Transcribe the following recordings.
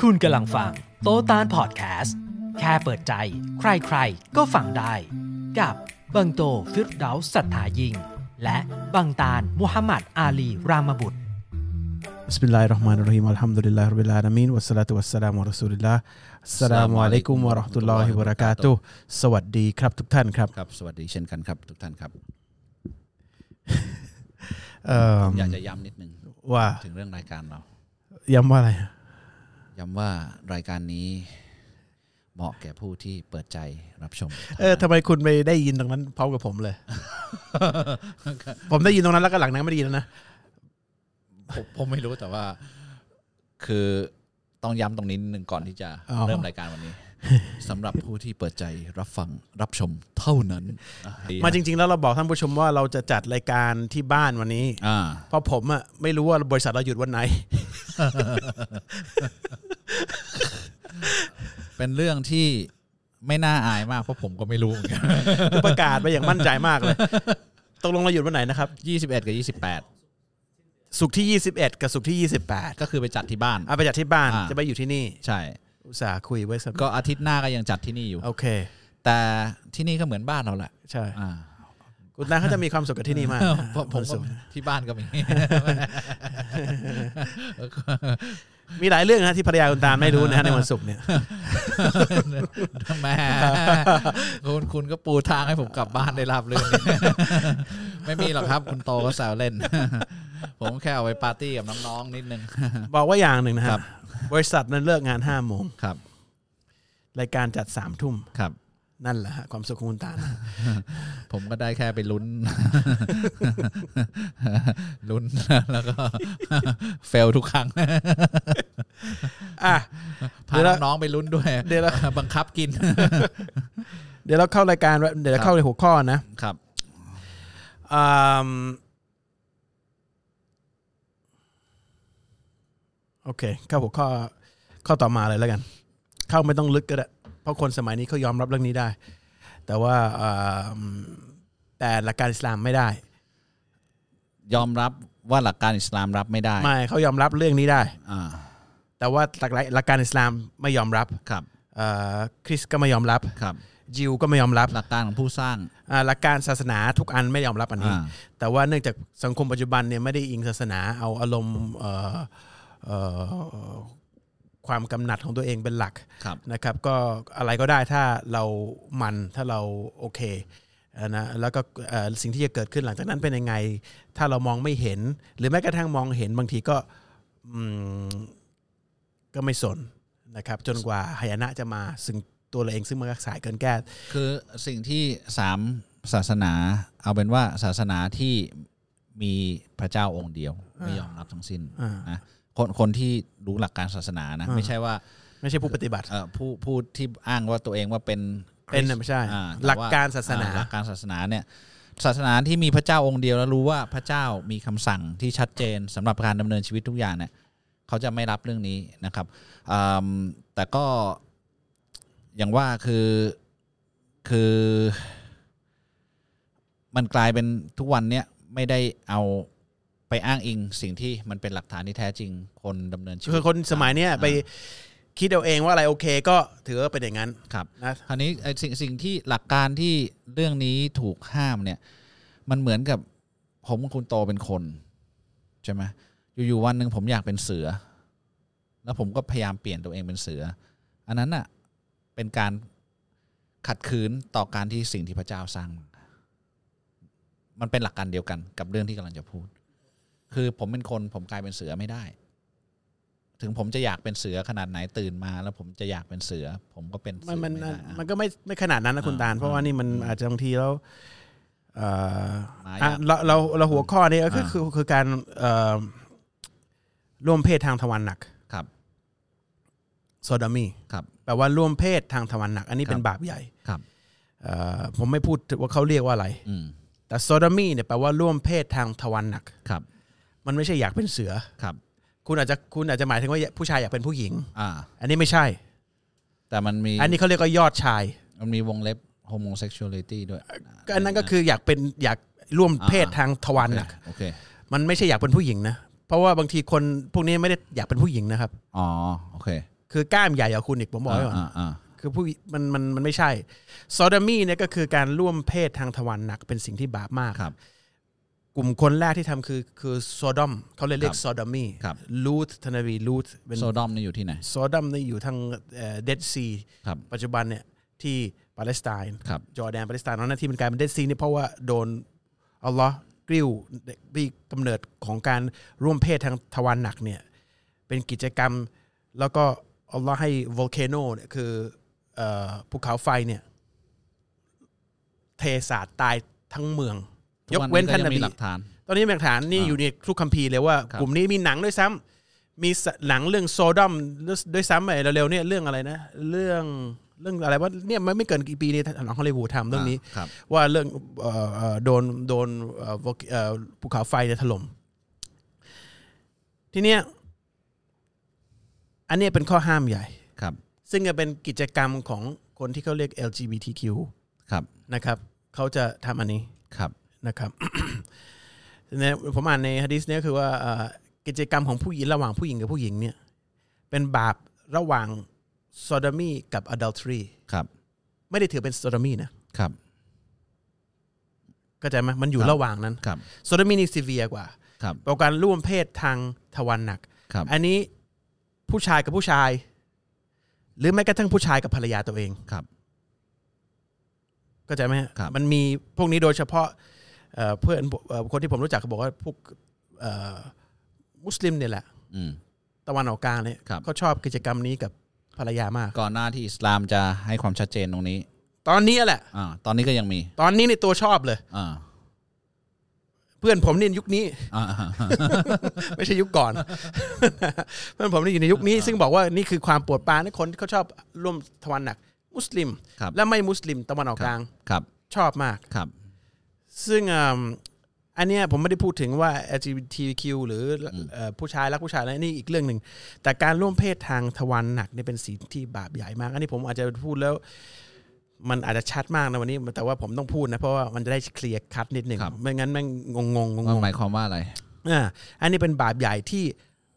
คุณกำลังฟัง โตตานพอดแคสต์ แค่เปิดใจ ใครๆ ก็ฟังได้ กับบังโตฟิรเดาสัทธายิง และบังตานมุฮัมมัดอาลีรามบุตร Bismillahirrahmanirrahim. Alhamdulillah Rabbil Alamin. Wassalatu wassalamu ala Rasulillah. Assalamualaikum warahmatullahi wabarakatuh. สวัสดีครับทุกท่านครับ ครับสวัสดีเช่นกันครับทุกท่านครับ เอิ่ม อยากจะย้ำนิดนึง ว่า ถึงเรื่องรายการเรา ย้ำว่าอะไร ย้ำว่ารายการนี้ เหมาะแก่ผู้ที่เปิดใจรับชม เออทำไมคุณไปได้ยินตรงนั้นพร้อมกับผมเลย ผมได้ยินตรงนั้นแล้วก็หลังนั้นไม่ได้ยินแล้วนะ ผมผมไม่รู้แต่ว่า คือต้องย้ำตรงนี้นิดนึงก่อนที่จะ อ๋อ เริ่มรายการ วันนี้สำหรับผู้ที่เปิดใจรับฟังรับชมเท่านั้นอ่ะดี มาจริง ๆ แล้วเราบอกท่านผู้ชมว่าเราจะจัดรายการที่บ้านวันนี้ อ่า เพราะผมอะไม่รู้ว่าบริษัทเราหยุดวัน ไหน เป็นเรื่องที่ไม่น่าอายมากเพราะผมก็ไม่รู้เหมือนกัน ประกาศไปอย่างมั่นใจมากเลยตกลงเราหยุดวันไหนนะครับ ยี่สิบเอ็ดกับยี่สิบแปด สุกร์ที่ 21 กับสุกร์ที่ 28 ก็คือไปจัดที่บ้าน เอาไปจัดที่บ้าน อ่า จะไปอยู่ที่นี่ ใช่ อุตส่าห์คุยไว้สัก ก็อาทิตย์หน้าก็ยังจัดที่นี่อยู่ โอเค แต่ที่นี่ก็เหมือนบ้านเราแหละ ใช่ อ่า คุณนาเขาจะมีความสุขกับที่นี่มาก ผมผมก็ สุข ที่บ้านก็มี มีหลายเรื่องนะที่ภรรยาคุณตาลไม่รู้นะฮะในวันศุกร์เนี่ย แม่คุณคุณก็ปูทางให้ผมกลับบ้านได้ราบรื่น ไม่มีหรอกครับ คุณโตก็แซวเล่น ผมแค่เอาไปปาร์ตี้กับน้องๆนิดนึง บอกว่าอย่างหนึ่งนะค ครั รับ บ บริษัทนั้นเลิกงานห้าโมง ครับ รายการจัดสามทุ่ม ครับ นั่นแหละฮะความสุขของคุณตาล ผมก็ได้แค่ไปลุ้น ลุ้นแล้วก็ เฟลทุกครั้ง อ่ะ พา เดี๋ยวเรา น้องๆไปลุ้นด้วย เดี๋ยวเรา บังคับกิน เดี๋ยวเราเข้ารายการไว้เดี๋ยวเราเข้าในหัวข้อนะครับ อืมโอเค เข้าหัวข้อข้อต่อมาเลยแล้วกัน เข้าไม่ต้องลึกก็ได้เพราะคนสมัยนี้เขายอมรับเรื่องนี้ได้ แต่ว่าอืมแต่หลักการอิสลามไม่ได้ ยอมรับว่าหลักการอิสลามรับไม่ได้ ไม่เขายอมรับเรื่องนี้ได้ อ่า แต่ว่าหลักหลักการอิสลามไม่ยอมรับ ครับ เอ่อคริสต์ก็ไม่ยอมรับ ครับ ยิวก็ไม่ยอมรับ หลักการของผู้สร้าง อ่าหลักการศาสนาทุกอันไม่ยอมรับอันนี้ อ่า แต่ว่าเนื่องจากสังคมปัจจุบันเนี่ยไม่ได้อิงศาสนาเอาอารมณ์เอ่อเอ่อความกำหนัดของตัวเองเป็นหลัก ครับ นะครับ ก็อะไรก็ได้ถ้าเรามันถ้าเราโอเคอ่านะแล้วก็เอ่อสิ่งที่จะเกิดขึ้นหลังจากนั้นเป็นยังไง ถ้าเรามองไม่เห็น หรือแม้กระทั่งมองเห็นบางทีก็อืม ก็ไม่สนนะครับ จนกว่าหายนะจะมาซึ่งตัวเราเองซึ่งมันก็สายเกินแก้ คือสิ่งที่สามศาสนา เอาเป็นว่าศาสนาที่มีพระเจ้าองค์เดียว ไม่ยอมรับทั้งสิ้นนะคนคนที่รู้หลักการศาสนานะ ไม่ใช่ว่า ไม่ใช่ผู้ปฏิบัติ เอ่อผู้ผู้ที่อ้างว่าตัวเองว่าเป็นค เป็ ริ น สต์ นะไม่ใช่ อ่าแต่ว่ หลักการศาสนา อ่หลักการศาสนาเนี่ยศาสนาที่มีพระเจ้าองค์เดียวแล้วรู้ว่าพระเจ้ามีคำสั่งที่ชัดเจนสำหรับการดำเนินชีวิตทุกอย่างเนี่ยเขาจะไม่รับเรื่องนี้นะครับอืมแต่ก็อย่างว่าคือคือมันกลายเป็นทุกวันเนี่ยไม่ได้เอาไปอ้างอิงสิ่งที่มันเป็นหลักฐานที่แท้จริงคนดำเนินชีวิต คือคนสมัยเนี้ยไปคิดเอาเองว่าอะไรโอเคก็ถือว่าเป็นอย่างนั้น ครับ นะ คราวนี้ไอ้สิ่งสิ่งที่หลักการที่เรื่องนี้ถูกห้ามเนี่ย มันเหมือนกับผมกับคุณโตเป็นคน ใช่ไหมอยู่ๆวันหนึ่งผมอยากเป็นเสือ แล้วผมก็พยายามเปลี่ยนตัวเองเป็นเสือ อันนั้นน่ะเป็นการขัดขืนต่อการที่สิ่งที่พระเจ้าสร้างมามันเป็นหลักการเดียวกันกับเรื่องที่กำลังจะพูด คือผมเป็นคนผมกลายเป็นเสือไม่ได้ ถึงผมจะอยากเป็นเสือขนาดไหนตื่นมา แล้วผมจะอยากเป็นเสือ ผมก็เป็นเสื มัน อ มัน ไม่ได้ มั อ่ะ นก็ไม่ไม่ขนาดนั้นนะคุณตาล อ่า เพราะว่านี่มันอาจจะบางทีแล้วเอ่อ หมาย อ่ะเราเราเราหัวข้อนี้ก็คือ อ่า คือคือการเอ่อร่วมเพศทางทวารหนัก ครับ โซดามี ครับ แปลว่าร่วมเพศทางทวารหนัก อันนี้ ครับ เป็นบาปใหญ่ ครับ เอ่อผมไม่พูดว่าเขาเรียกว่าอะไร อืม แต่โซดามีเนี่ยแปลว่าร่วมเพศทางทวารหนัก ครับ มันไม่ใช่อยากเป็นเสือ ครับ คุณอาจจะคุณอาจจะหมายถึงว่าผู้ชายอยากเป็นผู้หญิง อ่า อันนี้ไม่ใช่ แต่มันมี อันนี้เขาเรียกว่ายอดชาย มันมีวงเล็บ homosexuality ด้วย ก็อันนั้นก็คืออยากเป็นอยากร่วมเพศ อ่า ทางทวารหนัก โอเค มันไม่ใช่อยากเป็นผู้หญิงนะ เพราะว่าบางทีคนพวกนี้ไม่ได้อยากเป็นผู้หญิงนะครับ อ๋อ โอเค คือกล้ามใหญ่กว่าคุณอีกผมบอกไว้ก่อน อ่าอ่า คือผู้หญิงมันมันมันไม่ใช่ซอดามีเนี่ยก็คือการร่วมเพศทางทวารหนักเป็นสิ่งที่บาปมาก ครับ กลุ่มคนแรกที่ทำคือคือโซดอมเขาเลยเรียก ครับ โซดามี ครับ ลูธธนวีลูธเป็น โซดอมนี่อยู่ที่ไหน โซดอมเนี่ยอยู่ทางเดดซี ครับ ปัจจุบันเนี่ยที่ปาเลสไตน์ ครับ จอร์แดนปาเลสไตน์ตอนนั้นที่มันกลายเป็นเดดซีนี่ยเพราะว่าโดนอัลลอฮ์กริ้วที่กำเนิดของการร่วมเพศทางทวารหนักเนี่ยเป็นกิจกรรมแล้วก็อัลลอฮ์ให้วอลเคโนเนี่ยคือเอ่อภูเขาไฟเนี่ยเทสาดตายทั้งเมือง ทุ ยกเว้น ก็ ท่านน ยังมี บี หลักฐาน ตอนนี้มีหลักฐานนี่ อ่า อยู่ในทุกคัมภีร์เลยว่า ครับ กลุ่มนี้มีหนังด้วยซ้ำมีสหนังเรื่องโซดอมด้วยซ้ำไอ้เร็วๆเนี่ยเรื่องอะไรนะ เรื่องเรื่องอะไรว่าเนี่ยมันไม่เกินกี่ปีนี้หนังฮอลลีวูดทำเรื่องนี้ อ่าครับ ว่าเรื่องเอ่อเอ่อโดนโดนเอ่อ volc- เอ่อภูเขาไฟเนี่ยถล่มทีเนี้ยอันเนี้ยเป็นข้อห้ามใหญ่ ครับ ซึ่งจะเป็นกิจกรรมของคนที่เขาเรียก LGBTQ ครับ นะครับเขาจะทำอันนี้ ครับ นะครับ เนี่ยผมอ่านในฮะดิษเนี่ยคือว่าเอ่อกิจกรรมของผู้หญิงระหว่างผู้หญิงกับผู้หญิงเนี่ยเป็นบาประหว่างโซดามีกับอดัลทรี ครับ ไม่ได้ถือเป็นโซดามีนะครับ เข้าใจไหมมันอยู่ ครับ ระหว่างนั้น ครับ โซดามีนี่ซีเวียกว่า ครับ เประการร่วมเพศทางทวารหนัก ครับ อันนี้ผู้ชายกับผู้ชาย หรือแม้กระทั่งผู้ชายกับภรรยาตัวเอง ครับ เข้าใจไหมฮะ ครับ มันมีพวกนี้โดยเฉพาะเอ่อเพื่อนผมเอ่อคนที่ผมรู้จักเขาบอกว่าพวกเอ่อมุสลิมเนี่ยแหละ อืม ตะวันออกกลางเนี่ย ครับ เขาชอบกิจกรรมนี้กับภรรยามาก ก่อนหน้าที่อิสลามจะให้ความชัดเจนตรงนี้ ตอนนี้แหละ อ่าตอนนี้ก็ยังมี ตอนนี้ในตัวชอบเลย อ่า เพื่อนผมนี่ยุคนี้ อ่า อ่าอ่า ไม่ใช่ยุคก่อน เพื่อนผมนี่อยู่ในยุคนี้ ซึ่งบอกว่านี่คือความปวดปรานนะคนที่เขาชอบร่วมทวันหนัก มุสลิม ครับ และไม่มุสลิมตะวันออกกลาง ครับ ชอบมาก ครับ ซึ่งอืมอันเนี้ยผมไม่ได้พูดถึงว่า LGBTQ หรือเอ่อผู้ชายรักผู้ชายนะนี่อีกเรื่องหนึ่งแต่การร่วมเพศทางทวารหนักเนี่ยเป็นสิ่งที่บาปใหญ่มาก อันนี้ผมอาจจะพูดแล้ว มันอาจจะชัดมากนะวันนี้ แต่ว่าผมต้องพูดนะ เพราะว่ามันจะได้เคลียร์คัดนิดหนึ่ง ครับ ไม่งั้นแม่งงงงงง ว่าง หมายความว่าอะไร อ่าอันนี้เป็นบาปใหญ่ที่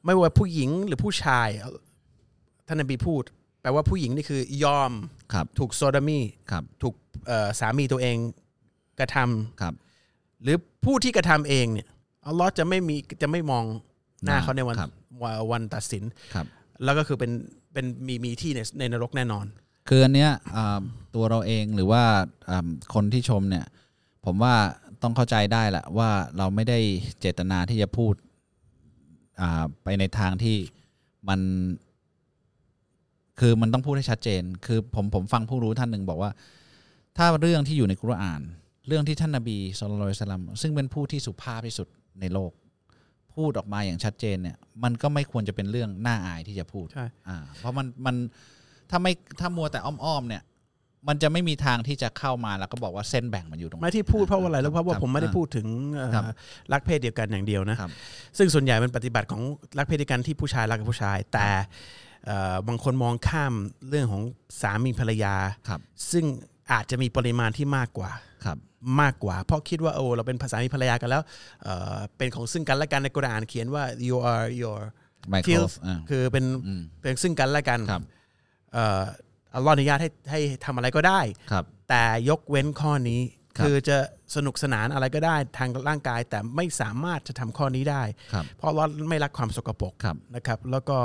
ไม่ว่าผู้หญิงหรือผู้ชายท่านนบีพูด แปลว่าผู้หญิงนี่คือยอม ครับ ถูกโซดามี ครับ ถูกเอ่อสามีตัวเองกระทำ ครับ หรือผู้ที่กระทำเองเนี่ยอัลลอฮ์จะไม่มีจะไม่มองหน้า หน้า เขาในวัน ครับ วันวันตัดสิน ครับ แล้วก็คือเป็นเป็นมีมีที่ในในนรกแน่นอน คืออันเนี้ยอ่าตัวเราเองหรือว่าอ่าคนที่ชมเนี่ย ผมว่าต้องเข้าใจได้แหละว่าเราไม่ได้เจตนาที่จะพูดอ่าไปในทางที่มัน คือมันต้องพูดให้ชัดเจน คือผมผมฟังผู้รู้ท่านหนึ่งบอกว่า ถ้าเรื่องที่อยู่ในกุรอาน เรื่องที่ท่านนาบีสุลต่านสลัมซึ่งเป็นผู้ที่สุภาพที่สุดในโลก พูดออกมาอย่างชัดเจนเนี่ย มันก็ไม่ควรจะเป็นเรื่องน่าอายที่จะพูด ใช่ อ่าเพราะมันมันถ้าไม่ถ้ามัวแต่อ้อมๆเนี่ย มันจะไม่มีทางที่จะเข้ามาแล้วก็บอกว่าเส้นแบ่งมันอยู่ตรงหน ไม่ที่พูดเพราะว่าอะไรแล้วเพราะว่า ครับ ผมไม่ได้พูดถึงเอ่อ ครับ รักเพศเดียวกันอย่างเดียวนะ ครับ ซึ่งส่วนใหญ่เป็นปฏิบัติของรักเพศเดียวกันที่ผู้ชายรักกับผู้ชาย แต่เอ่อบางคนมองข้ามเรื่องของสามีภรรยา ครับ ซึ่งอาจจะมีปริมาณที่มากกว่า ครับ มากกว่า เพราะคิดว่าโอ้เราเป็นภาษามีภรรยากันแล้วเอ่อเป็นของซึ่งกันและกันในกุรอานเขียนว่า you are your ไมโคร Tills คือเป็นเป็นซึ่งกันและกัน ครับ เอ่ออัลลอฮ์อนุญาตให้ให้ทำอะไรก็ได้ ครับ แต่ยกเว้นข้อนี้ ครับ คือจะสนุกสนานอะไรก็ได้ทางร่างกาย แต่ไม่สามารถจะทำข้อนี้ได้ ครับ เพราะอัลลอฮ์ไม่รักความสกปรก ครับ นะครับ แล้วก็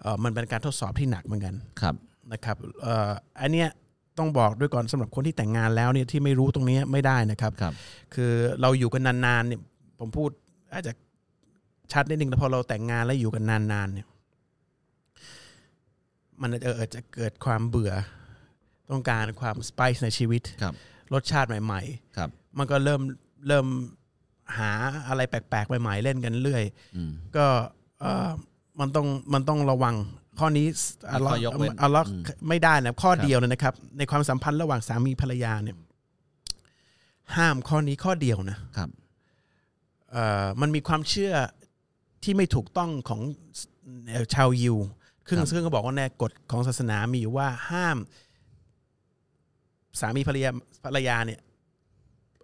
เอ่อมันเป็นการทดสอบที่หนักเหมือนกัน ครับ นะครับเอ่ออันเนี้ยต้องบอกด้วยก่อนสำหรับคนที่แต่งงานแล้วเนี่ยที่ไม่รู้ตรงเนี้ยไม่ได้นะครับ ครับ คือเราอยู่กันนานๆเนี่ยผมพูดอาจจะชัดนิดนึงแต่พอเราแต่งงานแล้วอยู่กันนานๆเนี่ยมันอาจจะอาจจะเกิดความเบื่อ ต้องการความสไปซ์ในชีวิต ครับ รสชาติใหม่ ครับ ๆ มันก็เริ่มเริ่มหาอะไรแปลกๆใหม่ๆเล่นกันเรื่อย อืม ก็เอ่อมันต้องมันต้องระวังข้อนี้อัลลอฮ์ ข้อยกเว้น อัลลอฮ์ อืม ไม่ได้นะข้อ ครับ เดียวเลยนะครับ ในความสัมพันธ์ระหว่างสามีภรรยาเนี่ยห้ามข้อนี้ข้อเดียวนะครับ เอ่อมันมีความเชื่อที่ไม่ถูกต้องของเอ่อชาวยิวซึ่ง ครับ ซึ่งก็บอกว่าในกฎของศาสนามีอยู่ว่าห้ามสามีภรรยาภรรยาเนี่ย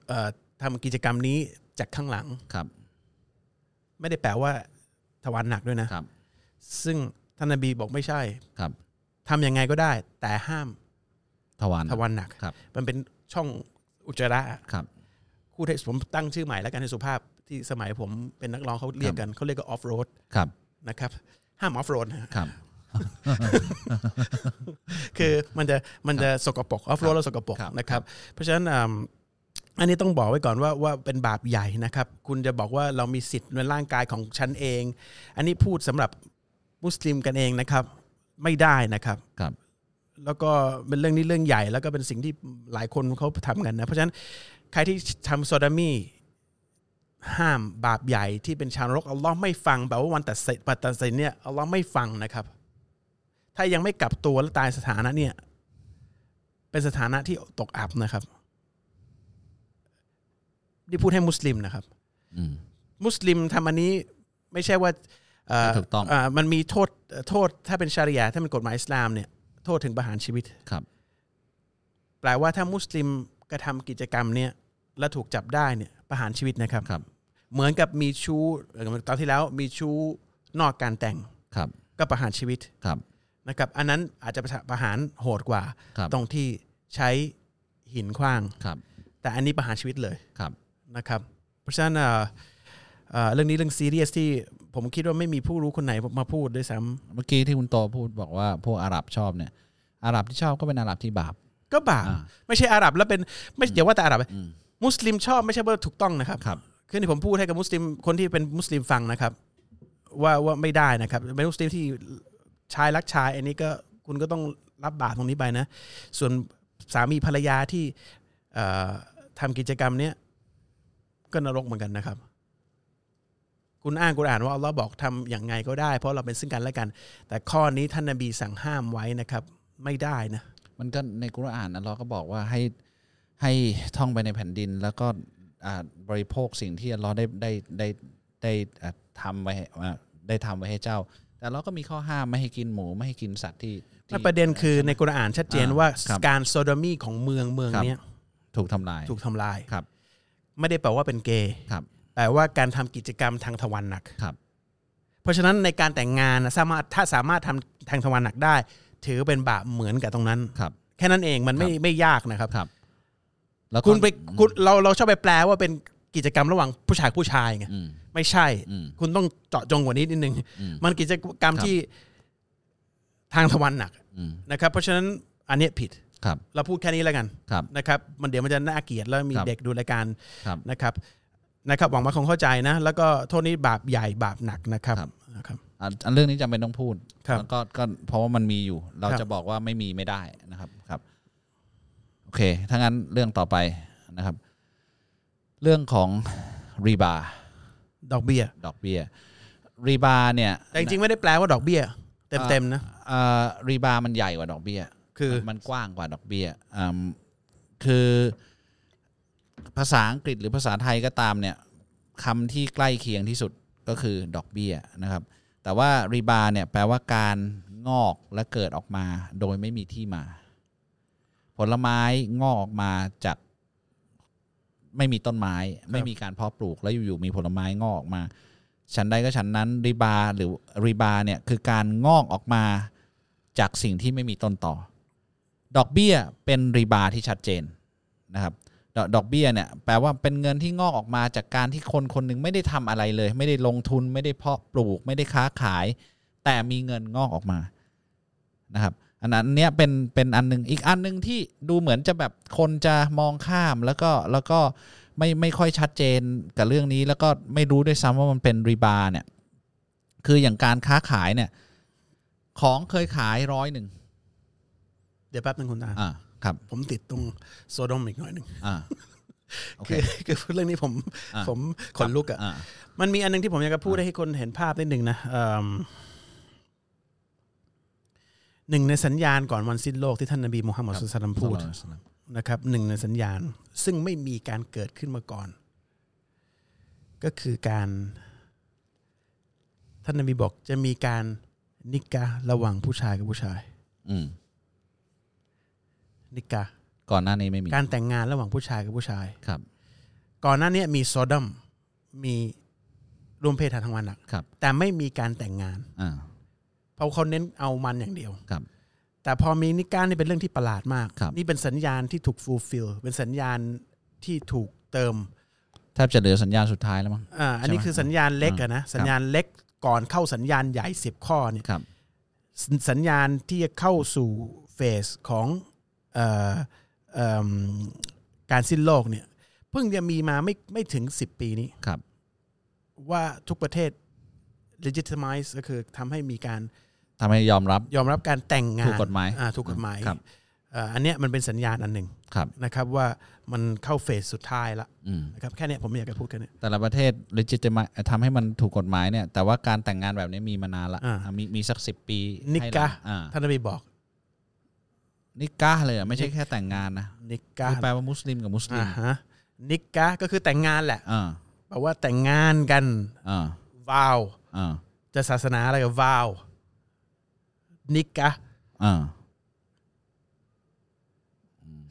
เอ่อทำกิจกรรมนี้จากข้างหลัง ครับ ไม่ได้แปลว่าทวารหนักด้วยนะ ครับ ซึ่ง ท่านนบีบอกไม่ใช่ ครับ ทำยังไงก็ได้ แต่ห้าม ทวาร ทวันหนัก ครับ มันเป็นช่องอุจจาระ ครับ คู่เทศผมตั้งชื่อใหม่แล้วกันให้สุภาพที่สมัยผมเป็นนักร้องเขาเรียกกันเขาเรียกก็ออฟโรด ครับ นะครับ ห้ามออฟโรดนะ ครับ คือมันจะมันจะสกปรกออฟโรดแล้วสกปรก ครับ นะครับ เพราะฉะนั้นอ่ะอันนี้ต้องบอกไว้ก่อนว่าว่าเป็นบาปใหญ่นะครับ คุณจะบอกว่าเรามีสิทธิ์ในร่างกายของฉันเอง อันนี้พูดสำหรับมุสลิมกันเองนะครับ ไม่ได้นะครับ ครับ แล้วก็เป็นเรื่องนี้เรื่องใหญ่ แล้วก็เป็นสิ่งที่หลายคนเขาทำกันนะเพราะฉะนั้นใครที่ทำโซดามีห้ามบาปใหญ่ที่เป็นชาวนรกอัลลอฮ์ไม่ฟังแบบว่าวันตัดสินปัตตัดสินเนี่ยอัลลอฮ์ไม่ฟังนะครับ ถ้ายังไม่กลับตัวแล้วตายสถานะเนี่ย เป็นสถานะที่ตกอับนะครับนี่พูดให้มุสลิมนะครับ อืม มุสลิมทำอันนี้ไม่ใช่ว่าเอ่อ ถูกต้อง เมันมีโทษโทษถ้าเป็นชาริยาถ้าเป็นกฎหมายอิสลามเนี่ยโทษถึงประหารชีวิต ครับ แปลว่าถ้ามุสลิมกระทำกิจกรรมเนี่ยและถูกจับได้เนี่ยประหารชีวิตนะครับ ครับ เหมือนกับมีชู้เอ่อตอนที่แล้วมีชู้นอกการแต่ง ครับ ก็ประหารชีวิต ครับ นะครับ อันนั้นอาจจะประหารโหดกว่า ครับ ตรงที่ใช้หินขว้าง ครับ แต่อันนี้ประหารชีวิตเลย ครับ นะครับ เพราะฉะนั้นเอ่อเอ่อเรื่องนี้เรื่องซีเรียสที่ผมคิดว่าไม่มีผู้รู้คนไหนมาพูดด้วยซ้ำ เมื่อกี้ที่คุณโตพูดบอกว่าพวกอาหรับชอบเนี่ย อาหรับที่ชอบก็เป็นอาหรับที่บาป ก็บาป อ่า ไม่ใช่อาหรับแล้วเป็นไม่เดี๋ยวว่าแต่อาหรับ อืม มุสลิมชอบไม่ใช่ว่าถูกต้องนะครับ ครับ คือที่ผมพูดให้กับมุสลิมคนที่เป็นมุสลิมฟังนะครับ ว่าว่าไม่ได้นะครับเป็นมุสลิมที่ชายรักชาย อันนี้ก็คุณก็ต้องรับบาปตรงนี้ไปนะ ส่วนสามีภรรยาที่เอ่อทำกิจกรรมเนี้ยก็นรกเหมือนกันนะครับ คุณอ้างกุรอานว่าอัลลอฮ์บอกทำอย่างไงก็ได้ เพราะเราเป็นซึ่งกันและกัน แต่ข้อนี้ท่านนบีสั่งห้ามไว้นะครับ ไม่ได้นะ มันก็ในกุรอานอัลลอฮ์ก็บอกว่าให้ให้ท่องไปในแผ่นดิน แล้วก็อ่าบริโภคสิ่งที่อัลลอฮ์ได้ได้ได้ได้อ่าทำไว้ให้อ่าได้ทำไว้ให้เจ้า แต่เราก็มีข้อห้ามไม่ให้กินหมูไม่ให้กินสัตว์ที่ที่ และประเด็นคือในกุรอานชัดเจน อ่า ว่า ครับ การโซโดมีของเมืองเมืองเนี้ย ถูกทำลาย ถูกทำลาย ครับ ไม่ได้แปลว่าเป็นเกย์ ครับ แปลว่าการทำกิจกรรมทางทวารหนัก ครับ เพราะฉะนั้นในการแต่งงานนะสามารถถ้าสามารถทำทางทวารหนักได้ ถือเป็นบาปเหมือนกับตรงนั้น ครับ แค่นั้นเองมันไม่ ครับ ไม่ยากนะครับ ครับ แล้วก็ คุณไปคุณเราเราชอบไปแปลว่าเป็นกิจกรรมระหว่างผู้ชายผู้ชายไง อืม ไม่ใช่ อืม คุณต้องเจาะจงกว่านี้นิดนึง อืม มันกิจกรรม ครับ ที่ทางทวารหนัก อืม นะครับ เพราะฉะนั้นอันเนี้ยผิด ครับ เราพูดแค่นี้แล้วกัน ครับ นะครับ มันเดี๋ยวมันจะน่าเกลียดแล้วมี ครับ เด็กดูรายการ ครับ นะครับนะครับหวังว่าคงเข้าใจนะ แล้วก็โทษนี้บาปใหญ่บาปหนักนะครับ ครับ นะครับ อ่ะอันเรื่องนี้จำเป็นต้องพูด ครับ แล้วก็ก็เพราะว่ามันมีอยู่ เรา ครับ จะบอกว่าไม่มีไม่ได้นะครับครับ โอเค ถ้างั้นเรื่องต่อไปนะครับ เรื่องของรีบา ดอกเบี้ย ดอกเบี้ยรีบาเนี่ย แต่จริงๆไม่ได้แปลว่าดอกเบี้ยเต็มๆนะ รีบามันใหญ่กว่าดอกเบี้ย คือ มันกว้างกว่าดอกเบี้ยอืมคือภาษาอังกฤษหรือภาษาไทยก็ตามเนี่ยคำที่ใกล้เคียงที่สุดก็คือดอกเบี้ยนะครับ แต่ว่ารีบาเนี่ยแปลว่าการงอกและเกิดออกมาโดยไม่มีที่มา ผลไม้งอกออกมาจากไม่มีต้นไม้ ไม่มีการเพาะปลูกแล้วอยู่ๆมีผลไม้งอกออกมา ฉันใดก็ฉันนั้นรีบาหรือรีบาเนี่ยคือการงอกออกมาจากสิ่งที่ไม่มีต้นต่อ ดอกเบี้ยเป็นรีบาที่ชัดเจนนะครับดอกดอกเบี้ยเนี่ยแปลว่าเป็นเงินที่งอกออกมาจากการที่คนคนหนึ่งไม่ได้ทำอะไรเลย ไม่ได้ลงทุนไม่ได้เพาะปลูก ไม่ได้ค้าขาย แต่มีเงินงอกออกมานะครับอันนั้นเนี่ยเป็นเป็นอันหนึงอีกอันหนึงที่ดูเหมือนจะแบบคนจะมองข้ามแล้วก็แล้วก็ไม่ไม่ค่อยชัดเจนกับเรื่องนี้ แล้วก็ไม่รู้ด้วยซ้ำว่ามันเป็นรีบาเนี่ยคืออย่างการค้าขายเนี่ยของเคยขายร้อยหนึ่ง เดี๋ยวแป๊บนึงคุณตา อ่าครับ ผมติดตรงโซโดมอีกหน่อยหนึ่ง อ่าโอเค คือคือ พูดเรื่องนี้ผม อ่ะ ผมขนลุกอ่ะ อ่า มันมีอันหนึงที่ผมอยากจะพูดให้คนเห็นภาพนิดนึงนะเอิ่มหนึ่งในสัญญาณก่อนวันสิ้นโลกที่ท่านนบีมูฮัมมัดสุลตัลลัมพูด นะครับหนึ่งในสัญญาณซึ่งไม่มีการเกิดขึ้นมาก่อน ก็คือการท่านนบีบอกจะมีการนิกะห์ระหว่างผู้ชายกับผู้ชาย อืม นิกะห์ ก่อนหน้านี้ไม่มี การแต่งงานระหว่างผู้ชายกับผู้ชาย ครับ ก่อนหน้าเนี้ยมีโซดัมมีรวมเพศทางทวารหนัก ครับ แต่ไม่มีการแต่งงาน อ่า เพราะเขาเน้นเอามันอย่างเดียว ครับ แต่พอมีนิก้านี่เป็นเรื่องที่ประหลาดมาก ครับ นี่เป็นสัญญาณที่ถูกฟูลฟิลเป็นสัญญาณที่ถูกเติม แทบจะเหลือสัญญาณสุดท้ายแล้วมั้ง อ่าอันนี้ ใช่ไหม คือสัญญาณเล็กอะนะ ครับ สัญญาณเล็กก่อนเข้าสัญญาณใหญ่ 10 ข้อเนี่ย ครับ สสัญญาณที่จะเข้าสู่เฟสของเอ่อเอิ่มการสิ้นโลกเนี่ยเพิ่งจะมีมาไม่ไม่ถึง 10 ปีนี้ ครับ ว่าทุกประเทศ legitimize ก็คือทำให้มีการ ทำให้ยอมรับ ยอมรับการแต่งงาน ถูกกฎหมาย อ่ถูกกฎหมาย ครับ เอ่ออันเนี้ยมันเป็นสัญญาณอันหนึ่ง ครับ นะครับว่ามันเข้าเฟสสุดท้ายละ อืม นะครับแค่เนี้ยผมอยากจะพูดแค่เนี้ย แต่ละประเทศ legitimate ทำให้มันถูกกฎหมายเนี่ย แต่ว่าการแต่งงานแบบนี้มีมานานละ อ่า อ่ะมีมีสักสิบปี นิ ให้ กะ ละอ่า ท่านนบีบอก นิกะเลยอ่ะไม่ใช่แค่แต่งงานนะ นิกะ คือแปลว่ามุสลิมกับมุสลิ อ่าม ฮะนิกะก็คือแต่งงานแหละ อ่า แปลว่าแต่งงานกัน อ่าว าว อ่า จะศาสนาอะไรกับวาวนิกะ อ่า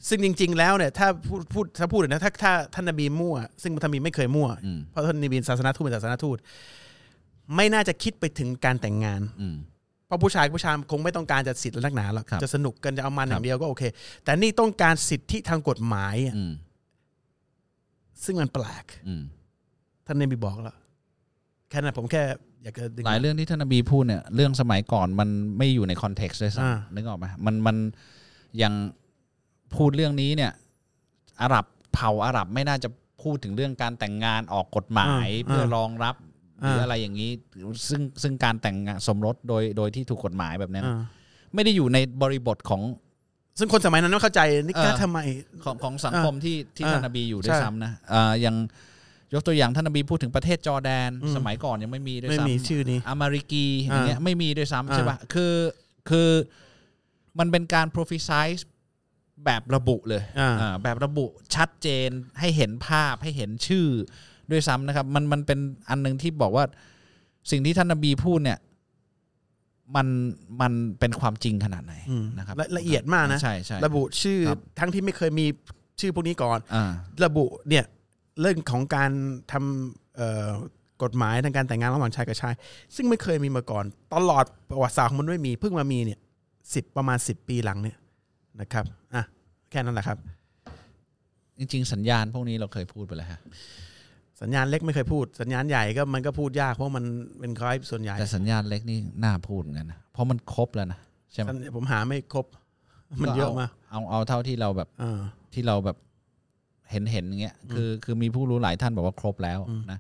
ซึ่งจริง ๆ แล้วเนี่ยถ้าพูดพูดถ้าพูดนะถ้าถ้าท่านนบีมั่ว ซึ่งท่านนบีไม่เคยมั่ว อืม เพราะท่านนบีศาสนาทูตเป็นศาสนาทูตไม่น่าจะคิดไปถึงการแต่งงาน อืม เพราะผู้ชายกับผู้ชายคงไม่ต้องการจะสิทธิ์และนักหนาหรอก ครับ จะสนุกกันจะเอามันอ ครั ย่าง บ เดียวก็โอเค แต่นี่ต้องการสิทธิทางกฎหมายอะ อืม ซึ่งมันแปลก อืม ท่านเนบีบอกแล้วแค่นั้นผมแค่อยากจะดึง หลายเรื่องที่ท่านอบีพูดเนี่ยเรื่องสมัยก่อนมันไม่อยู่ในคอนเท็กซ์เลยซ้ อ่า ำนึกออกไหมมันมันอย่างพูดเรื่องนี้เนี่ยอาหรับเผ่าอาหรับไม่น่าจะพูดถึงเรื่องการแต่งงานออกกฎหมาย อ่า เพื่อรองรับหรือ อ่า อะไรอย่างนี้ ซึ่งซึ่งการแต่งงานสมรสโดยโดยที่ถูกกฎหมายแบบเนี้ยนะ อ่า ไม่ได้อยู่ในบริบทของ ซึ่งคนสมัยนั้นไม่เข้าใจนี่กล้า เออ ทำไม ของของสังคมที่ที่ อ่า ท่านนบีอยู่ด้ว ใช่ ยซ้ำนะอ่าอย่างยกตัวอย่างท่านนบีพูดถึงประเทศจอร์แดน อืม สมัยก่อนยังไม่มีด้วย ไม่ ซ้ำ มีชื่อนี้ อามาริกีอย่างเงี้ยไม่มีด้วยซ้ำใช่ปะคือคือมันเป็นการ prophesize แบบระบุเลย อ่า อ่าแบบระบุชัดเจนให้เห็นภาพให้เห็นชื่อด้วยซ้ำนะครับ มันมันเป็นอันหนึงที่บอกว่าสิ่งที่ท่านนบีพูดเนี่ย มันมันเป็นความจริงขนาดไหน ม นะครับ ละละเอียดมากนะ ใช่ใช่ ระบุชื่อ ครับ ทั้งที่ไม่เคยมีชื่อพวกนี้ก่อน อ่า ระบุเนี่ยเรื่องของการทำเอ่อกฎหมายทางการแต่งงานระหว่างชายกับชาย ซึ่งไม่เคยมีมาก่อน ตลอดประวัติศาสตร์ของมันไม่มีเพิ่งมามีเนี่ยสิบประมาณสิบปีหลังเนี่ยนะครับอ่ะแค่นั้นแหละครับ จริง ๆ สัญญาณพวกนี้เราเคยพูดไปแล้วฮะ สัญญาณเล็กไม่เคยพูด สัญญาณใหญ่ก็มันก็พูดยากเพราะมันเป็นคล้ายส่วนใหญ่ แต่สัญญาณเล็กนี่น่าพูดเหมือนกันนะเพราะมันครบแล้วนะใช่ไหม สัญญาผมหาไม่ครบ มันเยอะมาก เอาเอาเท่าที่เราแบบ อ่า ที่เราแบบเห็นเห็นอย่างเงี้ยคือคือมีผู้รู้หลายท่านบอกว่าครบแล้วนะ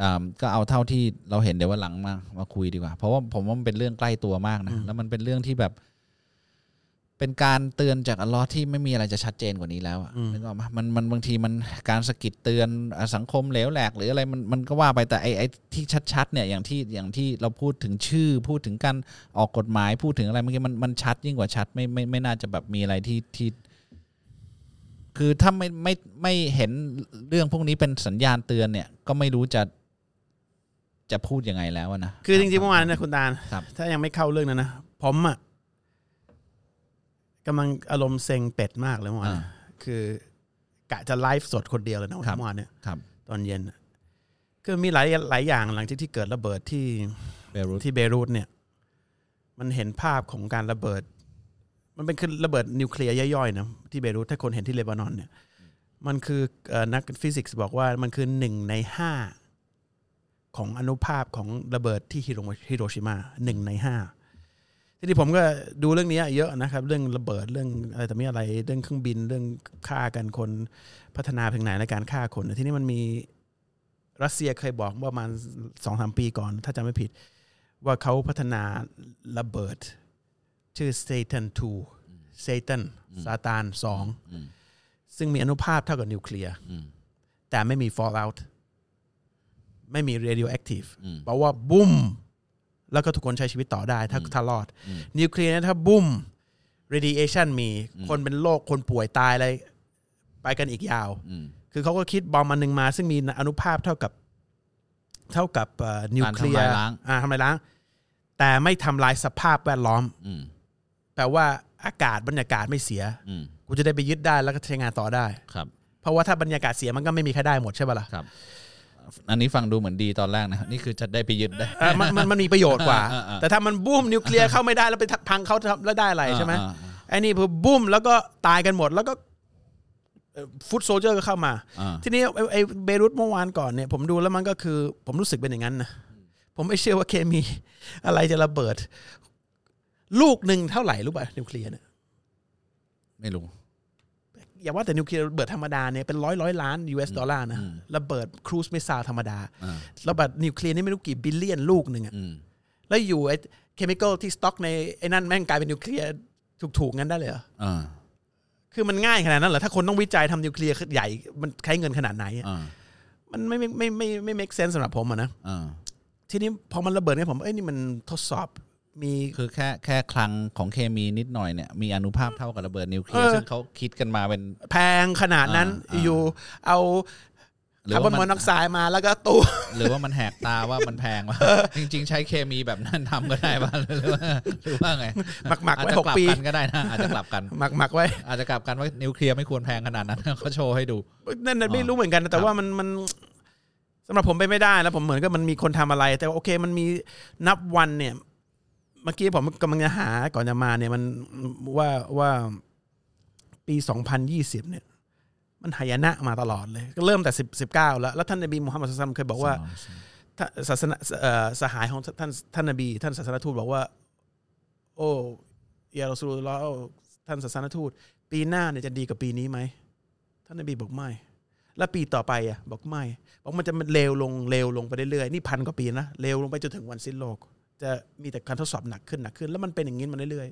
อ่าก็เอาเท่าที่เราเห็นเดี๋ยววันหลังมามาคุยดีกว่า เพราะว่าผมว่ามันเป็นเรื่องใกล้ตัวมากนะแล้วมันเป็นเรื่องที่แบบ เป็นการเตือนจากอัลลอฮ์ที่ไม่มีอะไรจะชัดเจนกว่านี้แล้วอะนึกออกไหมมันมันบางทีมันการสะกิดเตือนอ่ะสังคมเหลวแหลก หรืออะไรมันมันก็ว่าไปแต่ไอไอที่ชัดๆเนี่ยอย่างที่อย่างที่เราพูดถึงชื่อ พูดถึงการออกกฎหมายพูดถึงอะไรเมื่อกี้มันมันชัดยิ่งกว่าชัดไม่ไม่ไม่น่าจะแบบมีอะไรที่ที่ คือถ้าไม่ไม่ไม่เห็นเรื่องพวกนี้เป็นสัญญาณเตือนเนี่ย ก็ไม่รู้จะจะพูดยังไงแล้วอะนะ คือจริงๆเมื่อวานเนะคุณตาล ครับ ถ้ายังไม่เข้าเรื่องนั้นนะผมอ่ะกำลังอารมณ์เซ็งเป็ดมากเลยเมื่อวานนะคือกะจะไลฟ์สดคนเดียวเลยนะเมื่อวานเนี่ย ครับ ตอนเย็นน่ะคือมีหลายหลายอย่างหลังจากที่เกิดระเบิดที่ เบรุต ที่เบรุตเนี่ย มันเห็นภาพของการระเบิด มันเป็นคือระเบิดนิวเคลียร์ย่อยๆนะที่เบรุตถ้าคนเห็นที่เลบานอนเนี่ย มันคือเอ่อนักฟิสิกส์บอกว่ามันคือหนึ่งในห้าของอนุภาพของระเบิดที่ฮิโรฮิโรชิมาหนึ่งในห้าทีนี้ผมก็ดูเรื่องนี้เยอะนะครับ เรื่องระเบิดเรื่องอะไรแต่ไม่อะไรเรื่องเครื่องบินเรื่องฆ่ากันคนพัฒนาไปถึงไหนในการฆ่าคนทีนี้มันมี รัสเซียเคยบอกว่าประมาณสองสามปีก่อน ถ้าจำไม่ผิด ว่าเขาพัฒนาระเบิด ชื่อ Satan 2 Satan ซาตาน อืม 2ซึ่งมีอนุภาพเท่ากับนิวเคลียร์ อืม แต่ไม่มี fallout ไม่มี radioactive อืม เพราะว่าบุ้ม แล้วก็ทุกคนใช้ชีวิตต่อได้ ถ้าถ้ารอด นิวเคลียร์เนยถ้าบุ้ม radiation มีคนเป็นโรคคนป่วยตายอะไร ไปกันอีกยาว อืม คือเขาก็คิดบอมอันหนึ่งมา ซึ่งมีอนุภาพเท่ากับเท่ากับเอ่อนิวเคลียร์ การทำลายล้าง อ่าทำลายล้าง แต่ไม่ทำลายสภาพแวดล้อม อืม แปลว่าอากาศบรรยากาศไม่เสีย อืม กูจะได้ไปยึดได้แล้วก็ใช้งานต่อได้ ครับ เพราะว่าถ้าบรรยากาศเสียมันก็ไม่มีใครได้หมดใช่ปะล่ะ ครับ อันนี้ฟังดูเหมือนดีตอนแรกนะนี่คือจะได้ไปยึดได้ เออมันมันมันมีประโยชน์กว่า อ่าอ่าอ่า แต่ถ้ามันบุ้มนิวเคลียร์เข้าไม่ได้แล้วไปทักพังเขาทำแล้วได้อะไรใช่ไหม อ่าอ่า ไอ้นี่พอบุ้มแล้วก็ตายกันหมดแล้วก็ฟุตโซเจอร์ก็เข้ามา อ่า ทีนี้ไอ้ไอ้เบรุตเมื่อวานก่อนเนี่ยผมดูแล้วมันก็คือ ผมรู้สึกเป็นอย่างนั้นนะผมไม่เชื่อว่าเคมี อะไรจะระเบิด ลูกหนึ่งเท่าไหร่รู้ป่ะนิวเคลียร์เนี่ย ไม่รู้ อย่าว่าแต่นิวเคลียร์ระเบิดธรรมดาเนี่ยเป็นร้อยร้อยล้าน US ดอลลาร์นะ อืม ระเบิดครูซไม่ซาธรรมดา อ่า ระเบิดนิวเคลียร์นี่ไม่รู้กี่บิลเลียนลูกหนึ่งอะ อืม แล้วอยู่ไอ้เคมีคอลที่สต็อกในไอ้นั่นแม่งกลายเป็นนิวเคลียร์ถูกๆงั้นได้เลยเหรอ อ่า คือมันง่ายขนาดนั้นเหรอถ้าคนต้องวิจัยทำนิวเคลียร์ใหญ่มันใช้เงินขนาดไหนอะ อ่า มันไม่ไม่ไม่ไม่ไม่ make sense สำหรับผมอะนะ อ่า ทีนี้พอมันระเบิดเนี่ยผมเอ้ยนี่มันทดสอบมี คือแค่แค่คลังของเคมีนิดหน่อยเนี่ยมีอนุภาคเท่ากับระเบิดนิวเคลีย เอ ร์ อ ซึ่งเขาคิดกันมาเป็น แพงขนาดนั้น อ่า อยู่เอา หรื คาร์บอน มั มอนอกไซด์มาแล้วก็ตู้ หรือว่ามันแหกตาว่ามันแพง วะ จริง ๆ ใช้เคมีแบบนั้นทำก็ได้ป่ะห รือว่าหรือว่าไง หมักหมัก อาจ ไว้ จะ ห ก ก ลับ ปี กันก็ได้ นะอาจจะกลับกัน หมักหมักไว้ อาจจะกลับกันว่านิวเคลียร์ไม่ควรแพงขนาดนั้น เขาโชว์ให้ดู นั่นน่ะ อ๋อ ไม่รู้เหมือนกันนะแต่ ครับ ว่ามันมันสำหรับผมไปไม่ได้แล้วผมเหมือนกับมันมีคนทำอะไร แต่ว่าโอเคมันมีนับวันเนี่ย เมื่อกี้ผมกำลังจะหาก่อนจะมาเนี่ยมันว่าว่าปี 2020 เนี่ย มันหายนะมาตลอดเลยก็เริ่มแต่10 19แล้วแล้วท่านนบีมูฮัมมัดสุลตัมเคยบอกว่า ท่านศาสนาเอ่อสหายของท่านท่านนบี ท่านศาสนทูตบอกว่า โอ้ยาเราสูลลอฮ์ท่านศาสนทูต ปีหน้าเนี่ยจะดีกว่าปีนี้ไหมท่านนบีบอกไม่ แล้วปีต่อไปอ่ะบอกไม่บอกมันจะมันเลวลงเลวลงไปเรื่อยๆนี่พันกว่าปีนะเลวลงไปจนถึงวันสิ้นโลก จะมีแต่การทดสอบหนักขึ้นหนักขึ้น แล้วมันเป็นอย่างนี้มาเรื่อย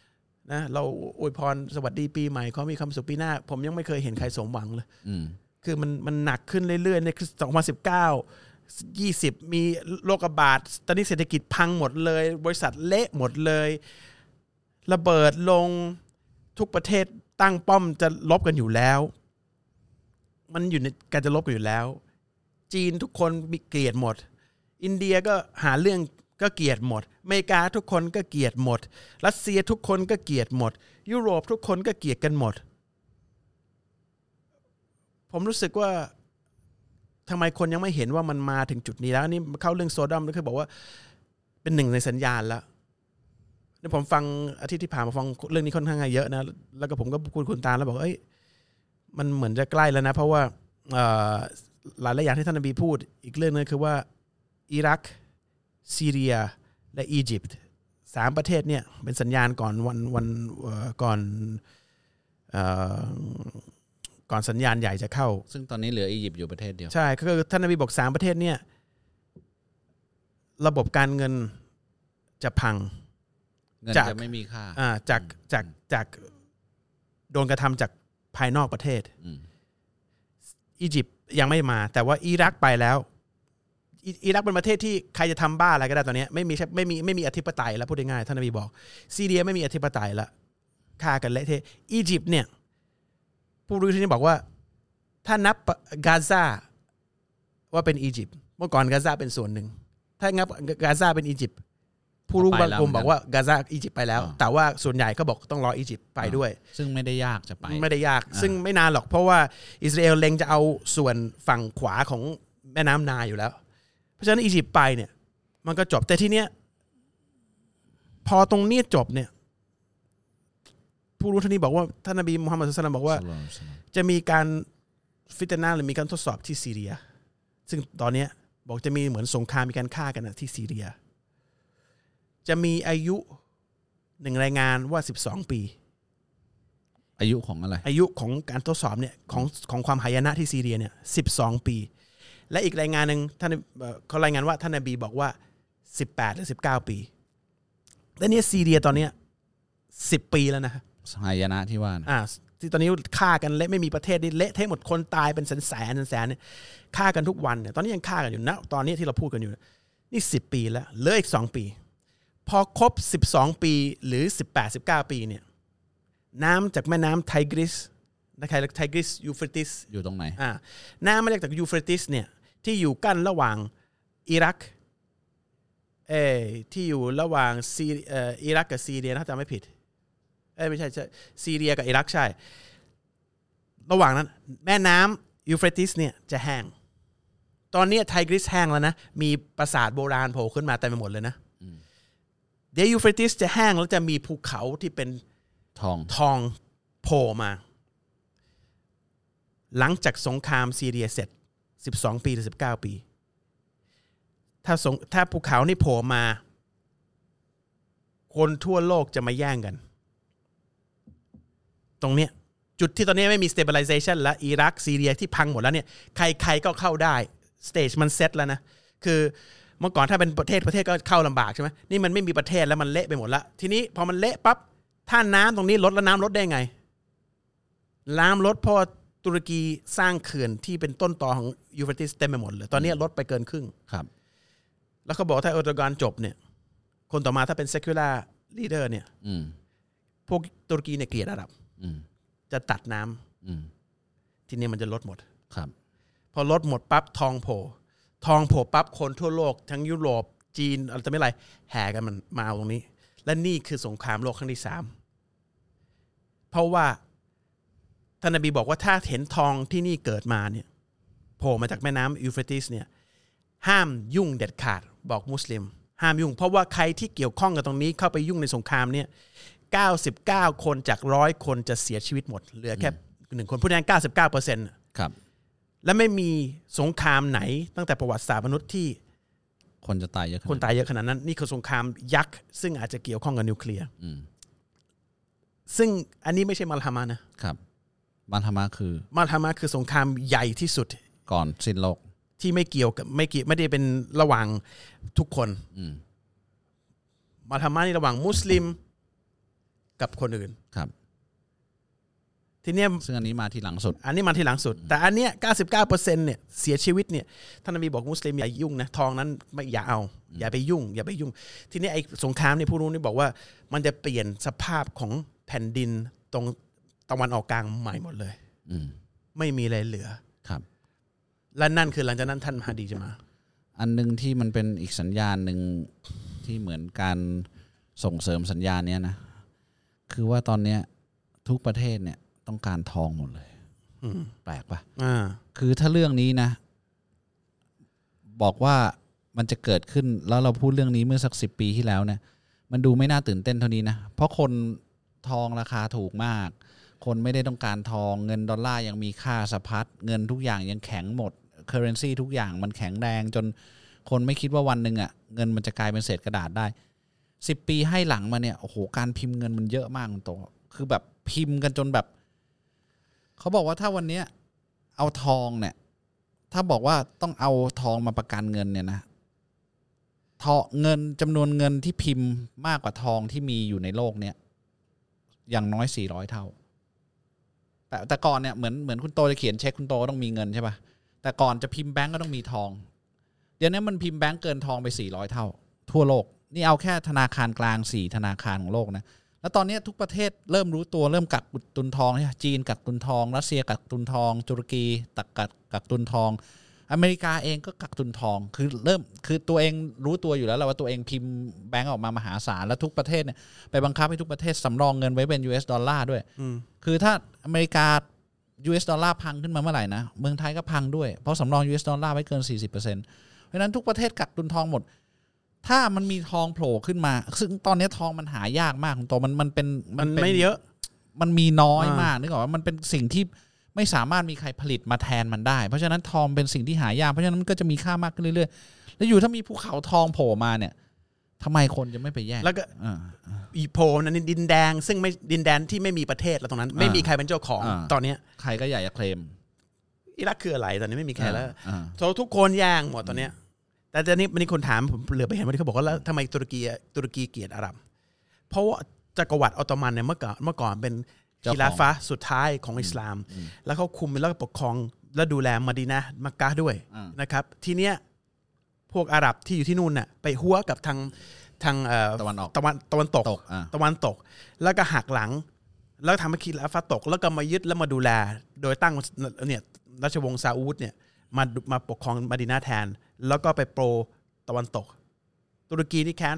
ๆนะเราอวยพรสวัสดีปีใหม่ขอมีความสุขปีหน้า ผมยังไม่เคยเห็นใครสมหวังเลย อืม คือมันมันหนักขึ้นเรื่อยๆในคือ2019 20 มีโรคระบาด ตอนนี้เศรษฐกิจพังหมดเลย บริษัทเละหมดเลย ระเบิดลงทุกประเทศตั้งป้อมจะลบกันอยู่แล้ว มันอยู่ในการจะลบกันอยู่แล้ว จีนทุกคนมีเกลียดหมด อินเดียก็หาเรื่องก็เกลียดหมดอเมริกาทุกคนก็เกลียดหมด รัสเซียทุกคนก็เกลียดหมด ยุโรปทุกคนก็เกลียดกันหมด ผมรู้สึกว่าทำไมคนยังไม่เห็นว่ามันมาถึงจุดนี้แล้วอันนี่เข้าเรื่องโซดัมแล้วเคยบอกว่า เป็นหนึ่งในสัญญาณแล้วนี่ผมฟังอาทิตย์ที่ผ่านมาฟังเรื่องนี้ค่อนข้างเยอะนะ แล้วก็ผมก็คุยคุณตาแล้วบอกว่าเอ้ยมันเหมือนจะใกล้แล้วนะ เพราะว่าเอ่อหลายหลายๆอย่างที่ท่านนบีพูด อีกเรื่องนึงคือว่า อิรักซีเรีย และอียิปต์สามประเทศเนี่ย เป็นสัญญาณก่อนวันวันเอ่อก่อนเอ่อก่อนสัญญาณใหญ่จะเข้า ซึ่งตอนนี้เหลืออียิปต์อยู่ประเทศเดียว ใช่ก็คือท่านนบีบอกสามประเทศเนี่ย ระบบการเงินจะพัง เงิน จาก จะไม่มีค่า อ่าจากจากจากโดนกระทำจากภายนอกประเทศ อืม อียิปต์ยังไม่มา แต่ว่าอิรักไปแล้วอิอิรักเป็นประเทศที่ใครจะทำบ้าอะไรก็ได้ตอนเนี้ยไม่มีใช่ไม่มีไม่มีอธิปไตยแล้วพูดง่ายๆท่านนบีบอกซีเรียไม่มีอธิปไตยละฆ่ากันเละเทะอียิปต์เนี่ย ผู้รู้ที่นี่บอกว่า ถ้านับกาซาว่าเป็นอียิปต์เมื่อก่อนกาซาเป็นส่วนหนึ่ง ถ้านับกาซาเป็นอียิปต์ผู้รู้บางกลุ่มบอกว่ากาซาอียิปต์ไปแล้ว แต่ว่าส่วนใหญ่ก็บอกต้องรออียิปต์ไปด้วย ซึ่งไม่ได้ยากจะไป ไม่ได้ยาก ซึ่งไม่นานหรอกเพราะว่าอิสราเอลเล็งจะเอาส่วนฝั่งขวาของแม่น้ำนายอยู่แล้ว เพราะฉะนั้นอียิปต์ไปเนี่ย มันก็จบแต่ทีเนี้ยพอตรงเนี้ยจบเนี่ย ผู้รู้ท่านนี้บอกว่าท่านนบีมุฮัมมัดสุลตัลลัมบอกว่า จะมีการฟิตนาหรือมีการทดสอบที่ซีเรีย ซึ่งตอนเนี้ยบอกจะมีเหมือนสงครามมีการฆ่ากันอะที่ซีเรีย จะมีอายุหนึ่งรายงานว่า 12 ปี อายุของอะไร อายุของการทดสอบเนี่ยของของความหายนะที่ซีเรียเนี่ยสิบสองปี และอีกรายงานหนึ่งท่านเอ่อเขารายงานว่าท่านนบีบอกว่าสิบแปดหรือสิบเก้าปีและเนี่ยซีเรียตอนเนี้ยสิบปีแล้วนะ สหายนะที่ว่านะ อ่าที่ตอนนี้ฆ่ากันเละไม่มีประเทศนี่เละเทะหมดคนตายเป็นแสนแสนแสนๆเนี่ยฆ่ากันทุกวันเนี่ยตอนนี้ยังฆ่ากันอยู่นะตอนนี้ที่เราพูดกันอยู่ นี่สิบปีแล้วเหลืออีกสองปี พอครบสิบสองปีหรือสิบแปดสิบเก้าปีเนี่ย น้ำจากแม่น้ำไทกริสนะครับไทกริสยูเฟรติส อยู่ตรงไหน อ่าน้ำมาจากยูเฟรติสเนี่ยที่อยู่กั้นระหว่างอิรักเอ่อที่อยู่ระหว่างซีเอ่ออิรักกับซีเรียนะถ้าจำไม่ผิดเอ้ยไม่ใช่ใช่ซีเรียกับอิรักใช่ ระหว่างนั้น แม่น้ำยูเฟรติสเนี่ยจะแห้ง ตอนเนี้ไทกริสแห้งแล้วนะ มีปราสาทโบราณโผล่ขึ้นมาเต็มไปหมดเลยนะเดี๋ยวยูเฟรติสจะแห้งแล้วจะมีภูเขาที่เป็น ทอง ทองโผล่มา หลังจากสงครามซีเรียเสร็จ 12 ปีหรือ 19 ปี ถ้าสงถ้าภูเขานี่โผล่มา คนทั่วโลกจะมาแย่งกัน ตรงเนี้ย จุดที่ตอนนี้ไม่มี stabilization แล้วอิรักซีเรียที่พังหมดแล้วเนี่ย ใครใครก็เข้าได้ stage มันเซตแล้วนะ คือเมื่อก่อนถ้าเป็นประเทศประเทศก็เข้าลำบากใช่ไหมนี่มันไม่มีประเทศแล้วมันเละไปหมดละทีนี้พอมันเละปั๊บถ้าน้ำตรงนี้ลดแล้วน้ำลดได้ไง น้ำลดเพราะว่าตุรกีสร้างเขื่อนที่เป็นต้นตอของยูเฟรติสเต็มไปหมดเลย ตอนนี้ลดไปเกินครึ่ง ครับ แล้วเขาบอกถ้าเออร์โดกานจบเนี่ย คนต่อมาถ้าเป็น secular leader เนี่ย อืม พวกตุรกีเนี่ยเกลียดอาหรับ อืม จะตัดน้ำ อืม ทีนี้มันจะลดหมด ครับ พอลดหมดปั๊บทองโผล่ทองโผล่ปั๊บคนทั่วโลก ทั้งยุโรปจีนอะไรจะไม่ไรแห่กันมันมาเอาตรงนี้ และนี่คือสงครามโลกครั้งที่สามเพราะว่าท่านนบีบอกว่าถ้าเห็นทองที่นี่เกิดมาเนี่ยโผล่มาจากแม่น้ำยูเฟรติสเนี่ยห้ามยุ่งเด็ดขาดบอกมุสลิม ห้ามยุ่ง เพราะว่าใครที่เกี่ยวข้องกับตรงนี้เข้าไปยุ่งในสงครามเนี่ย99 คนจากร้อยคนจะเสียชีวิตหมดเหลือแค่หนึ่งคนพูดง่ายๆ99เปอร์เซ็นต์ ครับ และไม่มีสงครามไหนตั้งแต่ประวัติศาสตร์มนุษย์ที่ คนจะตายเยอะข คน นาด ตายเยอะขนาดนั้น นี่คือสงครามยักษ์ ซึ่งอาจจะเกี่ยวข้องกับนิวเคลียร์ อืม ซึ่งอันนี้ไม่ใช่มาลฮามานะครับ มันธรรมะคือ มาลฮามาคือสงครามใหญ่ที่สุด ก่อนสิ้นโลก ที่ไม่เกี่ยวกับไม่เกี่ยวไม่ได้เป็นระหว่างทุกคน อืม มาลฮามานี่ระหว่างมุสลิมกับคนอื่น ครับ ทีเนี้ย ซึ่งอันนี้มาทีหลังสุด อันนี้มาที่หลังสุด แต่อันเนี้ย99%เนี่ยเสียชีวิตเนี่ยท่านนบีบอกมุสลิมอย่ายุ่งนะทองนั้นไม่อย่าเอา อย่าไปยุ่ง อย่าไปยุ่ง ทีนี้ไอ้สงครามเนี่ยผู้รู้นี่บอกว่า มันจะเปลี่ยนสภาพของแผ่นดินตรงตะวันออกกลางใหม่หมดเลย อืม ไม่มีอะไรเหลือ ครับ และนั่นคือหลังจากนั้นท่านมหาดีจะมา อันหนึ่งที่มันเป็นอีกสัญญาณหนึ่งที่เหมือนการส่งเสริมสัญญาณเนี้ยนะ คือว่าตอนเนี้ยทุกประเทศเนี่ยต้องการทองหมดเลย อืม แปลกปะ อ่า คือถ้าเรื่องนี้นะ บอกว่ามันจะเกิดขึ้นแล้วเราพูดเรื่องนี้เมื่อสักสิบปีที่แล้วเนี่ย มันดูไม่น่าตื่นเต้นเท่านี้นะ เพราะคนทองราคาถูกมาก คนไม่ได้ต้องการทองเงินดอลลาร์ยังมีค่าสะพัดเงินทุกอย่างยังแข็งหมดเคอร์เรนซีทุกอย่างมันแข็งแรงจนคนไม่คิดว่าวันหนึ่งอะ่ะเงินมันจะกลายเป็นเศษกระดาษได้สิบปีให้หลังมาเนี่ยโอ้โหการพิมพ์เงินมันเยอะมากคุณโตคือแบบพิมพ์กันจนแบบ เขาบอกว่าถ้าวันเนี้ย เอาทองเนี่ย ถ้าบอกว่าต้องเอาทองมาประกันเงินเนี่ยนะทองเงินจำนวนเงินที่พิมพ์มากกว่าทองที่มีอยู่ในโลกเนี่ย อย่างน้อยสี่ร้อยเท่า แต่แต่ก่อนเนี่ยเหมือนเหมือนคุณโตจะเขียนเช็คคุณโตก็ต้องมีเงินใช่ปะ่ะแต่ก่อนจะพิมพ์แบงก์ก็ต้องมีทอง เดี๋ยวนี้มันพิมพ์แบงก์เกินทองไปสี่ร้อยเท่า ทั่วโลก นี่เอาแค่ธนาคารกลางสี่ธนาคารของโลกนะ แล้วตอนนี้ทุกประเทศเริ่มรู้ตัวเริ่มกักตุนทองใช่ไหมจีนกักตุนทอง รัสเซียกักตุนทอง ตุรกีตักกักกักตุนทอง อเมริกาเองก็กักตุนทองคือเริ่มคือตัวเองรู้ตัวอยู่แล้วแหละว่าตัวเองพิมพ์แบงก์ออกมามหาศาลแล้วทุกประเทศเนี่ยไปบังคับให้ทุกประเทศสำรองเงินไว้เป็น US ดอลลาร์ด้วย อืม คือถ้าอเมริกา US ดอลลาร์พังขึ้นมาเมื่อไหร่นะ เมืองไทยก็พังด้วย เพราะสำรอง US ดอลลาร์ไว้เกิน 40%เพราะฉะนั้นทุกประเทศกักตุนทองหมด ถ้ามันมีทองโผล่ขึ้นมา ซึ่งตอนนี้ทองมันหายากมากคุณโตมันมันเป็น มัน ป็ ไม่เยอะ มันมีน้อย อ่าม มากนึกออกว่ามันเป็นสิ่งที่ไม่สามารถมีใครผลิตมาแทนมันได้ เพราะฉะนั้นทองเป็นสิ่งที่หายาก เพราะฉะนั้นมันก็จะมีค่ามากขึ้นเรื่อยๆ แล้วอยู่ถ้ามีภูเขาทองโผล่มาเนี่ยทำไมคนจะไม่ไปแย่ง แล้วก็ อ่า อีโพนั้นดินแดง ซึ่งไม่ดินแดนที่ไม่มีประเทศแล้วตรงนั้น ไม่มีใครเป็นเจ้าของ อ่า ตอนเนี้ย ใครก็อยากจะเคลม อิรักคืออะไรตอนนี้ไม่มีใครแล้ว อ่า โซทุกคนแย่งหมดตอนเนี้ย แต่ตอนนี้มันมีคนถามผมเหลือไปเห็นวันที่เขาบอกว่าแล้วทำไมตุรกีตุรกีเกลียดอาหรับ เพราะว่าจักรวรรดิออตโตมันเนี่ยเมื่อก่อนเมื่อก่อนเป็น เจ้าของ คิลาฟ้าสุดท้ายของอิสลาม แล้วเขาคุมแล้วก็ปกครองและดูแลมาดีนะห์มักกะห์ด้วยนะครับ ทีเนี้ยพวกอาหรับที่อยู่ที่นู่นน่ะไปหัวกับทางทางเ ตะวันออก ตะวันตะวันตก ตกอ่า ตะวันตก แล้วก็หักหลัง แล้วทำให้คิลาฟาตก แล้วก็มายึดแล้วมาดูแล โดยตั้งเนี่ยราชวงศ์ซาอุดเนี่ยมามาปกครองมาดินาแทน แล้วก็ไปโปรตะวันตก ตุรกีนี่แค้น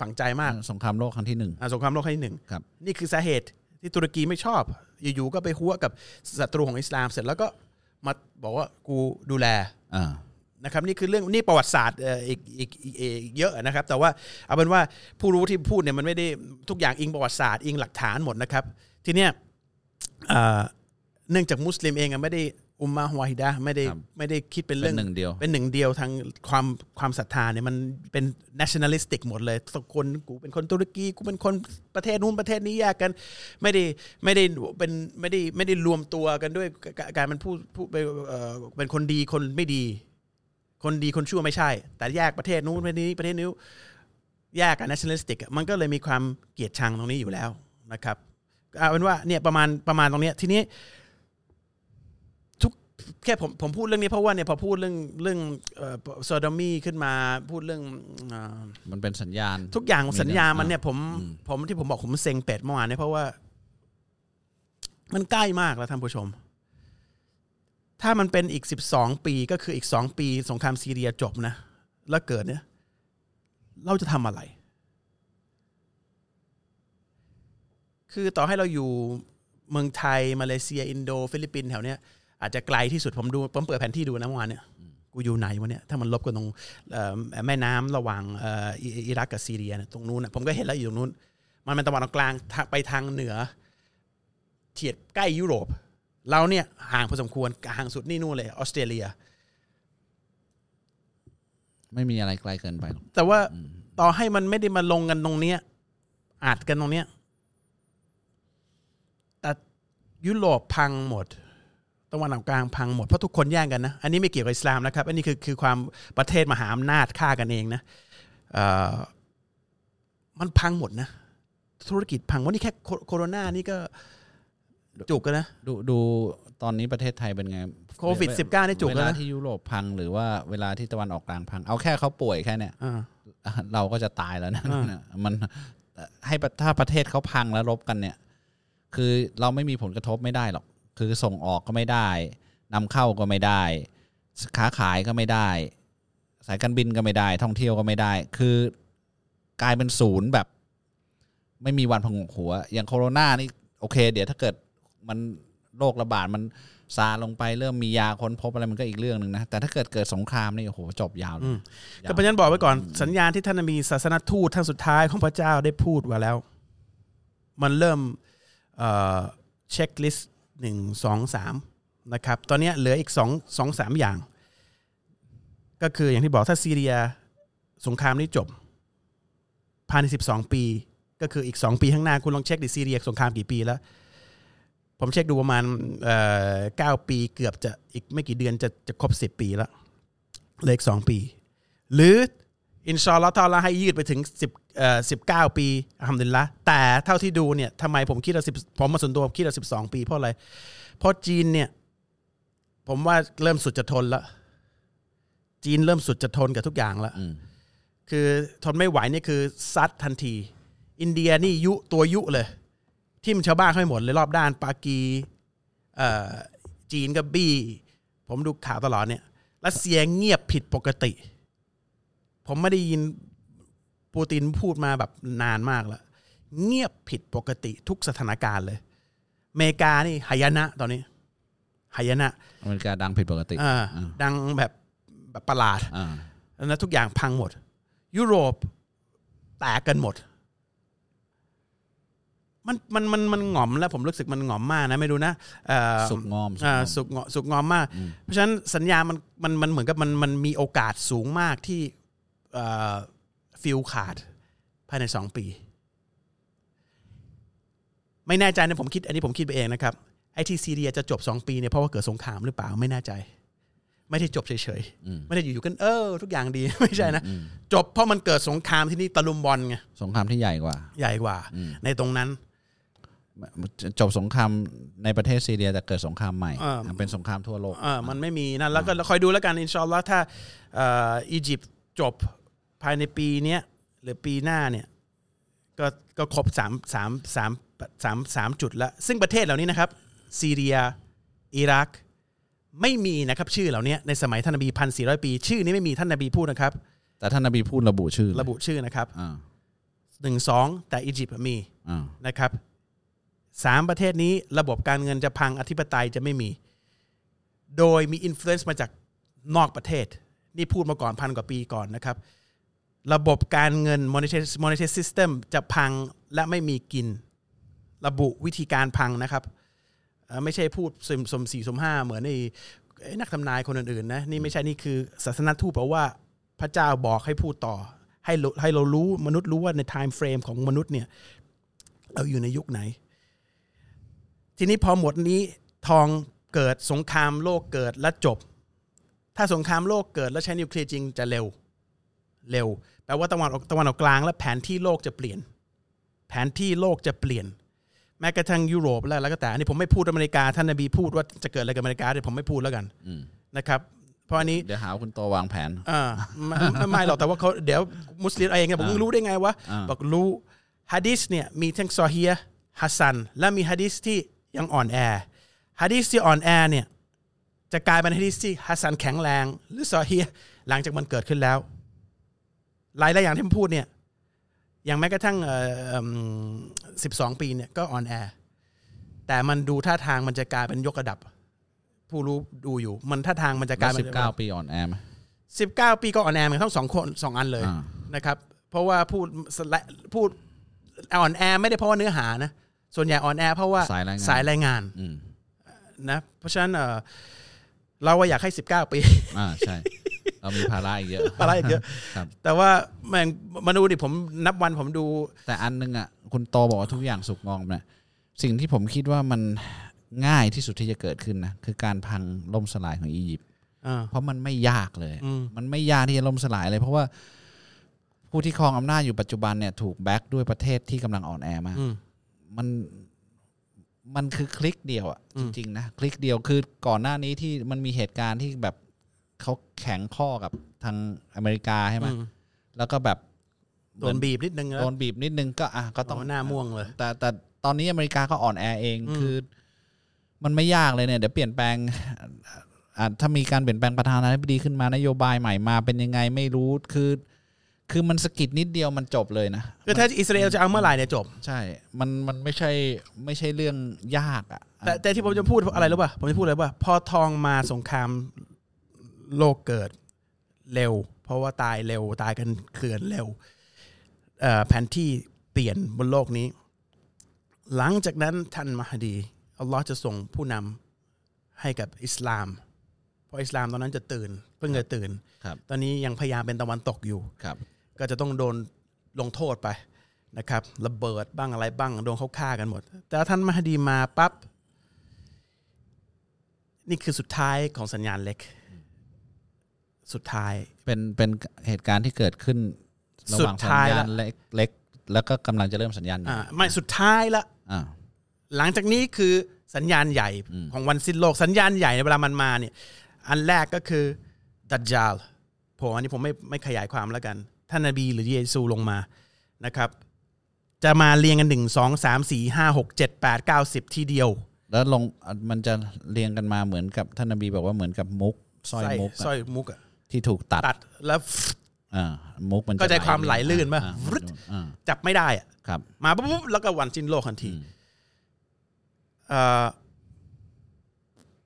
ฝังใจมาก อ่าสงครามโลกครั้งที่หนึ่ง อ่ะสงครามโลกครั้งที่หนึ่ง ครับ นี่คือสาเหตุที่ตุรกีไม่ชอบ อยู่ๆก็ไปหัวกับศัตรูของอิสลามเสร็จแล้วก็มาบอกว่ากูดูแล อ่า นะครับนี่คือเรื่องนี่ประวัติศาสตร์เอ่ออีกอีกอีกอีกเยอะนะครับ แต่ว่าเอาเป็นว่าผู้รู้ที่พูดเนี่ยมันไม่ได้ทุกอย่างอิงประวัติศาสตร์อิงหลักฐานหมดนะครับ ทีเนี้ยเอ่อเนื่องจากมุสลิมเองอะไม่ได้อุมมาฮวาฮิดะห์ไม่ได้ ครับ ไม่ได้คิดเป็นเรื่อง เป็นหนึ่งเดียว เป็นหนึ่งเดียวทางความความศรัทธาเนี่ยมันเป็น nationalistic หมดเลยทุกคนกูเป็นคนตุรกีกูเป็นคนประเทศนู้นประเทศนี้แยกกัน ไม่ได้ไม่ได้เป็นไม่ได้ไม่ได้รวมตัวกันด้วยกการมันผู้ผู้เป็นเอ่อเป็นคนดีคนไม่ดี คนดีคนชั่วไม่ใช่ แต่แยกประเทศนู้นประเทศนี้ประเทศนี้แยกกัน nationalistic อะมันก็เลยมีความเกลียดชังตรงนี้อยู่แล้วนะครับเอาเป็นว่าเนี่ยประมาณประมาณตรงเนี้ยทีนี้ ทุกแค่ผมผมพูดเรื่องนี้เพราะว่าเนี่ยพอพูดเรื่องเรื่องโซดอมี่อ sodomy ขึ้นมาพูดเรื่องเอ่อ มันเป็นสัญญาณ ทุกอย่าง มีนะ สัญญามัน อ่า เนี่ยผมผมที่ผมบอกผมเซ็งเป็ดเมื่อวานเนี่ยเพราะว่า มันใกล้มากแล้วท่านผู้ชม ถ้ามันเป็นอีกสิบสองปีก็คืออีกสองปีสงครามซีเรียจบนะ แล้วเกิดเนี่ย เราจะทำอะไร คือต่อให้เราอยู่เมืองไทย มาเลเซีย อินโด ฟิลิปปินส์แถวเนี้ยอาจจะไกลที่สุดผมดูผมเปิดแผนที่ดูนะเมื่อวานเนี่ยกูอยู่ไหนวะเนี่ยถ้ามันลบกันตรงเอ่อแม่น้ำระหว่างเอ่ออิอิรักกับซีเรียเนี่ยตรงนู้นนะผมก็เห็นแล้วอยู่ตรงนู้น มันเป็นตะวันออกกลางทะไปทางเหนือ เฉียดใกล้ยุโรป เราเนี่ยห่างพอสมควรห่างสุดนี่นู่นเลยออสเตรเลีย ไม่มีอะไรไกลเกินไปหรอก แต่ว่าต่อให้มันไม่ได้มาลงกันตรงเนี้ยอัดกันตรงเนี้ยแต่ยุโรปพังหมดตะวันออกกลางพังหมดเพราะทุกคนแย่งกันนะ อันนี้ไม่เกี่ยวกับอิสลามนะครับ อันนี้คือคือความประเทศมหาอำนาจฆ่ากันเองนะเอ่อมันพังหมดนะ ธุรกิจพังวันนี้แค่โคโคโรนานี่ก็จุกกันนะ ดูดูตอนนี้ประเทศไทยเป็นไง โควิด19นี่จุก เว แล้ว ลา นะ ที่ยุโรปพังหรือว่าเวลาที่ตะวันออกกลางพัง เอาแค่เขาป่วยแค่เนี่ย อ่า เราก็จะตายแล้วนะ อ่า นะมันให้ประถ้าประเทศเขาพังแล้วรบกันเนี่ย คือเราไม่มีผลกระทบไม่ได้หรอก คือส่งออกก็ไม่ได้นำเข้าก็ไม่ได้ ค้าขายก็ไม่ได้ สายการบินก็ไม่ได้ ท่องเที่ยวก็ไม่ได้ คือกลายเป็นศูนย์แบบ ไม่มีวันพงกหัว อย่างโคโรนานี่โอเค เดี๋ยวถ้าเกิดมันโรคระบาดมันซาลงไปเริ่มมียาค้นพบอะไรมันก็อีกเรื่องหนึ่งนะแต่ถ้าเกิดเกิดสงครามนี่โอ้โหจบยาวเล อื ย ม ก็เพราะฉะนั้นบอกไว้ก่อนสัญญาณที่ท่านมีศาสนทูตท่านสุดท้ายของพระเจ้าได้พูดไว้แล้ว มันเริ่มเช็คลิสต์หนึ่งสองสามนะครับ ตอนเนี้ยเหลืออีกสองสองสามอย่าง ก็คืออย่างที่บอกถ้าซีเรียสงครามนี้จบภายในสิบสองปี ก็คืออีกสองปีข้างหน้าคุณลองเช็คดิซีเรียสงครามกี่ปีแล้ว ผมเช็คดูประมาณเอ่อเก้าปีเกือบจะอีกไม่กี่เดือนจะจะครบสิบปีแล้วเหลืออีกสองปี หรืออินชาอัลลอฮ์ตะอาลาให้ยืดไปถึง10เอ่อ19 ปีอัลฮัมดุลิลละแต่เท่าที่ดูเนี่ยทำไมผมคิดเรา10ผมมาส่วนตัวผมคิดเรา12 ปีเพราะอะไร เพราะจีนเนี่ย ผมว่าเริ่มสุดจะทนละจีนเริ่มสุดจะทนกับทุกอย่างละคือทนไม่ไหวนี่คือซัดทันที อินเดียนี่ยุตัวยุเลย ทิมชาวบ้านเขาให้หมดเลยรอบด้านปากีเอ่อจีนกับบี้ ผมดูข่าวตลอดเนี่ยรัสเซียเงียบผิดปกติ ผมไม่ได้ยินปูตินพูดมาแบบนานมากแล้ว เงียบผิดปกติทุกสถานการณ์เลยอเมริกานี่หายนะตอนนี้หายนะ อเมริกาดังผิดปกติ อ่าดังแบบแบบประหลาด อ่า แล้วนะทุกอย่างพังหมด ยุโรปแตกกันหมด มันมันมันมันหงอมแล้วผมรู้สึกมันหงอมมากนะไม่รู้นะเอ่อ สุกงอม อ่า สุกงอม สุกงอสุกงอมมาก เพราะฉะนั้นสัญญามันมันมันเหมือนกับมันมันมีโอกาสสูงมากที่เอ่อฟิลขาดภายในสองปี ไม่แน่ใจนะผมคิด อันนี้ผมคิดไปเองนะครับไอที่ซีเรียจะจบสองปีเนี่ยเพราะว่าเกิดสงครามหรือเปล่าไม่แน่ใจ ไม่ได้จบเฉยๆไม่ได้อยู่ๆกันเออ ทุกอย่างดี ไม่ใช่นะ จบเพราะมันเกิดสงครามที่นี่ตะลุมบอลไง สงครามที่ใหญ่กว่า ใหญ่กว่า ในตรงนั้น จบสงครามในประเทศซีเรียแต่เกิดสงครามใหม่ อ่า เป็นสงครามทั่วโลก เออมันไม่มีนะแล้วก็คอยดูแล้วกันอินชาอัลลอฮ์ถ้าเอ่ออียิปต์จบภายในปีเนี้ยหรือปีหน้าเนี่ยก็ก็ครบสามสามสามสามสามจุดละซึ่งประเทศเหล่านี้นะครับ ซีเรีย อิรัก ไม่มีนะครับ ชื่อเหล่านี้ในสมัยท่านนบีพันสี่ร้อยปี ชื่อนี้ไม่มีท่านนบีพูดนะครับ แต่ท่านนบีพูดระบุชื่อ ระบุชื่อนะครับ อ่า หนึ่งสองแต่อียิปต์มี อ่า นะครับสามประเทศนี้ระบบการเงินจะพังอธิปไตยจะไม่มี โดยมีอิ f l u e n c e มาจากนอกประเทศ นี่พูดมาก่อนพันกว่าปีก่อนนะครับ ระบบการเงิน monetary monetary system จะพังและไม่มีกิน ระบุวิธีการพังนะครับเอ่อไม่ใช่พูดสมสมสี่สมห้าเหมือนไอ้ไอ้นักทำนายคนอื่นๆนะนี่ไม่ใช่นี่คือศาสนทูตแปลว่าพระเจ้าบอกให้พูดต่อ ให้รู้ให้เรารู้มนุษย์รู้ว่าใน time frame ของมนุษย์เนี่ย เราอยู่ในยุคไหน ทีนี้พอหมดนี้ทองเกิดสงครามโลกเกิดและจบ ถ้าสงครามโลกเกิดแล้วใช้นิวเคลียร์จริงจะเร็ว เร็วแปลว่าตะวันออกตะวันออกกลางและแผนที่โลกจะเปลี่ยน แผนที่โลกจะเปลี่ยน แม้กระทั่งยุโรปแล้วแล้วก็แต่อันนี้ผมไม่พูดอเมริกาท่านนบีพูดว่าจะเกิดอะไรกับอเมริกาเดี๋ยวผมไม่พูดแล้วกันนะครับ เพราะอันนี้ เดี๋ยวหาว่าคุณโตวางแผน อ่า ไม่ไม่ไม่หรอกแต่ว่าเขาเดี๋ยวมุสลิมเองเนี่ยบอกมึงรู้ได้ไงวะ อ่า บอกรู้ฮะดิษเนี่ยมีทั้งซอฮีฮ์ฮัสซัน และมีฮะดิษที่ยังอ่อนแอฮะดิษที่อ่อนแอเนี่ยจะกลายเป็นฮะดิษที่ฮัสซันแข็งแรง หรือซอฮีฮ์หลังจากมันเกิดขึ้นแล้ว หลายหลายอย่างที่ผมพูดเนี่ยอย่างแม้กระทั่งสิบสองปีเนี่ยก็อ่อนแอแต่มันดูท่าทางมันจะกลายเป็นยกระดับ ผู้รู้ดูอยู่มันท่าทางมันจะกลาย สิ เป็น บเก้าปีอ่อนแอไหม สิบเก้าปีก็ออนแอร์เหมือนทั้งสองคนสองอันเลย อ่า นะครับ เพราะว่าพูดสละพูดอ่อนแอร์ไม่ได้เพราะว่าเนื้อหานะ ส่วนใหญ่อ่อนแอร์เพราะว่า สายรายงาน สายรายงาน อืม นะเพราะฉะนั้นเอ่อเราว่าอยากให้ 19 ปี อ่าใช่ เรามีภาระอีกเยอะ อะไรอีกเยอะ ครับ แต่ว่าแม่งมาดูดิผมนับวันผมดู แต่อันนึงอ่ะคุณโตบอกว่าทุกอย่างสุกงอมเนี่ยสิ่งที่ผมคิดว่ามันง่ายที่สุดที่จะเกิดขึ้นนะคือการพังล่มสลายของอียิปต์ เออ เพราะมันไม่ยากเลย อืม มันไม่ยากที่จะล่มสลายเลย เพราะว่าผู้ที่ครองอำนาจอยู่ปัจจุบันเนี่ยถูกแบ็กด้วยประเทศที่กำลังอ่อนแอมาก อืม มันมันคือคลิกเดียวอะ อื จ ม ริงๆนะคลิกเดียวคือก่อนหน้านี้ที่มันมีเหตุการณ์ที่แบบเขาแข็งข้อกับทางอเมริกาใช่ไหม อืม แล้วก็แบบ โดนบีบนิดนึงแล้ว โดนบีบนิดนึงก็อ่ะก็ต้ ต้ อ อง งหน้าม่วงเลย แต่แต่ตอนนี้อเมริกาก็อ่อนแอเอง อืม คือ มันไม่ยากเลยเนี่ยเดี๋ยวเปลี่ยนแปลง อ่ะถ้ามีการเปลี่ยนแปลงประธานาธิบดีขึ้นมานโยบายใหม่มาเป็นยังไงไม่รู้คือ คือมันสะกิดนิดเดียวมันจบเลยนะ คือถ้าอิสราเอลจะเอาเมื่อไหร่เนี่ยจบ ใช่ มัน มันไม่ใช่ ไม่ใช่เรื่องยากอะ่ะ แต่แต่ที่ผมจะพูดอะไรรู้ป่ะ ผมจะพูดอะไรป่ะ พอทองมาสงครามโลกเกิดเร็ว เพราะว่าตายเร็วตายกันเกลื่อนเร็วเอ่อแผนที่เปลี่ยนบนโลกนี้ หลังจากนั้นท่านมหดี อัลลอฮ์จะส่งผู้นำให้กับอิสลาม เพราะอิสลามตอนนั้นจะตื่น เพิ่งจะตื่น ครับ ตอนนี้ยังพยายามเป็นตะวันตกอยู่ ครับ ก็จะต้องโดนลงโทษไปนะครับระเบิดบ้างอะไรบ้างโดนเขาฆ่ากันหมด แต่ท่านมหดีมาปั๊บนี่คือสุดท้ายของสัญญาณเล็ก สุดท้าย เป็น เป็นเหตุการณ์ที่เกิดขึ้น ระหว่าง สุด สัญ ท้าย ญา ละ ณเล็กเล็ก แล้วก็กำลังจะเริ่มสัญญาณใหญ่ อ่าไม่สุดท้ายละ อ่า หลังจากนี้คือสัญญาณใหญ่ อืม ของวันสิ้นโลกสัญญาณใหญ่ในเวลามันมาเนี่ยอันแรกก็คือดัจจาลผมอันนี้ผมไม่ไม่ขยายความแล้วกัน ท่านนบีหรือเยซูลงมานะครับ จะมาเรียงกันหนึ่งสองสามสี่ห้าหกเจ็ดแปดเก้าสิบทีเดียว แล้วลง มันจะเรียงกันมาเหมือนกับ ท่านนบีบอกว่าเหมือนกับมุกสร้อยมุกอะ สร้อยมุกอะ ที่ถูกตัด ตัดแล้ว อ่า มุกมัน เข้าใจความไหลลื่นปะ อ่าว ึด อ่า จับไม่ได้อะ ครับ มาปุ๊บปุ๊บแล้วก็วันสิ้นโลกทันที อืม เอ่อ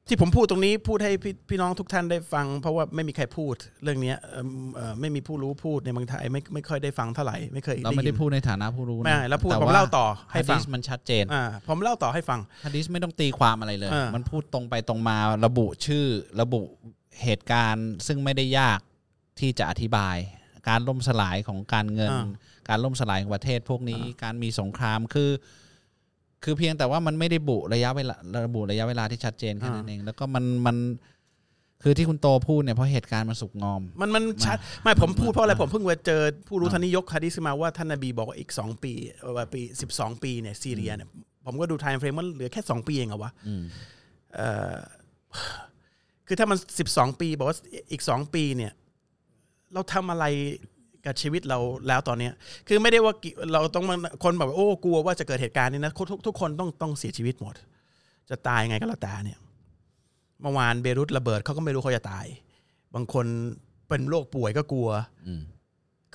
ที่ผมพูดตรงนี้พูดให้พี่พี่น้องทุกท่านได้ฟัง เพราะว่าไม่มีใครพูดเรื่องเนี้ยเอิ่มเอ่อไม่มีผู้รู้พูดในเมืองไทยไม่ไม่ค่อยได้ฟังเท่าไหร่ไม่เคย เราไม่ได้ ยิน พูดในฐานะผู้รู้นะ ไม่แล้วพูด ต่ ผมเล่าต่อให้ฟัง ฮะดิษมันชัดเจน อ่าผมเล่าต่อให้ฟัง ฮะดิษไม่ต้องตีความอะไรเลย เออ มันพูดตรงไปตรงมาระบุชื่อระบุเหตุการณ์ ซึ่งไม่ได้ยากที่จะอธิบาย การล่มสลายของการเงิน การล่มสลายของประเทศพวกนี้ การมีสงครามคือ คือเพียงแต่ว่ามันไม่ได้บุระยะเวลาระบุระยะเวลาที่ชัดเจนแค่นั้นเอง แล้วก็มันมันคือที่คุณโตพูดเนี่ยเพราะเหตุการณ์มันสุกงอม มันมันชัดไม่ผมพูดเพราะอะไรผมเพิ่งไปเจอผู้รู้ท่านนี้ยกฮะดิษขึ้นมาว่าท่านนบีบอกว่าอีก 2 ปีเอ่อปี 12 ปีเนี่ยซีเรียเนี่ยผมก็ดูไทม์เฟรมมันเหลือแค่ 2 ปีเองอะวะ อืม เอ่อคือถ้ามัน 12 ปีบอกว่าอีก 2 ปีเนี่ย เราทำอะไรกับชีวิตเราแล้วตอนเนี้ย คือไม่ได้ว่ากี่เราต้องมาคนแบบว่าโอ้กลัวว่าจะเกิดเหตุการณ์นี้นะทุกทุกคนต้องต้องเสียชีวิตหมด จะตายยังไงก็แล้วแต่เนี่ยเมื่อวานเบรุตระเบิดเขาก็ไม่รู้เขาจะตาย บางคนเป็นโรคป่วยก็กลัว อืม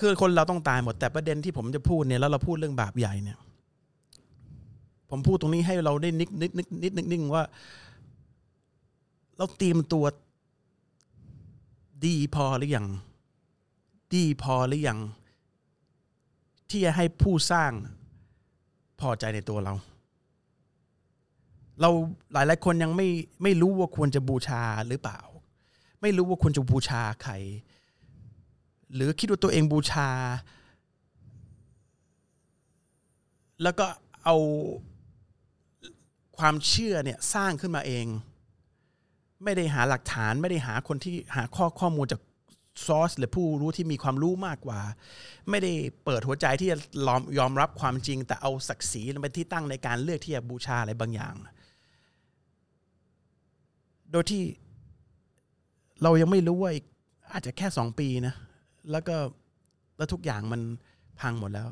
คือคนเราต้องตายหมดแต่ประเด็นที่ผมจะพูดเนี่ยแล้วเราพูดเรื่องบาปใหญ่เนี่ย ผมพูดตรงนี้ให้เราได้นิดนิดนิดนิดนิดนึงว่า เราเตรียมตัว ดีพอหรือยังดีพอหรือยังที่จะให้ผู้สร้างพอใจในตัวเรา เราหลายหลายๆคนยังไม่ไม่รู้ว่าควรจะบูชาหรือเปล่า ไม่รู้ว่าควรจะบูชาใคร หรือคิดว่าตัวเองบูชา แล้วก็เอาความเชื่อเนี่ยสร้างขึ้นมาเอง ไม่ได้หาหลักฐานไม่ได้หาคนที่หาข้อข้อมูลจากซอสหรือผู้รู้ที่มีความรู้มากกว่า ไม่ได้เปิดหัวใจที่จะยอมยอมรับความจริง แต่เอาศักดิ์ศรีเป็นที่ตั้งในการเลือกที่จะบูชาอะไรบางอย่าง โดยที่เรายังไม่รู้ว่าอีกอาจจะแค่สองปีนะ แล้วก็แล้วทุกอย่างมันพังหมดแล้ว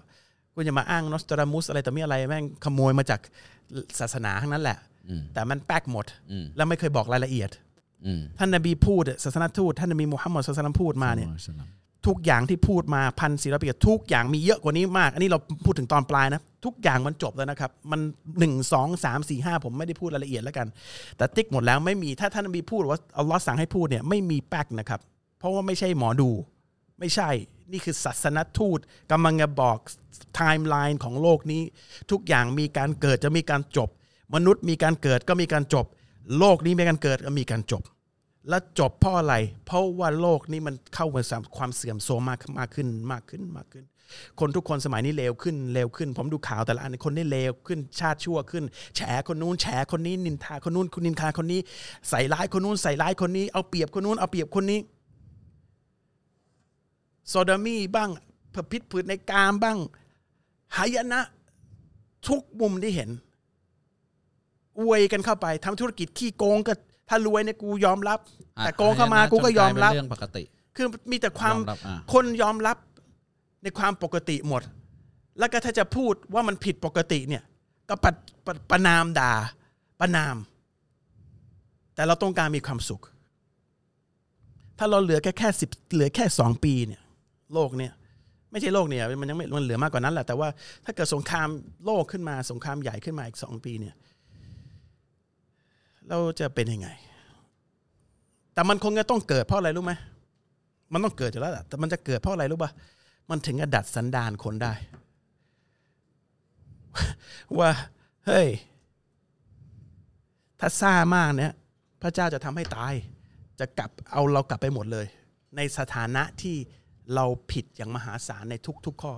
คุณจะมาอ้างนอสตรามุสอะไรต่อมีอะไรแม่งขโมยมาจากศาสนาทั้งนั้นแหละ อืม แต่มันแป๊กหมด อืม แล้วไม่เคยบอกรายละเอียด อืม ท่านนบีพูดอะศาสนทูตท่านนบีมูฮัมมัดศาสนพูดมาเนี่ย อัลลอฮุสลาม ทุกอย่างที่พูดมาพันสี่ร้อยปีทุกอย่างมีเยอะกว่านี้มาก อันนี้เราพูดถึงตอนปลายนะ ทุกอย่างมันจบแล้วนะครับ มันหนึ่งสองสามสี่ห้าผมไม่ได้พูดรายละเอียดแล้วกัน แต่ติ๊กหมดแล้วไม่มีถ้าท่านนบีพูดว่าอัลลอฮ์สั่งให้พูดเนี่ยไม่มีแป๊กนะครับ เพราะว่าไม่ใช่หมอดู ไม่ใช่นี่คือศาสนทูตกำลังจะบอกไทม์ไลน์ของโลกนี้ ทุกอย่างมีการเกิดจะมีการจบ มนุษย์มีการเกิดก็มีการจบ โลกนี้มีการเกิดก็มีการจบ และจบเพราะอะไร เพราะว่าโลกนี้มันเข้ามาสู่ความเสื่อมโทรมมากขึ้นมากขึ้นมากขึ้นมากขึ้น คนทุกคนสมัยนี้เลวขึ้นเลวขึ้น ผมดูข่าวแต่ละอันคนนี่เลวขึ้นชาติชั่วขึ้น แฉคนนู้นแฉคนนี้นินทาคนนู้นคุณนินทาคนนี้ ใส่ร้ายคนนู้นใส่ร้ายคนนี้เอาเปรียบคนนู้นเอาเปรียบคนนี้ โซดามีบ้างประพิษผืดในกามบ้างหายนะ ทุกมุมที่เห็น อวยกันเข้าไปทำธุรกิจขี้โกงก็ถ้ารวยเนี่ยกูยอมรับ แต่โกงเข้ามา หยนะ กูก็ยอมรับ จนกลาเป็นเรื่องปกติ คือมีแต่ความ ยอมรับอ่า คนยอมรับในความปกติหมด แล้วก็ถ้าจะพูดว่ามันผิดปกติเนี่ย ก็ปดปดประนามด่าประนาม แต่เราต้องการมีความสุข ถ้าเราเหลือแค่แค่สิบเหลือแค่สองปีเนี่ย โลกเนี่ย ไม่ใช่โลกเนี่ยมันยังไม่มันเหลือมากกว่านั้นแหละแต่ว่าถ้าเกิดสงครามโลกขึ้นมาสงครามใหญ่ขึ้นมาอีกสองปีเนี่ย เราจะเป็นยังไง แต่มันคงจะต้องเกิดเพราะอะไรรู้ไหม มันต้องเกิดอยู่แล้วแหละแต่มันจะเกิดเพราะอะไรรู้ป่ะ มันถึงจะดัดสันดานคนได้ ว่า เฮ้ย ถ้าซ่ามากเนี่ย พระเจ้าจะทำให้ตาย จะกลับเอาเรากลับไปหมดเลย ในสถานะที่เราผิดอย่างมหาศาลในทุก ๆ ข้อ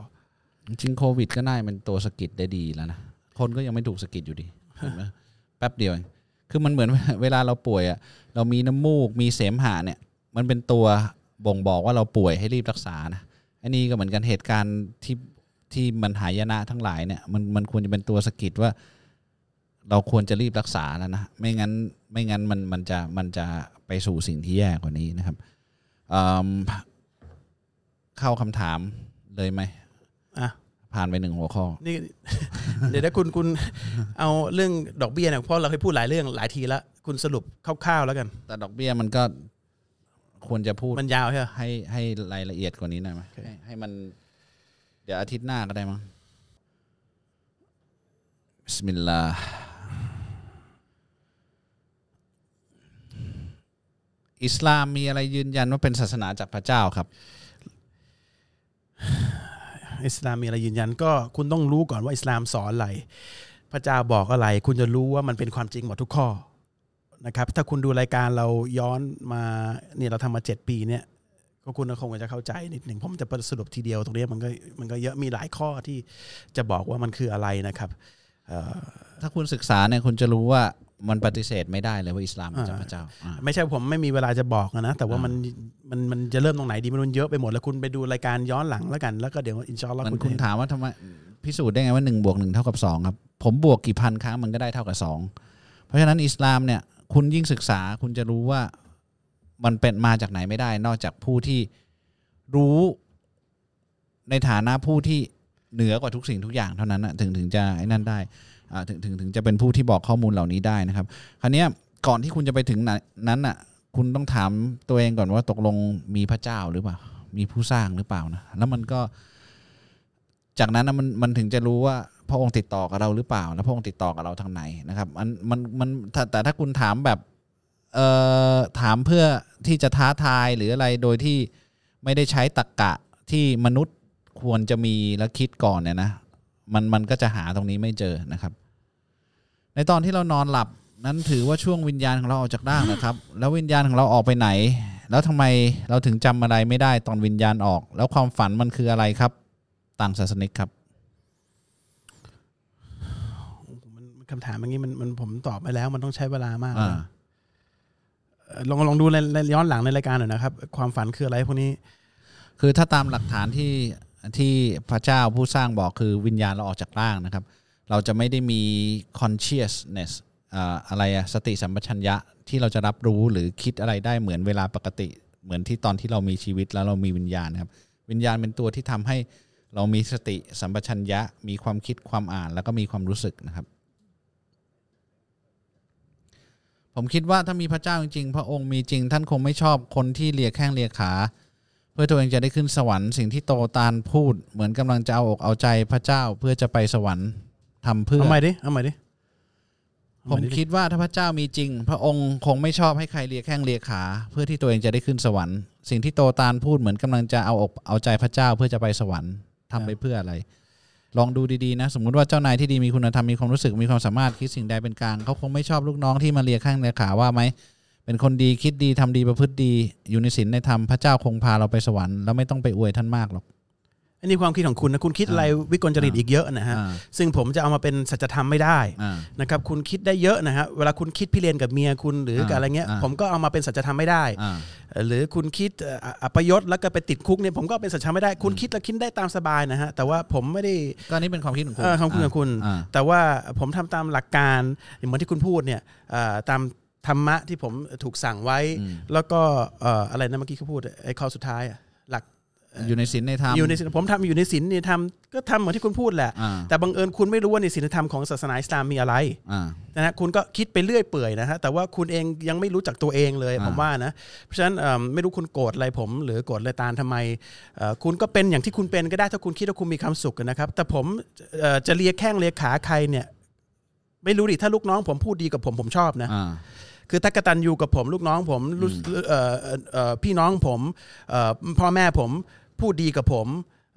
จริงๆโควิดก็ได้เป็นตัวสะกิดได้ดีแล้วนะ คนก็ยังไม่ถูกสะกิดอยู่ดีเห็นไหมแป๊บเดียวเองคือมันเห มือน เวลาเราป่วยอ่ะเรามีน้ำมูกมีเสมหะเนี่ย มันเป็นตัวบ่งบอกว่าเราป่วยให้รีบรักษานะอันนี้ก็เหมือนกันเหตุการณ์ที่ที่มันหายนะทั้งหลายเนี่ยมันมันควรจะเป็นตัวสะกิดว่า เราควรจะรีบรักษาแล้วนะไม่งั้นไม่งั้นมันมันจะมันจะไปสู่สิ่งที่แย่กว่านี้นะครับเอิ่มเข้าคำถามเลยไหม อ่ะ ผ่านไปหนึ่งหัวข้อ นี่ เดี๋ยวนะคุณคุณเอาเรื่องดอกเบี้ยเนี่ยเพราะเราเคยพูดหลายเรื่องหลายทีละคุณสรุปคร่าวๆแล้วกัน แต่ดอกเบี้ยมันก็ควรจะพูด มันยาวใช่ไหม ให้ให้รายละเอียดกว่านี้หน่อยไหม โอเค ให้ให้มัน เดี๋ยวอาทิตย์หน้าก็ได้มั้งบิสมิลลาห์อิสลามมีอะไรยืนยันว่าเป็นศาสนาจากพระเจ้าครับ อิสลามมีอะไรยืนยันก็คุณต้องรู้ก่อนว่าอิสลามสอนอะไร พระเจ้าบอกอะไร คุณจะรู้ว่ามันเป็นความจริงหมดทุกข้อนะครับ ถ้าคุณดูรายการเราย้อนมาเนี่ยเราทำมาเจ็ดปีเนี่ยก็คุณก็คงจะเข้าใจนิดหนึ่งเพราะมันจะสรุปทีเดียวตรงเนี้ยมันก็มันก็เยอะมีหลายข้อที่จะบอกว่ามันคืออะไรนะครับเอ่อ ถ้าคุณศึกษาเนี่ยคุณจะรู้ว่ามันปฏิเสธไม่ได้เลยว่าอิสลามมาจากพระเจ้าอ่า ไม่ใช่ผมไม่มีเวลาจะบอกนะ แต่ว่า อ่ามั มันมันมันจะเริ่มตรงไหนดีไมันเยอะไปหมดแล้วคุณไปดูรายการย้อนหลังแล้วกันแล้วก็เดี๋ยวอินชาอัลลอฮ์ เหคุมือณ น คุ คุณ ณถามว่าทำไมพิสูจน์ได้ไงว่า1บวก1เท่ากับ2ครับ ผมบวกกี่พันครั้งมันก็ได้เท่ากับ 2 เพราะฉะนั้นอิสลามเนี่ยคุณยิ่งศึกษาคุณจะรู้ว่ามันเป็นมาจากไหนไม่ได้ นอกจากผู้ที่รู้ในฐานะผู้ที่เหนือกว่าทุกสิ่งทุกอย่างเท่านั้นนะถึงถึงจะไอ้นั่นได้อ่าถึงถึงถึงจะเป็นผู้ที่บอกข้อมูลเหล่านี้ได้นะครับ คราวเนี้ยก่อนที่คุณจะไปถึงไหนนั้นน่ะ คุณต้องถามตัวเองก่อนว่าตกลงมีพระเจ้าหรือเปล่า มีผู้สร้างหรือเปล่านะแล้วมันก็ จากนั้นนะมันมันถึงจะรู้ว่าพระองค์ติดต่อกับเราหรือเปล่า แล้วพระองค์ติดต่อกับเราทางไหนนะครับมันมันมันแต่แต่ถ้าคุณถามแบบ เอ่อถามเพื่อที่จะท้าทายหรืออะไรโดยที่ไม่ได้ใช้ตรรกกะที่มนุษย์ควรจะมีและคิดก่อนเนี่ยนะมันมันก็จะหาตรงนี้ไม่เจอนะครับ ในตอนที่เรานอนหลับนั้นถือว่าช่วงวิญญาณของเราออกจากร่างนะครับ แล้ววิญญาณของเราออกไปไหน แล้วทำไมเราถึงจำอะไรไม่ได้ตอนวิญญาณออก แล้วความฝันมันคืออะไรครับ ต่างศาสนิกครับ มันมันคำถามอย่างนี้มันมันผมตอบไปแล้ว มันต้องใช้เวลามากนะ อ่า เอ่อลองลองดูในในย้อนหลังในรายการหน่อยนะครับ ความฝันคืออะไรพวกนี้ คือถ้าตามหลักฐานที่ที่พระเจ้าผู้สร้างบอกคือวิญญาณเราออกจากร่างนะครับ เราจะไม่ได้มี consciousness อ่าอะไรอะสติสัมปชัญญะที่เราจะรับรู้หรือคิดอะไรได้เหมือนเวลาปกติ เหมือนที่ตอนที่เรามีชีวิตแล้วเรามีวิญญาณนะครับ วิญญาณเป็นตัวที่ทำให้เรามีสติสัมปชัญญะ มีความคิดความอ่านแล้วก็มีความรู้สึกนะครับ ผมคิดว่าถ้ามีพระเจ้าจริงๆ พระองค์มีจริง ท่านคงไม่ชอบคนที่เลียแข้งเลียขา เพื่อตัวเองจะได้ขึ้นสวรรค์สิ่งที่โตตาลพูด เหมือนกำลังจะเอาอกเอาใจพระเจ้าเพื่อจะไปสวรรค์ทำเพื่อ เอาใหม่ดิ เอาใหม่ดิเอา ผ ให ม ดิ คิดว่าถ้าพระเจ้ามีจริง พระองค์คงไม่ชอบให้ใครเลียแข้งเลียขา เพื่อที่ตัวเองจะได้ขึ้นสวรรค์ สิ่งที่โตตาลพูดเหมือนกำลังจะเอาอกเอาใจพระเจ้าเพื่อจะไปสวรรค์ทำไปเพื่ออะไร ลองดูดีๆนะ สมมุติว่าเจ้านายที่ดีมีคุณธรรมมีความรู้สึกมีความสามารถคิดสิ่งใดเป็นกลางเขาคงไม่ชอบลูกน้องที่มาเลียแข้งเลียขาว่าไหมเป็นคนดีคิดดีทำดีประพฤติดี อยู่ในศีลในธรรมพระเจ้าคงพาเราไปสวรรค์แล้วไม่ต้องไปอวยท่านมากหรอก อันนี้ความคิดของคุณนะ คุณคิดอะไรวิกลจริต อ่า อีกเยอะนะฮะ อ่า ซึ่งผมจะเอามาเป็นสัจธรรมไม่ได้ อ่า นะครับ คุณคิดได้เยอะนะฮะ เวลาคุณคิดพี่เรียนกับเมียคุณหรือกับอะไรเงี้ย อ่า ผมก็เอามาเป็นสัจธรรมไม่ได้ อ่า หรือคุณคิดเอ่ออัปยศแล้วก็ไปติดคุกเนี่ยผมก็เป็นสัจธรรมไม่ได้ คุณคิดแล้วคิดได้ตามสบายนะฮะ แต่ว่าผมไม่ได้ ก็อันนี้เป็นความคิดของคุณ เออของคุณของคุณ อ่า แต่ว่าผมทำตามหลักการเหมือนที่คุณพูดเนี่ยเอ่อตามธรรมะที่ผมถูกสั่งไว้ อืม แล้วก็เอ่ออะไรนะเมื่อกี้เขาพูดไอ้ข้อสุดท้ายอะหลัก อยู่ในศีลในธรรม อยู่ในศีลผมทำอยู่ในศีลเนี่ยทำก็ทำเหมือนที่คุณพูดแหละ อ่า แต่บังเอิญคุณไม่รู้ว่าในศีลธรรมของศาสนาอิสลามมีอะไร อ่า นะฮะคุณก็คิดไปเรื่อยเปื่อยนะฮะแต่ว่าคุณเองยังไม่รู้จักตัวเองเลย อ่า ผมว่านะเพราะฉะนั้นเอิ่มไม่รู้คุณโกรธอะไรผม หรือโกรธอะไรตาลทำไมเอ่อคุณก็เป็นอย่างที่คุณเป็นก็ได้ถ้าคุณคิดว่าคุณมีความสุขนะครับ แต่ผมเอ่อจะเลียแข้งเลียขาใครเนี่ยไม่รู้ดิถ้าลูกน้องผมพูดดีกับผมผมชอบนะ อ่า คือถ้ากตันยูกับผมลูกน้องผมรู้สึกเอ่อเอ่อเอ่อพี่น้องผมเอ่อพ่อแม่ผมพูดดีกับผม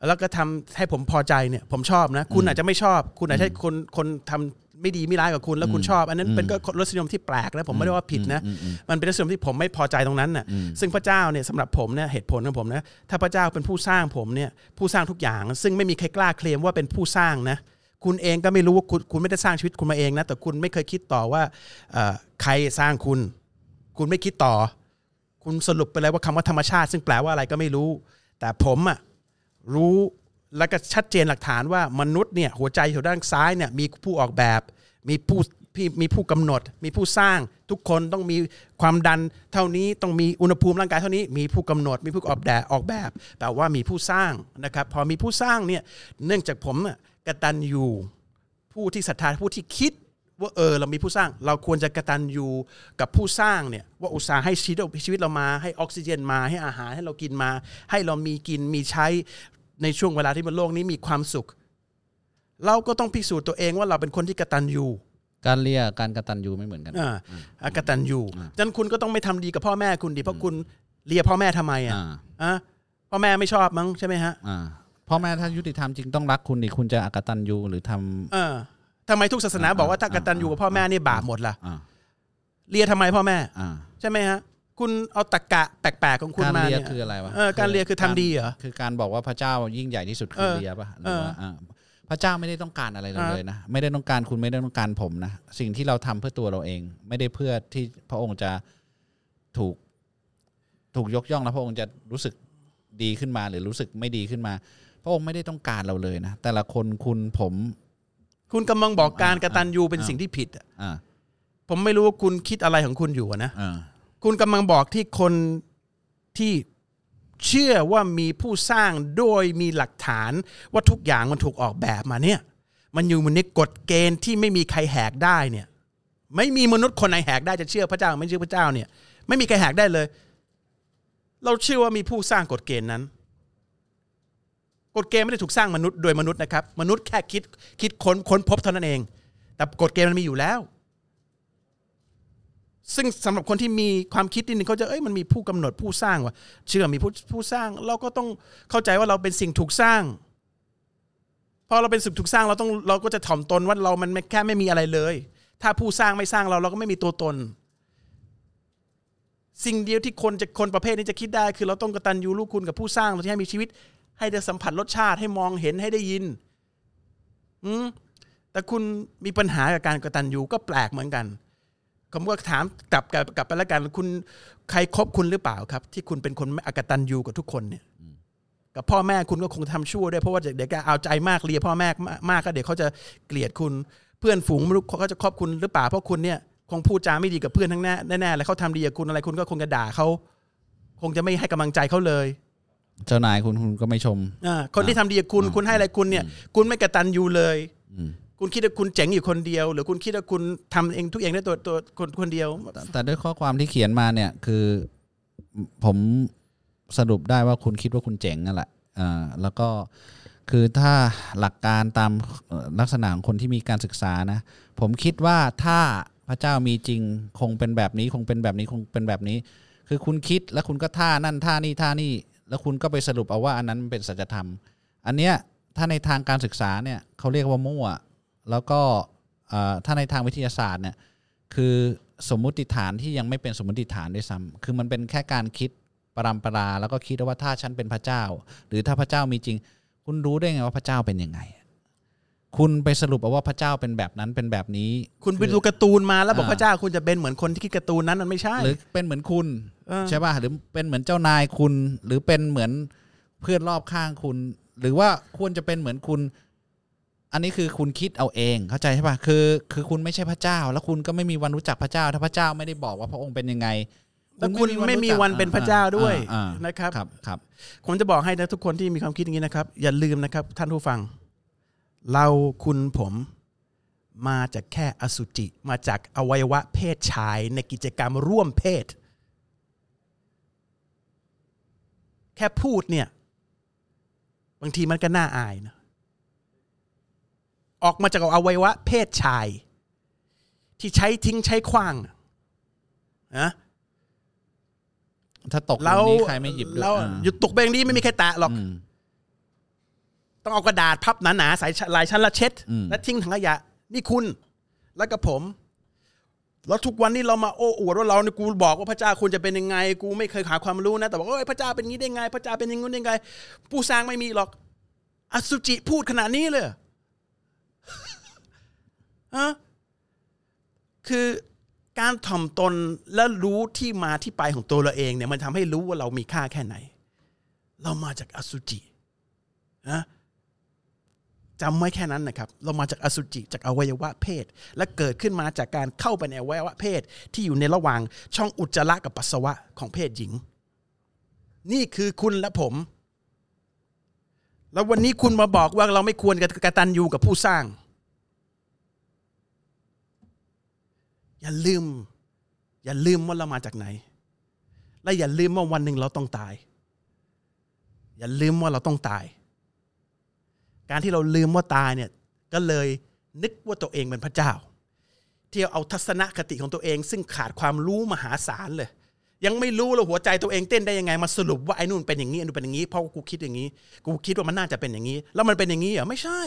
แล้วก็ทำให้ผมพอใจเนี่ยผมชอบนะ คุณอาจจะไม่ชอบ คุณอาจจะคนคนทำไม่ดีไม่ร้ายกับคุณแล้วคุณชอบ อันนั้นเป็นก็รสนิยมที่แปลกนะผมไม่ได้ว่าผิดนะ มันเป็นรสนิยมที่ผมไม่พอใจตรงนั้นน่ะซึ่งพระเจ้าเนี่ยสำหรับผมเนี่ยเหตุผลของผมนะถ้าพระเจ้าเป็นผู้สร้างผมเนี่ยผู้สร้างทุกอย่าง ซึ่งไม่มีใครกล้าเคลมว่าเป็นผู้สร้างนะ คุณเองก็ไม่รู้ว่าคุณคุณไม่ได้สร้างชีวิตคุณมาเองนะแต่คุณไม่เคยคิดต่อว่าเอ่อใครสร้างคุณ คุณไม่คิดต่อ คุณสรุปไปเลยว่าคำว่าธรรมชาติ ซึ่งแปลว่าอะไรก็ไม่รู้ แต่ผมอะรู้แล้วก็ชัดเจนหลักฐานว่ามนุษย์เนี่ยหัวใจอยู่ด้านซ้ายเนี่ยมีผู้ออกแบบ มีผู้พี่มีผู้กำหนด มีผู้สร้าง ทุกคนต้องมีความดันเท่านี้ต้องมีอุณหภูมิร่างกายเท่านี้ มีผู้กำหนด มีผู้ออกแบบออกแบบแปลว่ามีผู้สร้างนะครับพอมีผู้สร้างเนี่ยเนื่องจากผมอะกตัญญู ผู้ที่ศรัทธาผู้ที่คิดว่าเออเรามีผู้สร้าง เราควรจะกระตันอยู่กับผู้สร้างเนี่ยว่าอุตสาห์ให้ชีวิตชีวิตเรามาให้ออกซิเจนมาให้อาหารให้เรากินมา ให้เรามีกินมีใช้ในช่วงเวลาที่บนโลกนี้มีความสุข เราก็ต้องพิสูจน์ตัวเองว่าเราเป็นคนที่กระตันอยู่ การเรียกการกระตันยูไม่เหมือนกัน อ่าอ่ะกระตันอยู่ อ่า ฉะนั้นคุณก็ต้องไม่ทำดีกับพ่อแม่คุณดิเพราะคุณเลียพ่อแม่ทำไมอ่ะ อ่า อ่ะพ่อแม่ไม่ชอบมั้งใช่ไหมฮะ อ่าพ่อแม่ถ้ายุติธรรมจริงต้องรักคุณดิคุณจะอกตันยูหรือทำ เออทำไมทุกศาสนา อ่า บอกว่าถ้า อ่าก ตันอยู่กับพ่อแม่นี่บาปหมดล่ะ อ่า เลียทำไมพ่อแม่ อ่า ใช่ไหมฮะ คุณเอาตะกะแปลกๆของคุณ การ มา เรีย เนี่ย คืออะไรวะ เออการเรียคือทำดีเหรอ คือการบอกว่าพระเจ้ายิ่งใหญ่ที่สุดคือ เออ เรียป่ะหรือเอออ่ว่าาพระเจ้าไม่ได้ต้องการอะไรเรา อ่า เลยนะไม่ได้ต้องการคุณไม่ได้ต้องการผมนะสิ่งที่เราทำเพื่อตัวเราเอง ไม่ได้เพื่อที่พระองค์จะถูกถูกยกย่องแล้วพระองค์จะรู้สึกดีขึ้นมาหรือรู้สึกไม่ดีขึ้นมา พระองค์ไม่ได้ต้องการเราเลยนะแต่ละคนคุณผม คุณกำลังบอกการกระตันยูเป็นสิ่งที่ผิดอะ อ่า ผมไม่รู้ว่าคุณคิดอะไรของคุณอยู่อะนะ อ่า คุณกำลังบอกที่คนที่เชื่อว่ามีผู้สร้างโดยมีหลักฐานว่าทุกอย่างมันถูกออกแบบมาเนี่ย มันอยู่ในกฎเกณฑ์ที่ไม่มีใครแหกได้เนี่ย ไม่มีมนุษย์คนไหนแหกได้จะเชื่อพระเจ้าไม่เชื่อพระเจ้าเนี่ย ไม่มีใครแหกได้เลย เราเชื่อว่ามีผู้สร้างกฎเกณฑ์นั้น กฎเกณฑ์ไม่ได้ถูกสร้างมนุษย์โดยมนุษย์นะครับ มนุษย์แค่คิดคิดค้นค้นพบเท่านั้นเอง แต่กฎเกณฑ์มันมีอยู่แล้ว ซึ่งสำหรับคนที่มีความคิดนิดนึงเขาจะเอ้ยมันมีผู้กำหนดผู้สร้างว่ะเชื่อมีผู้ผู้สร้างเราก็ต้องเข้าใจว่าเราเป็นสิ่งถูกสร้าง พอเราเป็นสิ่งถูกสร้างเราต้องเราก็จะถ่อมตนว่าเรามันไม่แค่ไม่มีอะไรเลย ถ้าผู้สร้างไม่สร้างเราเราก็ไม่มีตัวตน สิ่งเดียวที่คนจะคนประเภทนี้จะคิดได้ คือเราต้องกตัญญูลูกคุณกับผู้สร้างเราที่ให้มีชีวิต ให้ได้สัมผัสรสชาติให้มองเห็นให้ได้ยิน อืมแต่คุณมีปัญหากับการกตัญญูก็แปลกเหมือนกัน ผมก็ถามกลับกลับกลับไปแล้วกันคุณใครครบคุณหรือเปล่าครับ ที่คุณเป็นคนไม่อกตัญญูกับทุกคนเนี่ยกับพ่อแม่คุณก็คงทำชั่วด้วยเพราะว่าเด็กๆก็เอาใจมากเลียพ่อแม่มากมากก็เดี๋ยวเขาจะเกลียดคุณเพื่อนฝูงไม่รู้เขาจะครอบคุณหรือเปล่าเพราะคุณเนี่ยคงพูดจาไม่ดีกับเพื่อนทั้งแน่แน่ๆเลยเขาทำดีกับคุณอะไรคุณก็คงจะด่าเขาคงจะไม่ให้กำลังใจเขาเลย เจ้านายคุณคุณก็ไม่ชม อ่าคนที่ทำดีกับคุณคุณให้อะไรคุณเนี่ย คุณไม่กระตันอยู่เลย อืม คุณคิดว่าคุณเจ๋งอยู่คนเดียว หรือคุณคิดว่าคุณทำเองทุกเองด้วยตัวตัวคนคนเดียว แต่แต่ด้วยข้อความที่เขียนมาเนี่ยคือผมสรุปได้ว่าคุณคิดว่าคุณเจ๋งนั่นแหละอ่าแล้วก็คือถ้าหลักการตามเอ่อลักษณะของคนที่มีการศึกษานะ ผมคิดว่าถ้าพระเจ้ามีจริงคงเป็นแบบนี้คงเป็นแบบนี้คงเป็นแบบนี้ คือคุณคิดแล้วคุณก็ท่านั่นท่านี่ท่านี่ แล้วคุณก็ไปสรุปเอาว่าอันนั้นมันเป็นสัจธรรม อันเนี้ยถ้าในทางการศึกษาเนี่ยเขาเรียกว่ามั่ว แล้วก็เอ่อถ้าในทางวิทยาศาสตร์เนี่ย คือสมมุติฐานที่ยังไม่เป็นสมมติฐานด้วยซ้ำคือมันเป็นแค่การคิดปรำปรา แล้วก็คิดว่าถ้าฉันเป็นพระเจ้า หรือถ้าพระเจ้ามีจริง คุณรู้ได้ไงว่าพระเจ้าเป็นยังไง คุณไปสรุปเอาว่าพระเจ้าเป็นแบบนั้นเป็นแบบนี้ คุณไปดูการ์ตูนมาแล้วบอก อ่า พระเจ้าคุณจะเป็นเหมือนคนที่คิดการ์ตูนนั้นมันไม่ใช่ หรือเป็นเหมือนคุณ เออ ใช่ป่ะหรือเป็นเหมือนเจ้านายคุณ หรือเป็นเหมือนเพื่อนรอบข้างคุณ หรือว่าควรจะเป็นเหมือนคุณ อันนี้คือคุณคิดเอาเองเข้าใจใช่ป่ะคือ คือคุณไม่ใช่พระเจ้า แล้วคุณก็ไม่มีวันรู้จักพระเจ้า ถ้าพระเจ้าไม่ได้บอกว่าพระองค์เป็นยังไง แล้วคุณไม่มีวันเป็นพระเจ้าด้วยนะครับ ครับครับ ผมจะบอกให้นะทุกคนที่มีความคิดอย่างนี้นะครับ อย่าลืมนะครับ ท่านผู้ฟัง เราคุณผมมาจากแค่อสุจิ มาจากอวัยวะเพศชายในกิจกรรมร่วมเพศ แค่พูดเนี่ย บางทีมันก็น่าอายนะ ออกมาจากอวัยวะเพศชาย ที่ใช้ทิ้งใช้ขว้างน่ะนะ ถ้าตก เรา ตรงนี้ใครไม่หยิบด้วย เรา อ่า หยุดตกเบงนี้ไม่มีใครแตะหรอก อืม ต้องเอากระดาษพับหนาๆสายลายชั้นละเช็ด อืม และทิ้งถังขยะ นี่คุณแล้วกับผม แล้วทุกวันนี้เรามาโอ้อวดว่าเราเนี่ยกูบอกว่าพระเจ้าคุณจะเป็นยังไง กูไม่เคยหาความรู้นะ แต่บอกว่าเอ้ยพระเจ้าเป็นงี้ได้ไง พระเจ้าเป็นอยังงู้นได้ไง ผู้สร้างไม่มีหรอก อสุจิพูดขนาดนี้เลยเหรอ ฮะคือการถ่อมตนและรู้ที่มาที่ไปของตัวเราเองเนี่ยมันทำให้รู้ว่าเรามีค่าแค่ไหน เรามาจากอสุจิ นะจำไว้แค่นั้นนะครับ เรามาจากอสุจิจากอวัยวะเพศ และเกิดขึ้นมาจากการเข้าไปในอวัยวะเพศ ที่อยู่ในระหว่างช่องอุจจาระกับปัสสาวะของเพศหญิง นี่คือคุณและผม แล้ววันนี้คุณมาบอกว่าเราไม่ควรกระตันยูกับผู้สร้าง อย่าลืม อย่าลืมว่าเรามาจากไหน และอย่าลืมว่าวันหนึ่งเราต้องตาย อย่าลืมว่าเราต้องตาย การที่เราลืมว่าตายเนี่ยก็เลยนึกว่าตัวเองเป็นพระเจ้า ที่เอาทัศนคติของตัวเอง ซึ่งขาดความรู้มหาศาลเลย ยังไม่รู้เลยหัวใจตัวเองเต้นได้ยังไงมาสรุปว่าไอ้นู่นเป็นอย่างนี้ไอ้นู่นเป็นอย่างนี้เพราะกูคิดอย่างนี้ กูคิดว่ามันน่าจะเป็นอย่างนี้ แล้วมันเป็นอย่างนี้เหรอไม่ใช่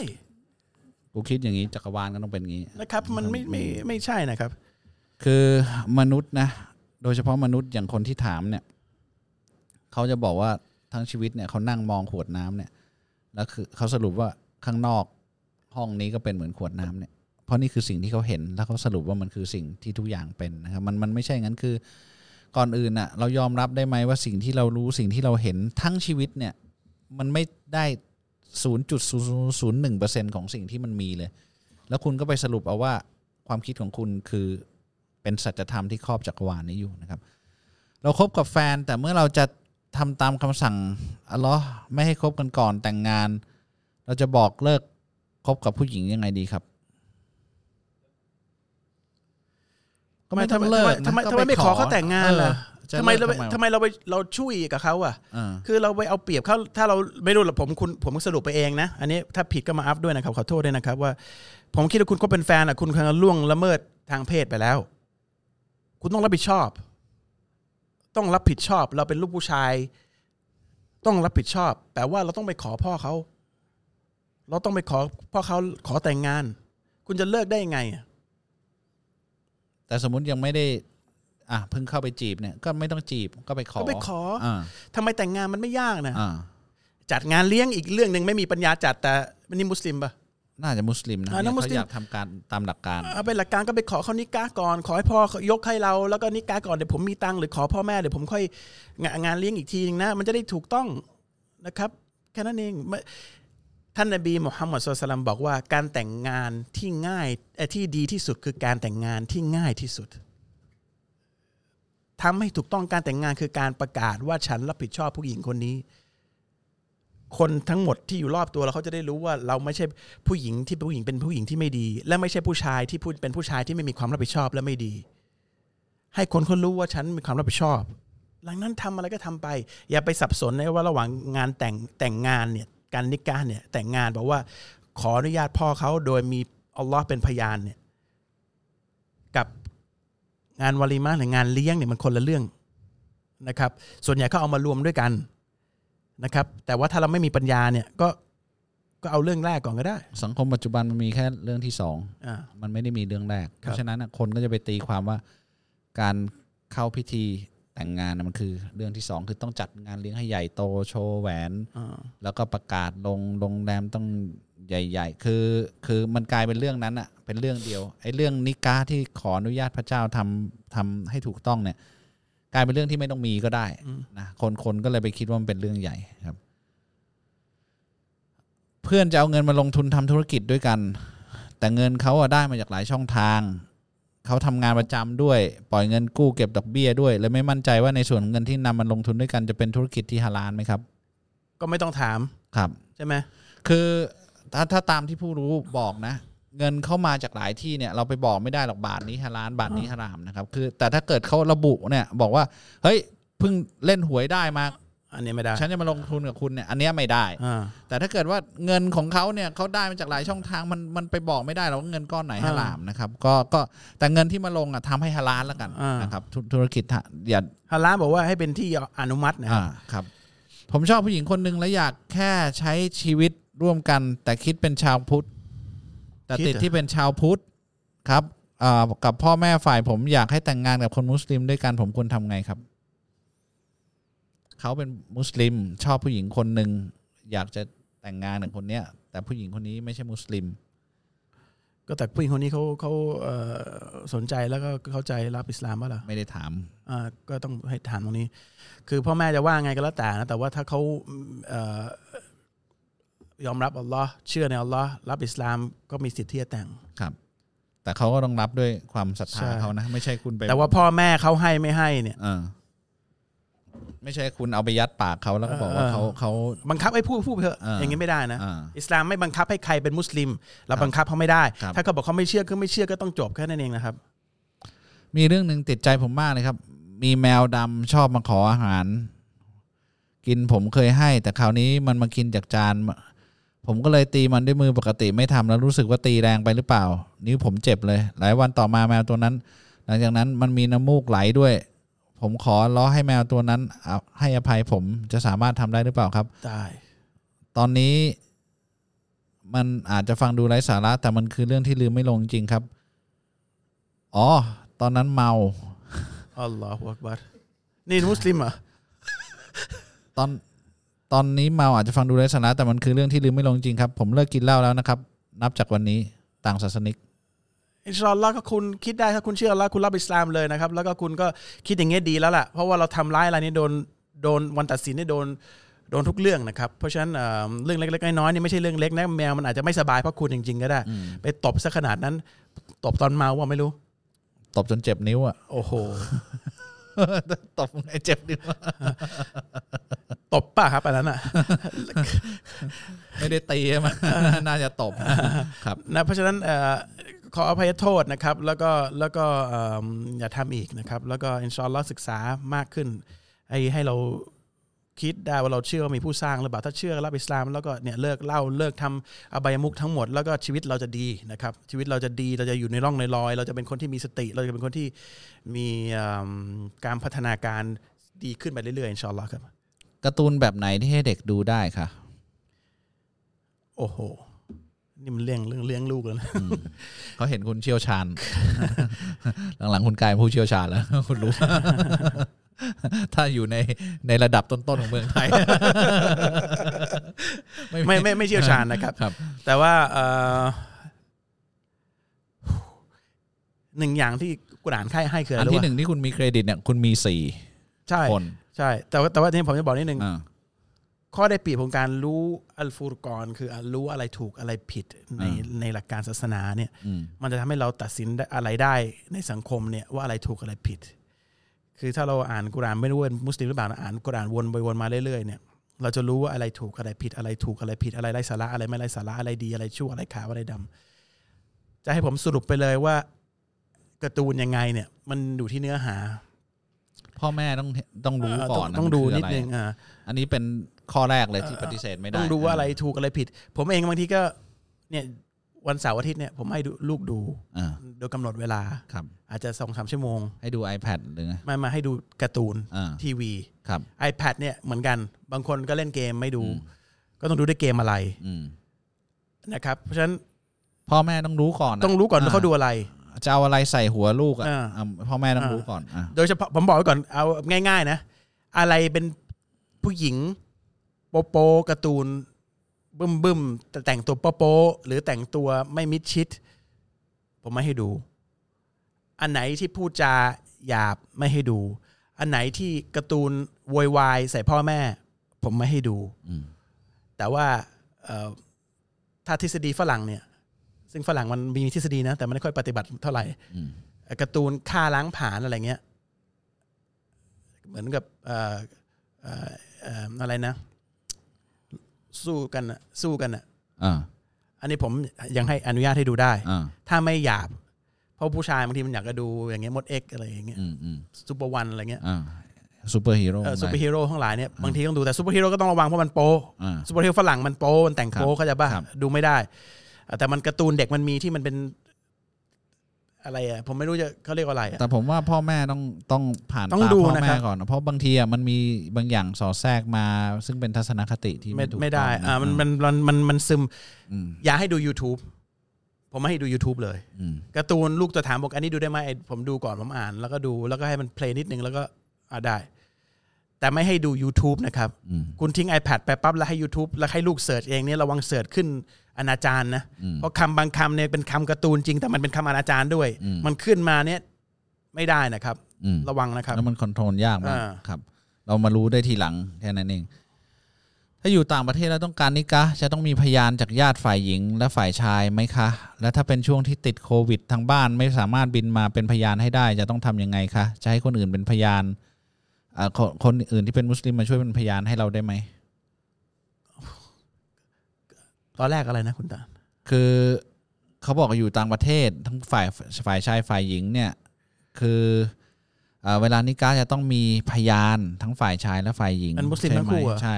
กูคิดอย่างนี้จักรวาลก็ต้องเป็นอย่างนี้ นะครับ มันไม่ไม่ไม่ใช่นะครับ คือมนุษย์นะ โดยเฉพาะมนุษย์อย่างคนที่ถามเนี่ยเขาจะบอกว่าทั้งชีวิตเนี่ยเขานั่งมองขวดน้ำเนี่ยแล้วคือเขาสรุปว่าข้างนอกห้องนี้ก็เป็นเหมือนขวดน้ำเนี่ยเพราะนี่คือสิ่งที่เขาเห็นแล้วเขาสรุปว่ามันคือสิ่งที่ทุกอย่างเป็นนะครับมันมันไม่ใช่งั้นคือ ก่อนอื่นอ่ะเรายอมรับได้ไหมว่าสิ่งที่เรารู้สิ่งที่เราเห็นทั้งชีวิตเนี่ยมันไม่ได้ศูนย์จุดศูนย์หนึ่งเปอร์เซ็นของสิ่งที่มันมีเลย แล้วคุณก็ไปสรุปเอาว่าความคิดของคุณคือ เป็นสัจธรรมที่ครอบจักรวาลนี้อยู่นะครับ เราครบกับแฟนแต่เมื่อเราจะทำตามคำสั่งอัลลอฮ์ไม่ให้คบกันก่อนแต่งงาน เราจะบอกเลิกคบกับผู้หญิงยังไงดีครับ ก็ไม่ต้องเลิกนะ ทำไม ก็ ทำไม ป ไม่ขอเขาแต่งงานล่ะ เออจะ ทำไม เลิ เรา ก ไปทำไมเราไปเราช่วยกับเขาอ่ะ เออ คือเราไปเอาเปรียบเขาถ้าเราไม่รู้หรอกผมคุณผมสรุปไปเองนะ อันนี้ถ้าผิดก็มาอัพด้วยนะครับ ขอโทษด้วยนะครับว่า ผมคิดว่าคุณก็เป็นแฟนอ่ะคุณคงล่วงละเมิดทางเพศไปแล้ว คุณต้องรับผิดชอบ ต้องรับผิดชอบ เราเป็นลูกผู้ชาย ต้องรับผิดชอบแปลว่าเราต้องไปขอพ่อเขา เราต้องไปขอพ่อเขาขอแต่งงาน คุณจะเลิกได้ยังไงอะ แต่สมมติยังไม่ได้ อ่ะเพิ่งเข้าไปจีบเนี่ย ก็ไม่ต้องจีบก็ไปขอ ก็ไปขอ อ่า ทำไมแต่งงานมันไม่ยากนะ อ่า จัดงานเลี้ยงอีกเรื่องหนึ่งไม่มีปัญญาจัดแต่นี่มุสลิมปะ น่าจะมุสลิมนะ อ่า เนี่ย น่ามุส เขา ลิม อยากทำการตามหลักการ เอาเป็นหลักการก็ไปขอเขานิกาก่อน ขอให้พ่อยกให้เราแล้วก็นิกาก่อนเดี๋ยวผมมีตังค์หรือขอพ่อแม่เดี๋ยวผมค่อยงางานเลี้ยงอีกทีนึงนะ มันจะได้ถูกต้องนะครับแค่นั้นเองไม่ท่านนบีมุฮัมมัดสุลตัลลัมบอกว่าการแต่งงานที่ง่ายเอ่อที่ดีที่สุดคือการแต่งงานที่ง่ายที่สุดทำให้ถูกต้องการแต่งงานคือการประกาศว่าฉันรับผิดชอบผู้หญิงคนนี้ คนทั้งหมดที่อยู่รอบตัวเราเขาจะได้รู้ว่าเราไม่ใช่ผู้หญิงที่เป็นผู้หญิงเป็นผู้หญิงที่ไม่ดี และไม่ใช่ผู้ชายที่พูดเป็นผู้ชายที่ไม่มีความรับผิดชอบและไม่ดี ให้คนเขารู้ว่าฉันมีความรับผิดชอบ หลังนั้นทำอะไรก็ทำไป อย่าไปสับสนนะว่าระหว่างงานแต่งแต่งงานเนี่ยการนิกายเนี่ยแต่งงานบอกว่าขออนุญาตพ่อเขาโดยมีอัลลอฮ์เป็นพยานเนี่ยกับงานวาลีมาหรืองานเลี้ยงเนี่ยมันคนละเรื่องนะครับ ส่วนใหญ่เขาเอามารวมด้วยกัน นะครับแต่ว่าถ้าเราไม่มีปัญญาเนี่ยก็ก็เอาเรื่องแรกก่อนก็ได้ สังคมปัจจุบันมันมีแค่เรื่องที่สอง อ่า มันไม่ได้มีเรื่องแรก ครับ เพราะฉะนั้นน่ะคนก็จะไปตีความว่า การเข้าพิธีแต่งงานน่ะมันคือเรื่องที่สองคือต้องจัดงานเลี้ยงให้ใหญ่โตโชว์แหวน อ่า แล้วก็ประกาศลงโรงแรมต้องใหญ่ ๆ คือคือมันกลายเป็นเรื่องนั้นอะเป็นเรื่องเดียวไอ้เรื่องนิกาที่ขออนุญาตพระเจ้าทำทำให้ถูกต้องเนี่ย กลายเป็นเรื่องที่ไม่ต้องมีก็ได้นะคนคนก็เลยไปคิดว่ามันเป็นเรื่องใหญ่ครับ เพื่อนจะเอาเงินมาลงทุนทำธุรกิจด้วยกัน แต่เงินเขาอะได้มาจากหลายช่องทาง เขาทำงานประจำด้วย ปล่อยเงินกู้เก็บดอกเบี้ยด้วยเลยไม่มั่นใจว่าในส่วนของเงินที่นำมาลงทุนด้วยกันจะเป็นธุรกิจที่ฮาลาลไหมครับ ก็ไม่ต้องถาม ครับ ใช่ไหม คือถ้าถ้าตามที่ผู้รู้บอกนะ เงินเข้ามาจากหลายที่เนี่ยเราไปบอกไม่ได้หรอกบาทนี้ฮาลาลบาทนี้ฮารามนะครับคือ แต่ถ้าเกิดเขาระบุเนี่ยบอกว่าเฮ้ยเพิ่งเล่นหวยได้มา อันนี้ไม่ได้ ฉันจะมาลงทุนกับคุณเนี่ยอันเนี้ยไม่ได้ อ่า แต่ถ้าเกิดว่าเงินของเขาเนี่ยเขาได้มาจากหลายช่องทางมันมันไปบอกไม่ได้หรอกว่าเงินก้อนไหนฮารามนะครับก็ก็แต่เงินที่มาลงอ่ะทำให้ฮาลาลแล้วกันนะครับธุธุรกิจฮะอย่า ฮาลาลบอกว่าให้เป็นที่อนุมัตินะครับ อ่าครับ ผมชอบผู้หญิงคนหนึ่งและอยากแค่ใช้ชีวิตร่วมกัน แต่คิดเป็นชาวพุทธ แต่ติดที่เป็นชาวพุทธครับอ่ากับพ่อแม่ฝ่ายผมอยากให้แต่งงานกับคนมุสลิมด้วยกันผมควรทำไงครับ เขาเป็นมุสลิม ชอบผู้หญิงคนหนึ่งอยากจะแต่งงานกับคนเนี้ย แต่ผู้หญิงคนนี้ไม่ใช่มุสลิม ก็แต่ผู้หญิงคนนี้เขาเขาเอ่อสนใจแล้วก็เข้าใจรับอิสลามป่ะล่ะ ไม่ได้ถาม อ่าก็ต้องให้ถามตรงนี้ คือพ่อแม่จะว่าไงก็แล้วแต่นะแต่ว่าถ้าเขาเอ่อยอมรับอัลลอฮ์เชื่อในอัลลอฮ์รับอิสลามก็มีสิทธิ์ที่จะแต่ง ครับ แต่เขาก็ต้องรับด้วยความศรัทธา ใช่ เขานะ ไม่ใช่คุณไป แต่ว่าพ่อแม่เขาให้ไม่ให้เนี่ย เออไม่ใช่คุณเอาไปยัดปากเขาแล้วก็บอกว่า เออ เขาเขา บังคับให้พูดพูดไปเถอะ อ่า อย่างนี้ไม่ได้นะ อ่า อิสลามไม่บังคับให้ใครเป็นมุสลิม เราบังคับเขาไม่ได้ ครับ ถ้าเขาบอกเขาไม่เชื่อก็ไม่เชื่อก็ต้องจบแค่นั้นเองนะครับ มีเรื่องหนึ่งติดใจผมมากเลยครับ มีแมวดำชอบมาขออาหาร กินผมเคยให้ แต่คราวนี้มันมากินจากจาน ผมก็เลยตีมันด้วยมือปกติไม่ทำแล้วรู้สึกว่าตีแรงไปหรือเปล่า นิ้วผมเจ็บเลย หลายวันต่อมาแมวตัวนั้น หลังจากนั้นมันมีน้ำมูกไหลด้วย ผมขอล้อให้แมวตัวนั้นเอาให้อภัยผมจะสามารถทำได้หรือเปล่าครับ ได้ ตอนนี้มันอาจจะฟังดูไร้สาระแต่มันคือเรื่องที่ลืมไม่ลงจริงๆครับ อ๋อ ตอนนั้นเมา อัลลอฮฺอักบัรนี่มุสลิมเหรอ ตอนตอนนี้เมาอาจจะฟังดูไร้สาระแต่มันคือเรื่องที่ลืมไม่ลงจริงครับ ผมเลิกกินเหล้าแล้วนะครับ นับจากวันนี้ต่างศาสนิก อินชาอัลลอฮ์ก็คุณคิดได้ถ้าคุณเชื่ออัลลอฮ์คุณรับอิสลามเลยนะครับ แล้วก็คุณก็คิดอย่างเงี้ยดีแล้วล่ะ เพราะว่าเราทำร้ายอะไรนี่โดนโดนวันตัดสินนี่โดนโดนทุกเรื่องนะครับ เพราะฉะนั้นเอ่อเรื่องเล็กๆน้อยๆนี่ไม่ใช่เรื่องเล็กนะแมวมันอาจจะไม่สบายเพราะคุณจริงๆก็ได้ ไปตบซะขนาดนั้น ตบตอนเมาว่าไม่รู้ ตบจนเจ็บนิ้วอะ โอ้โห ตบไงเจ็บนิ้ว ตบป่ะครับอันนั้นอ่ะ ไม่ได้ตีใช่ไหมัน น่าจะตบครับ นะเพราะฉะนั้นเอ่อขออภัยโทษนะครับ แล้วก็แล้วก็เอิ่มอย่าทำอีกนะครับ แล้วก็อินชาอัลลอฮ์ศึกษามากขึ้นให้ให้เรา คิดได้ว่าเราเชื่อว่ามีผู้สร้างหรือเปล่าถ้าเชื่อรับอิสลามแล้วก็เนี่ยเลิกเหล่าเลิกทำอบายมุขทั้งหมดแล้วก็ชีวิตเราจะดีนะครับชีวิตเราจะดีเราจะอยู่ในร่องในรอย เราจะเป็นคนที่มีสติ เราจะเป็นคนที่มีเอิ่มการพัฒนาการดีขึ้นไปเรื่อยๆอินชาอัลลอฮ์ครับ การ์ตูนแบบไหนที่ให้เด็กดูได้คะ โอ้โห นี่มันเลี้ยงเรื่องเลี้ยงลูกแล้วนะ เขาเห็นคุณเชี่ยวชาญ หลังๆคุณกลายเป็นผู้เชี่ยวชาญแล้ว คุณรู้ ถ้าอยู่ในในระดับต้นๆของเมืองไทย ไม่ไม่ไม่เชี่ยวชาญนะครับ ครับ แต่ว่าเอ่อหนึ่งอย่างที่กุรอานให้ให้คือ อั อะ น ไรรู้ ที่ ปะ หนึ่งที่คุณมีเครดิตเนี่ยคุณมีสี่ ใช่ คน ใช่ แต่ว่าแต่ว่าที่ผมจะบอกนิดนึง อ่า ข้อได้เปรียบของการรู้อัลฟูรกอนคือรู้อะไรถูกอะไรผิดใน อ่า ในหลักการศาสนาเนี่ย อืม มันจะทำให้เราตัดสินได้อะไรได้ในสังคมเนี่ยว่าอะไรถูกอะไรผิด คือถ้าเราอ่านกุรอานไม่รู้ว่ามุสลิมหรือเปล่านะอ่านกุรอานวนไปวนมาเรื่อยๆเนี่ยเราจะรู้ว่าอะไรถูกอะไรผิดอะไรถูกอะไรผิดอะไรไร้สาระอะไรไม่ไร้สาระอะไรดีอะไรชั่วอะไรขาวอะไรดำจะให้ผมสรุปไปเลยว่าการ์ตูนยังไงเนี่ยมันอยู่ที่เนื้อหา พ่อแม่ต้องต้องรู้ เอ่อ ก่ ต้ อ อน ง นะ ต้อง มั ดู คือ นิด อะไร นึงอ่า อันนี้เป็นข้อแรกเลยที่ปฏิเสธไม่ได้ ต้องดูว่าอะไรถูกอะไรผิด ผมเองบางทีก็เนี่ยวันเสาร์อาทิตย์เนี่ยผมให้ดูลูกดู อ่า โดยกำหนดเวลา ครับ อาจจะสองสามชั่วโมง ให้ดู iPad หรือไง มามาให้ดูการ์ตูน อ่า ทีวี ครับ iPad เนี่ยเหมือนกัน บางคนก็เล่นเกมไม่ดู อืม ก็ต้องดูด้วยเกมอะไร อืม นะครับเพราะฉะนั้น พ่อแม่ต้องรู้ก่อนนะ ต้องรู้ก่อนว่าเขาดูอะไร จะเอาอะไรใส่หัวลูกอ่ะ อ่า อ่าพ่อแม่ต้อง อ่ารู้ รู้ก่อนอ่า โดยเฉพาะผมบอกไว้ก่อนเอาง่าย ๆ นะ อะไรเป็นผู้หญิงโปโปการ์ตูนบึ้มบึ้มๆแต่แต่งตัวโปโปหรือแต่งตัวไม่มิดชิด ผมไม่ให้ดู อันไหนที่พูดจาหยาบไม่ให้ดู อันไหนที่การ์ตูนโวยวายใส่พ่อแม่ ผมไม่ให้ดู อืม แต่ว่าเอ่อถ้าทฤษฎีฝรั่งเนี่ย ซึ่งฝรั่งมันมีทฤษฎีนะ แต่มันไม่ค่อยปฏิบัติเท่าไหร่ อืม เอ่อการ์ตูนฆ่าล้างผลาญอะไรเงี้ย เหมือนกับเอ่อเอ่อเอ่ออะไรนะ สู้กันน่ะสู้กันอ่ะ อ่า อันนี้ผมยังให้อนุญาตให้ดูได้ อ่า ถ้าไม่หยาบ เพราะผู้ชายบางทีมันอยากจะดูอย่างเงี้ยมดเอ็กอะไรอย่างเงี้ย อืมอืม ซูเปอร์วันอะไรเงี้ย อ่าซูเปอร์ฮีโร่ เอ่อซูเปอร์ฮีโร่ทั้งหลายเนี่ยบางทีต้องดูแต่ซูเปอร์ฮีโร่ก็ต้องระวังเพราะมันโป อ่า ซูเปอร์ฮีโร่ฝรั่งมันโปมันแต่งโป ครับ เขาใจะบ้า ครับ ดูไม่ได้เอ่อแต่มันการ์ตูนเด็กมันมีที่มันเป็นอะไรอ่ะผมไม่รู้จะเขาเรียกว่าอะไรอ่ะ แต่ผมว่าพ่อแม่ต้องต้องผ่าน ต้อง ตา ดู พ่อ นะ แม่ ครับ ก่อนนะเพราะบางทีอ่ะมันมีบางอย่างสอดแทรกมา ซึ่งเป็นทัศนคติที่ ไม่ ไม่ถูก ไม่ได้ ต้องะ อ่ามันมันมันมันมันซึม อืม อย่าให้ดู YouTube ผมไม่ให้ดู YouTube เลย อืม การ์ตูนลูกจะถามบอกอันนี้ดูได้ไหมไอ้ผมดูก่อนผมอ่าน แล้วก็ดูแล้วก็ให้มันเพลย์นิดนึงแล้วก็อ่าได้ แต่ไม่ให้ดู YouTube นะครับ อืม คุณทิ้ง iPad ไปปั๊บแล้วให้ YouTube แล้วให้ลูกเสิร์ชเองเนี่ยระวังเสิร์ชขึ้นอนาจารนะ อืม เพราะคำบางคำเนี่ยเป็นคำการ์ตูนจริงแต่มันเป็นคำอนาจารด้วย อืม มันขึ้นมาเนี่ยไม่ได้นะครับ อืม ระวังนะครับ แล้วมันคอนโทรลยากมาก อ่า ครับ เรามารู้ได้ทีหลังแค่นั้นเอง ถ้าอยู่ต่างประเทศแล้วต้องการนิกะห์จะต้องมีพยานจากญาติฝ่ายหญิง และฝ่ายชายไหมคะ และถ้าเป็นช่วงที่ติดโควิดทางบ้านไม่สามารถบินมาเป็นพยานให้ได้ จะต้องทำยังไงคะ จะให้คนอื่นเป็นพยานอ่าคนคนอื่นที่เป็นมุสลิมมาช่วยเป็นพยานให้เราได้ไหม ตอนแรกอะไรนะคุณตา คือเขาบอกอยู่ต่างประเทศทั้งฝ่ายฝ่ายชายฝ่ายหญิงเนี่ยคือเอ่อเวลานิกาจะต้องมีพยานทั้งฝ่ายชายและฝ่ายหญิง เป็นมุสลิม ใช่ ทั้งคู่เหรอ ไหใช่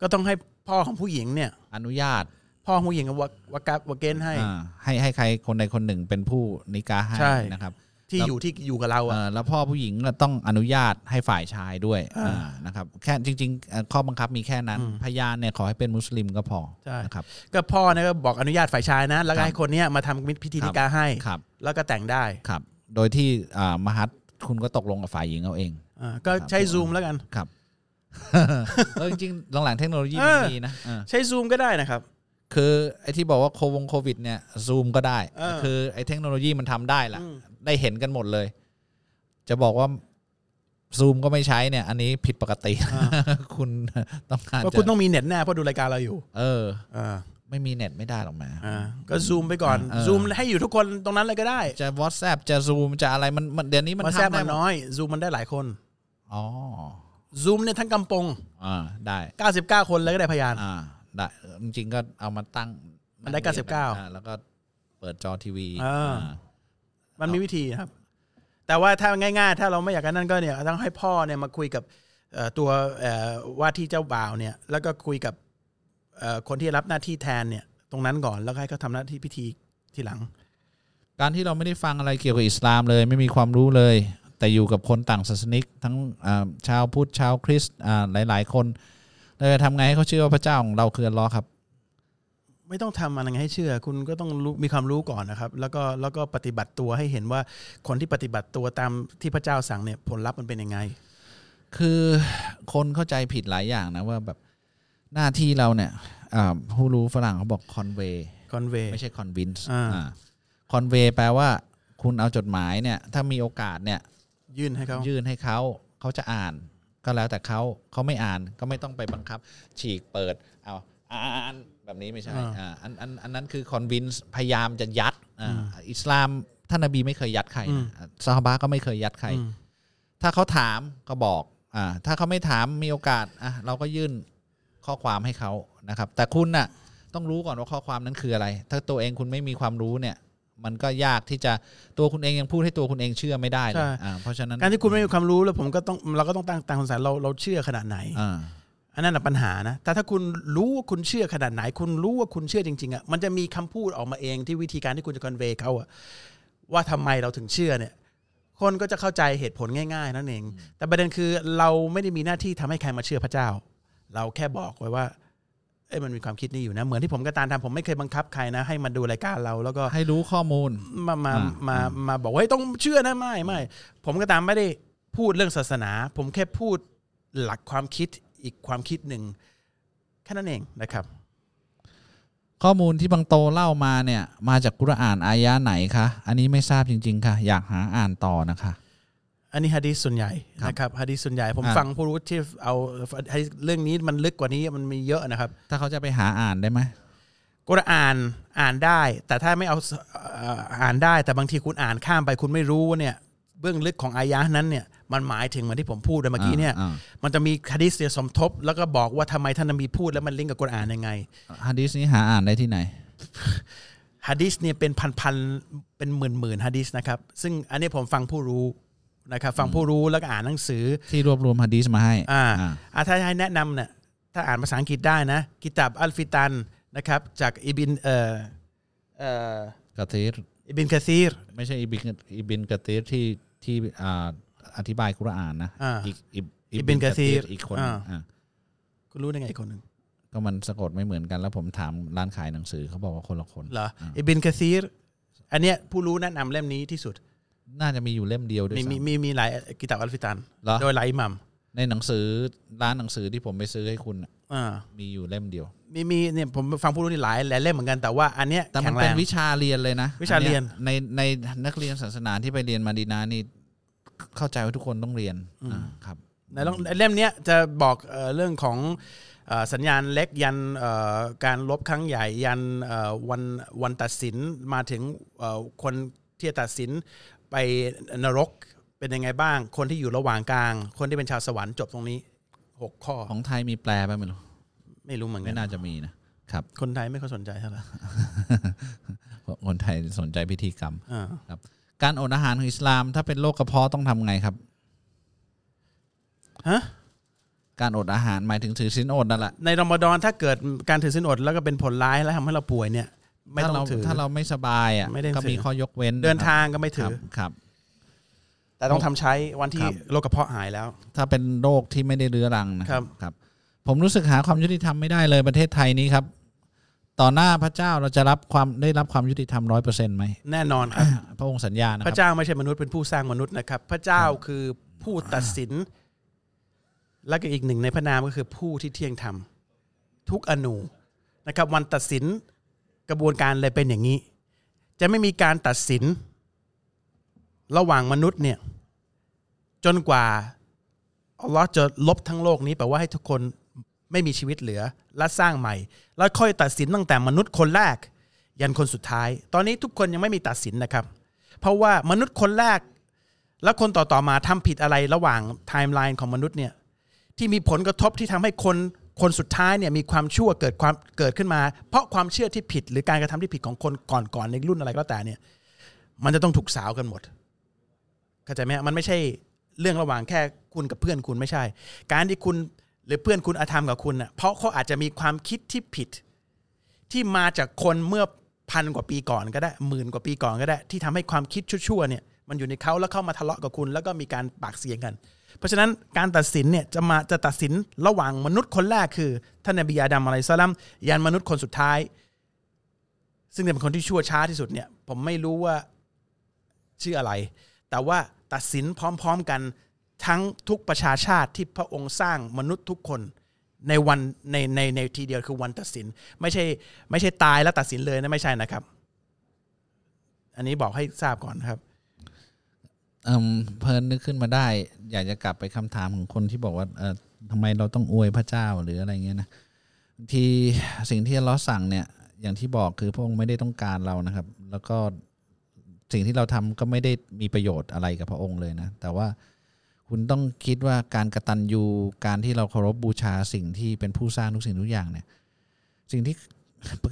ก็ต้องให้พ่อของผู้หญิงเนี่ย อนุญาต พ่อของผู้หญิงกับวักวักเกนให้ อ่าให้ให้ใครคนใดคนหนึ่งเป็นผู้นิกาให้ ใช่ นะครับ ที่อยู่ที่อยู่กับเราอะ เอ่อแล้วพ่อผู้หญิงก็ต้องอนุญาตให้ฝ่ายชายด้วย อ่า อ่านะครับแค่จริงๆเอ่อข้อบังคับมีแค่นั้น อืม พยานเนี่ยขอให้เป็นมุสลิมก็พอ ใช่ นะครับ ก็พ่อเนี่ยก็บอกอนุญาตฝ่ายชายนะ แล้ว ครั ก็ บ ให้คนเนี้ยมาทำพิธี ครับ นิกาให้ ครับ แล้วก็แต่งได้ ครับ โดยที่อ่ามหัตคุณก็ตกลงกับฝ่ายหญิงเอาเอง อ่าก็ ครับ ใช้ ผม ซูมแล้วกัน ครับ เออจริงๆหลังๆเทคโนโลยี เอ มัน อ มีนะเออ ใช้ซูมก็ได้นะครับ คือไอ้ที่บอกว่าโควงโควิดเนี่ยซูมก็ได้ เออ คือไอ้เทคโนโลยีมันทำได้ละ อืม ได้เห็นกันหมดเลย จะบอกว่าซูมก็ไม่ใช้เนี่ย อันนี้ผิดปกติ คุณต้องการ เพราะคุณ จะ ต้องมีเน็ตแน่เพราะดูรายการเราอยู่ เออ อ่า ไม่มีเน็ตไม่ได้หรอกแมา อ่าก็ซูมไปก่อน เออ ซูมให้อยู่ทุกคนตรงนั้นเลยก็ได้ จะ WhatsApp จะซูมจะอะไรมันมันเดี๋ยวนี้มัน มาแซบ ทำได้ มัน หมด น้อย ซูมมันได้หลายคน อ๋อ ซูมเนี่ยทั้งกำปง อ่าได้ 99 คนเลยก็ได้พยาน อ่าได้เออจริงๆก็เอามาตั้ง มันได้ งรีย 99 อ่แล้วก็เปิดจอทีวี อ่า อ่า มันมีวิธีครับ แต่ว่าถ้าง่ายๆ ถ้าเราไม่อยากกันนั่นก็เนี่ยต้องให้พ่อเนี่ยมาคุยกับ เอ่อตัวเอ่อว่าที่เจ้าบ่าวเนี่ยแล้วก็คุยกับเอ่อคนที่รับหน้าที่แทนเนี่ยตรงนั้นก่อนแล้วให้เขาทำหน้าที่พิธีทีหลัง การที่เราไม่ได้ฟังอะไรเกี่ยวกับอิสลามเลย ไม่มีความรู้เลย แต่อยู่กับคนต่างศาสนิก ทั้งอ่าชาวพุทธชาวคริสต์อ่าหลาย ๆ คนเราจะทำไงให้เขาเชื่อว่าพระเจ้าของเราคืออัลลอฮ์ครับ ไม่ต้องทำอะไรให้เชื่อ คุณก็ต้องรู้มีความรู้ก่อนนะครับ แล้วก็แล้วก็ปฏิบัติตัวให้เห็นว่าคนที่ปฏิบัติตัวตามที่พระเจ้าสั่งเนี่ยผลลัพธ์มันเป็นยังไง คือคนเข้าใจผิดหลายอย่างนะว่าแบบหน้าที่เราเนี่ยอ่าผู้รู้ฝรั่งเขาบอก convey คอนเวย์ ไม่ใช่ convince อ่า คอนเวยแปลว่า คุณเอาจดหมายเนี่ย ถ้ามีโอกาสเนี่ย ยื่นให้เขาย ยื่นให้เขาเขาจะอ่าน ก็แล้วแต่เขาเขาไม่อ่านก็ไม่ต้องไปบังคับ ฉีกเปิดเอาอ่านแบบนี้ไม่ใช่อ่าอันอันอันนั้นคือคอนวินส์พยายามจะยัดอ่าอิสลามท่านนบีไม่เคยยัดใครนะซาฮาบะก็ไม่เคยยัดใคร อืม ถ้าเขาถามก็บอกอ่าถ้าเขาไม่ถามมีโอกาสอ่ะเราก็ยื่นข้อความให้เขานะครับ แต่คุณน่ะต้องรู้ก่อนว่าข้อความนั้นคืออะไร ถ้าตัวเองคุณไม่มีความรู้เนี่ย มันก็ยากที่จะตัวคุณเองยังพูดให้ตัวคุณเองเชื่อไม่ได้เลยอ่าเพราะฉะนั้น การที่คุณไม่มีความรู้แล้วผมก็ต้องเราก็ต้องตั้งตามคำสั่งเราเราเชื่อขนาดไหน อ่า อันนั้นแหะปัญหานะ แต่ถ้าคุณรู้ว่าคุณเชื่อขนาดไหน คุณรู้ว่าคุณเชื่อจริงๆอ่ะ มันจะมีคำพูดออกมาเองที่วิธีการที่คุณจะคอนเวย์เขาอ่ะ ว่าทำไมเราถึงเชื่อเนี่ย คนก็จะเข้าใจเหตุผลง่ายๆ นั่นเอง แต่ประเด็นคือเราไม่ได้มีหน้าที่ทำให้ใครมาเชื่อพระเจ้า เราแค่บอกไว้ว่า เอ้ยมันมีความคิดนี้อยู่นะ เหมือนที่ผมกบตาลทำผมไม่เคยบังคับใครนะ ให้มาดูรายการเราแล้วก็ ให้รู้ข้อมูล มามา อ่า มา มาบอกว่าเฮ้ยต้องเชื่อนะไม่ไม่ ผมก็ตามไม่ได้พูดเรื่องศาสนา ผมแค่พูดหลักความคิดอีกความคิดหนึ่งแค่นั้นเองนะครับ ข้อมูลที่บังโตเล่ามาเนี่ย มาจากกุรอานอายะห์ไหนคะอันนี้ไม่ทราบจริง ๆ ค่ะ อยากหาอ่านต่อนะคะ อันนี้ฮะดีษส่วนใหญ่ ครับ นะครับฮะดีษส่วนใหญ่ ผม อ่า ฟังผู้รู้ที่เอาฮะดีษเรื่องนี้มันลึกกว่านี้มันมีเยอะนะครับ ถ้าเขาจะไปหาอ่านได้ไหม กุรอานอ่านได้ แต่ถ้าไม่เอาเอ่ออ่านได้ แต่บางทีคุณอ่านข้ามไปคุณไม่รู้ว่าเนี่ยเบื้องลึกของอายะห์นั้นเนี่ยมันหมายถึงเหมือนที่ผมพูดไปเมื่อกี้เนี่ย อ่า มันจะมีฮะดีษเนี่ยสมทบ แล้วก็บอกว่าทำไมท่านนบีพูดแล้วมันลิงก์กับกุรอานยังไง อ่าฮะดีสนี้หาอ่านได้ที่ไหน ฮะดีษเนี่ยเป็นพันๆเป็นหมื่นๆฮะดีษนะครับ ซึ่งอันนี้ผมฟังผู้รู้นะครับ ฟังผู้รู้แล้วก็อ่านหนังสือ ที่รวบรวมฮะดีสมาให้ อ่า อ่า อ่าถ้าให้แนะนำเนี่ยถ้าอ่านภาษาอังกฤษได้นะ กิตาบอัลฟิตันนะครับ จากอิบินเอ่อเอ่อก ะตีร อิบินคาซีร ไม่ใช่อิบินอิบินกะตีรที่ที่อ่าอธิบายกุรอานนะ อ่า อีกบ อิบนุกะธีร อีกคน อ่า อ่า คุณรู้ได้ไงอีกคนหนึ่ง ก็มันสะกดไม่เหมือนกันแล้วผมถามร้านขายหนังสือเขาบอกว่าคนละคน เหรออิบินคาซีรอันเนี้ยผู้รู้แนะนำเล่มนี้ที่สุด น่าจะมีอยู่เล่มเดียวด้วย มี ซ้ำ มีมีมีหลายกิตาบอัลฟิตัน เหรอ โดยหลายอิหมัม ในหนังสือร้านหนังสือที่ผมไปซื้อให้คุณน่ะ อ่า มีอยู่เล่มเดียว มีมีเนี่ยผมฟังผู้รู้นี่หลายหลายเล่มเหมือนกันแต่ว่าอันเนี้ย แต่ แข็ มัน งแร เป็น ง วิชาเรียนเลยนะ วิชาเรียน อัในในนักเรียนศาสนาที่ไปเรียนมาดีนานี่เข้าใจว่าทุกคนต้องเรียนอ่าครับ ในลองเล่มเนี้ยจะบอกเอ่อเรื่องของเอ่อสัญญาณเล็กยันเอ่อการลบครั้งใหญ่ยันเอ่อวันวันตัดสินมาถึงเอ่อคนที่จะตัดสินไปนรกเป็นยังไงบ้าง คนที่อยู่ระหว่างกลาง คนที่เป็นชาวสวรรค์จบตรงนี้หกข้อ ของไทยมีแปลไปะไม่รู้ ไม่รู้เหมือนกั ไม่ น น่าจะมีนะครับ คนไทยไม่ค่อยสนใจเท่าไหร่ เพราะคนไทยสนใจพิธีกรรม อ่า ครับ การอดอาหารของอิสลาม ถ้าเป็นโรคกระเพาะต้องทำไงครับ ฮะ การอดอาหารหมายถึงถือศีลอดนั่นแหละ ในรอมฎอนถ้าเกิดการถือศีลอดแล้วก็เป็นผลร้ายแล้วทำให้เราป่วยเนี่ยไม่ ถ้า ต้อ เรา งถือ ถ้าเราไม่สบายอ่ะ ไม่ได้ ก็มี ถือ ข้อยกเว้น เดินทางก็ไม่ ค ถื รับ อ ครับ แต่ต้องทำใช้วันที่ ครับ โรคกระเพาะหายแล้ว ถ้าเป็นโรคที่ไม่ได้เรื้อรังนะครับ ครับ ผมรู้สึกหาความยุติธรรมไม่ได้เลยประเทศไทยนี้ครับ ต่อหน้าพระเจ้าเราจะรับความได้รับความยุติธรรมร้อยเปอร์เซ็นต์ไหม แน่นอนครับ พระองค์สัญญานะค พ รั ระ บ เจ้าไม่ใช่มนุษย์เป็นผู้สร้างมนุษย์นะครับ พระเจ้าคือผู้ตัดสิน และก็อีกหนึ่งในพระนามก็คือผู้ที่เที่ยงธรรม ทุกอนูนะครับ วันตัดสินกระบวนการเลยเป็นอย่างนี้ จะไม่มีการตัดสิน ระหว่างมนุษย์เนี่ยจนกว่าอัลลอฮ์จะลบทั้งโลกนี้แปลว่าให้ทุกคนไม่มีชีวิตเหลือ และสร้างใหม่ แล้วค่อยตัดสินตั้งแต่มนุษย์คนแรก ยันคนสุดท้าย ตอนนี้ทุกคนยังไม่มีตัดสินนะครับ เพราะว่ามนุษย์คนแรก และคนต่อๆมาทำผิดอะไรระหว่างไทม์ไลน์ของมนุษย์เนี่ยที่มีผลกระทบที่ทำให้คนคนสุดท้ายเนี่ยมีความชั่วเกิดความเกิดขึ้นมา เพราะความเชื่อที่ผิด หรือการกระทำที่ผิดของคนก่อนๆในรุ่นอะไรก็แล้วแต่เนี่ย มันจะต้องถูกสาวกันหมดเข้าใจไหมฮะมันไม่ใช่ เรื่องระหว่างแค่คุณกับเพื่อนคุณไม่ใช่ การที่คุณหรือเพื่อนคุณอาธรรมกับคุณน่ะเพราะเขาอาจจะมีความคิดที่ผิด ที่มาจากคนเมื่อพันกว่าปีก่อนก็ได้หมื่นกว่าปีก่อนก็ได้ ที่ทำให้ความคิดชั่วๆเนี่ยมันอยู่ในเขาแล้วเข้ามาทะเลาะกับคุณ แล้วก็มีการปากเสียงกัน เพราะฉะนั้นการตัดสินเนี่ยจะมาจะตัดสินระหว่างมนุษย์คนแรกคือท่านนบีอาดัมอะลัยฮิสสลามยันมนุษย์คนสุดท้าย ซึ่งเป็นคนที่ชั่วช้าที่สุดเนี่ยผมไม่รู้ว่า ชื่ออะไร แต่ว่าตัดสินพร้อมๆกันทั้งทุกประชาชาติที่พระองค์สร้างมนุษย์ทุกคนในวันในในในทีเดียวคือวันตัดสิน ไม่ใช่ไม่ใช่ตายแล้วตัดสินเลยนะไม่ใช่นะครับ อันนี้บอกให้ทราบก่อนนะครับ เอิ่มเพลินนึกขึ้นมาได้ อยากจะกลับไปคำถามของคนที่บอกว่าเออทำไมเราต้องอวยพระเจ้าหรืออะไรเงี้ยนะบางทีสิ่งที่อัลเราะห์สั่งเนี่ยอย่างที่บอกคือพระองค์ไม่ได้ต้องการเรานะครับ แล้วก็สิ่งที่เราทำก็ไม่ได้มีประโยชน์อะไรกับพระองค์เลยนะ แต่ว่าคุณต้องคิดว่าการกระตันยูการที่เราเคารพบูชาสิ่งที่เป็นผู้สร้างทุกสิ่งทุกอย่างเนี่ย สิ่งที่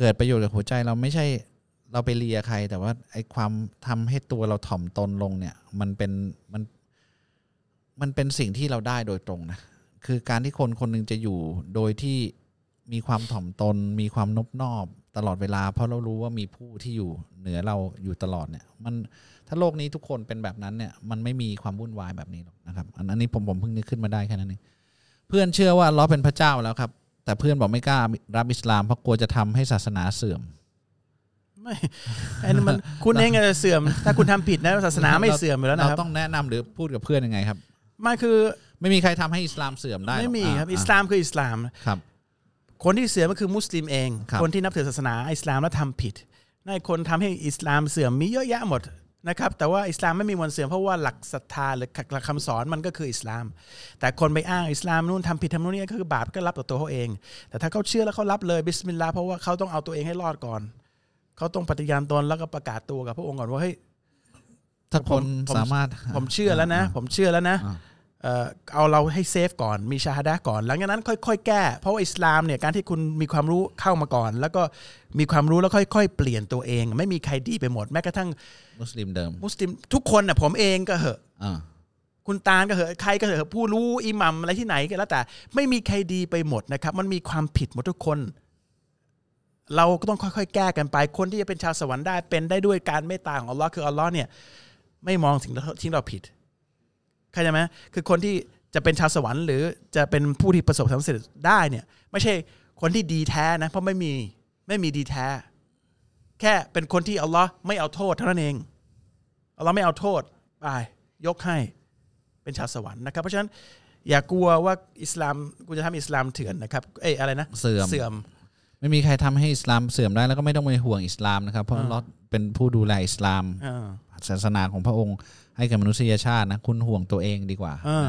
เกิดประโยชน์กับหัวใจเราไม่ใช่ เราไปเลียใคร แต่ว่าไอ้ความทำให้ตัวเราถ่อมตนลงเนี่ย มันเป็นมันมันเป็นสิ่งที่เราได้โดยตรงนะคือการที่คนคนหนึงจะอยู่โดยที่มีความถ่อมตน มีความนอบนอบตลอดเวลา เพราะเรารู้ว่ามีผู้ที่อยู่เหนือเราอยู่ตลอดเนี่ยมันถ้าโลกนี้ทุกคนเป็นแบบนั้นเนี่ยมันไม่มีความวุ่นวายแบบนี้หรอกนะครับอันอันนี้ผมผมเพิ่งนึกขึ้นมาได้แค่นั้นเองเพื่อนเชื่อว่าอัลเราะห์เป็นพระเจ้าแล้วครับ แต่เพื่อนบอกไม่กล้ารับอิสลามเพราะกลัวจะทำให้ศาสนาเสื่อม ไม่ไอ้นั่น มันคุณเองอาจจะเสื่อม ถ้าคุณทำผิดนะศาสนาไม่เสื่อมอยู่แล้วนะครั เรา บ ต้องแนะนำหรือพูดกับเพื่อนยังไงครับ ไม่คือ ไม่มีใครทำให้อิสลามเสื่อมได้หอก ไม่มีครับ ะ อิสลามคืออิสลาม ครับ คนที่เสื่อมก็คือมุสลิมเอง ครับ คนที่นับถือศาสนาอิสลามแล้วทำผิดในคนทำให้อิสลามเสื่อมมีเยอะแยะหมดนะครับ แต่ว่าอิสลามไม่มีวันเสื่อมเพราะว่าหลักศรัทธาหรือหลักคำสอนมันก็คืออิสลาม แต่คนไปอ้างอิสลามนู่นทำผิดทำนู่นนี่ก็คือบาปก็รับต่อตัวเขาเอง แต่ถ้าเขาเชื่อแล้วเขารับเลยบิสมิลลาห์เพราะว่าเขาต้องเอาตัวเองให้รอดก่อน เขาต้องปฏิญาณตนแล้วก็ประกาศตัวกับพระองค์ก่อนว่าเฮ้ย ถ้าคน ผม สามารถ ผมเชื่อแล้วนะ ผมเชื่อแล้วนะ อ่า เอ่อเอาเราให้เซฟก่อนมีชาฮาดะห์ก่อน หลังจากนั้นค่อยๆ แก้ เพราะว่าอิสลามเนี่ยการที่คุณมีความรู้เข้ามาก่อน แล้วก็มีความรู้แล้วค่อยๆ เปลี่ยนตัวเอง ไม่มีใครดีไปหมดแม้กระทั่ง มุสลิมเดิม มุสลิมทุกคนน่ะผมเองก็เหอะ อ่า คุณตาลก็เหอะใครก็เหอะผู้รู้อิหมัมอะไรที่ไหนก็แล้วแต่ ไม่มีใครดีไปหมดนะครับ มันมีความผิดหมดทุกคน เราก็ต้องค่อยๆ แก้กันไป คนที่จะเป็นชาวสวรรค์ได้เป็นได้ด้วยการเมตตาของอัลลอฮ์คืออัลลอฮ์เนี่ย ไม่มองสิ่งที่เราผิดเข้าใจไหมคือคนที่จะเป็นชาวสวรรค์หรือจะเป็นผู้ที่ประสบความสำเร็จได้เนี่ย ไม่ใช่คนที่ดีแท้นะ เพราะไม่มีไม่มีดีแท้ แค่เป็นคนที่อัลลอฮ์ไม่เอาโทษเท่านั้นเองอัลลอฮ์ไม่เอาโทษไปยกให้ เป็นชาวสวรรค์นะครับ เพราะฉะนั้นอย่ากลัวว่าอิสลามกูจะทำอิสลามเถื่อนนะครับเอ้ยอะไรนะ เสื่อม เสื่อม ไม่มีใครทำให้อิสลามเสื่อมได้แล้วก็ไม่ต้องไปห่วงอิสลามนะครับ เพราะอัลเราะห์เป็นผู้ดูแลอิสลาม อ่า ศาสนาของพระองค์ให้กับมนุษยชาตินะคุณห่วงตัวเองดีกว่า อ่า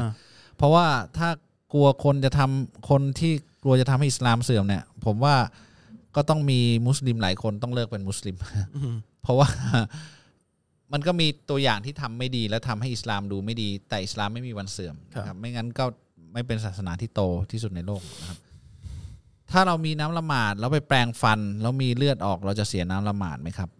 เพราะว่าถ้ากลัวคนจะทำคนที่กลัวจะทำให้อิสลามเสื่อมเนี่ย ผมว่าก็ต้องมีมุสลิมหลายคนต้องเลิกเป็นมุสลิม เพราะว่า มันก็มีตัวอย่างที่ทำไม่ดีแล้วทำให้อิสลามดูไม่ดี แต่อิสลามไม่มีวันเสื่อมนะครับไม่งั้นก็ไม่เป็นศาสนาที่โตที่สุดในโลกนะครับ ถ้าเรามีน้ำละหมาดแล้วไปแปรงฟัน แล้วมีเลือดออก เราจะเสียน้ำละหมาดไหมครับ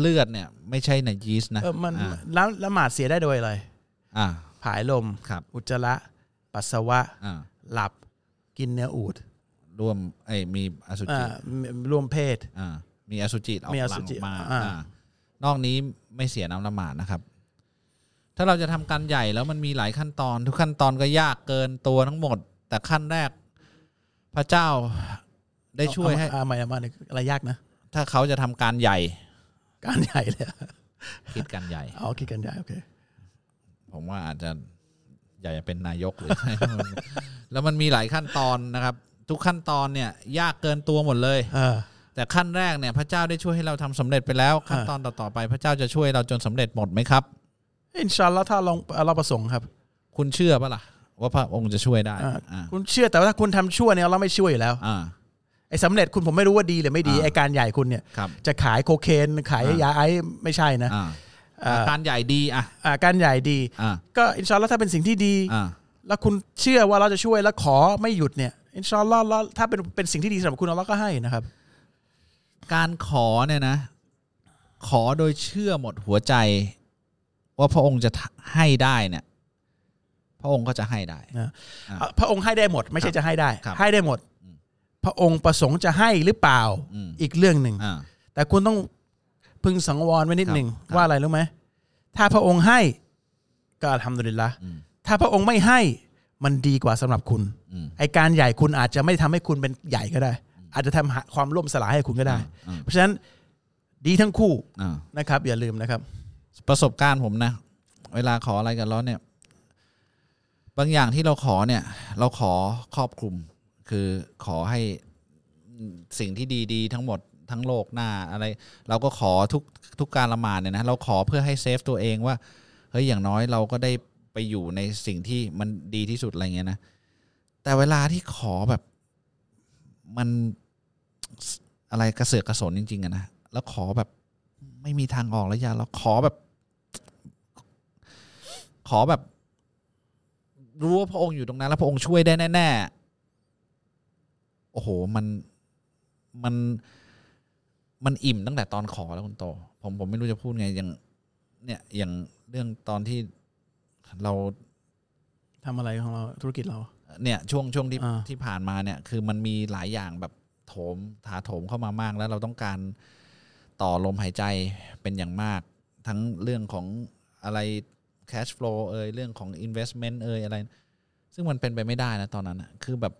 เลือดเนี่ย ไม่ใช่นะยีสต์นะ เออมัน อ่า แล้วละหมาดเสียได้โดยอะไร อ่า ผายลม ครับ อุจจาระ ปัสสาวะ อ่า หลับ กินเนื้ออูด ร่วมไอ้ยมีอสุจิ อ่าร่วมเพศ อ่ามีอสุจิออก มี ห อ ลั สุ งอ จิ อกมา อ่า อ่านอกนี้ไม่เสียน้ำละหมาดนะครับ ถ้าเราจะทำการใหญ่แล้วมันมีหลายขั้นตอน ทุกขั้นตอนก็ยากเกินตัวทั้งหมด แต่ขั้นแรก พระเจ้าได้ช่วยให้ อ่าใหม่ละหมาดเนี่ยอะไรยากนะ ถ้าเขาจะทำการใหญ่ การใหญ่เลย อะ คิดการใหญ่ อ๋อคิดกันใหญ่โอเค ผมว่าอาจจะอยากจะเป็นนายกหรือ แล้วมันมีหลายขั้นตอนนะครับ ทุกขั้นตอนเนี่ย ยากเกินตัวหมดเลย เออ แต่ขั้นแรกเนี่ยพระเจ้าได้ช่วยให้เราทำสำเร็จไปแล้ว ขั้นตอนต่อๆไปพระเจ้าจะช่วยเราจนสำเร็จหมดไหมครับ อินชาอัลลอฮ์ถ้าลองเราประสงค์ครับ คุณเชื่อปะล่ะ ว่าพระองค์จะช่วยได้ อ่า อ่า คุณเชื่อแต่ว่าถ้าคุณทำชั่วเนี่ยเราไม่ช่วยอยู่แล้ว อ่า ไอ้สำเร็จคุณผมไม่รู้ว่าดีหรือไม่ดี อ่า ไอ้การใหญ่คุณเนี่ย ครับ จะขายโคเคน ขายยาไอซ์ไม่ใช่นะ อ่า เอ่อ การใหญ่ดีอ่ะ อ่าการใหญ่ดี อ่า ก็อินชาอัลลอฮ์ถ้าเป็นสิ่งที่ดี อ่า แล้วคุณเชื่อว่าเราจะช่วยแล้วขอไม่หยุดเนี่ยอินชาอัลลอฮ์แล้วถ้าเป็นเป็นสิ่งที่ดีสำหรับคุณอัลลอฮ์ก็ให้นะครับ การขอเนี่ยนะ ขอโดยเชื่อหมดหัวใจ ว่าพระองค์จะให้ได้เนี่ย พระองค์ก็จะให้ได้ นะ อ่ะ เอ่อพระองค์ให้ได้หมด ไม่ใช่จะให้ได้ ครับ ให้ได้หมด อืม พระองค์ประสงค์จะให้หรือเปล่า อืม อีกเรื่องหนึ่ง อ่า แต่คุณต้องพึงสังวรไว้นิดหนึ่ง ครับ ว่าอะไรรู้ไหมถ้าพระองค์ให้ก็ทำดุลิลละ อืม ถ้าพระองค์ไม่ให้มันดีกว่าสำหรับคุณ อืม ไอการใหญ่คุณอาจจะไม่ทำให้คุณเป็นใหญ่ก็ได้ อาจจะทำหาความล่มสลายให้คุณก็ได้ อืม เพราะฉะนั้นดีทั้งคู่ อ่า นะครับ อย่าลืมนะครับ ประสบการณ์ผมนะ เวลาขออะไรกันแล้วเนี่ย บางอย่างที่เราขอเนี่ย เราขอครอบคลุม คือขอให้สิ่งที่ดีๆ ทั้งหมดทั้งโลกหน้าอะไร เราก็ขอทุกทุกการละหมาดเนี่ยนะเราขอเพื่อให้เซฟตัวเองว่าเฮ้ยอย่างน้อยเราก็ได้ไปอยู่ในสิ่งที่มันดีที่สุดอะไรเงี้ยนะแต่เวลาที่ขอแบบมันอะไรกระเสือกกระสนจริงๆอะนะแล้วขอแบบ ไม่มีทางออกแล้วยาเราขอแบบ ขอแบบ รู้ว่าพระองค์อยู่ตรงนั้น แล้วพระองค์ช่วยได้แน่ๆ โอ้โห มันมันมันอิ่มตั้งแต่ตอนขอแล้วคุณโต ผมผมไม่รู้จะพูดไงอย่างเนี่ยอย่างเรื่องตอนที่เรา ทำอะไรของเราธุรกิจเรา เนี่ยช่วงช่วงที่ อ่า ที่ผ่านมาเนี่ยคือมันมีหลายอย่างแบบโถมถาโถมเข้ามามากแล้วเราต้องการต่อลมหายใจเป็นอย่างมาก ทั้งเรื่องของอะไร cash flow เอยเรื่องของ investment เอยอะไร ซึ่งมันเป็นไปไม่ได้นะตอนนั้นนะคือแบบ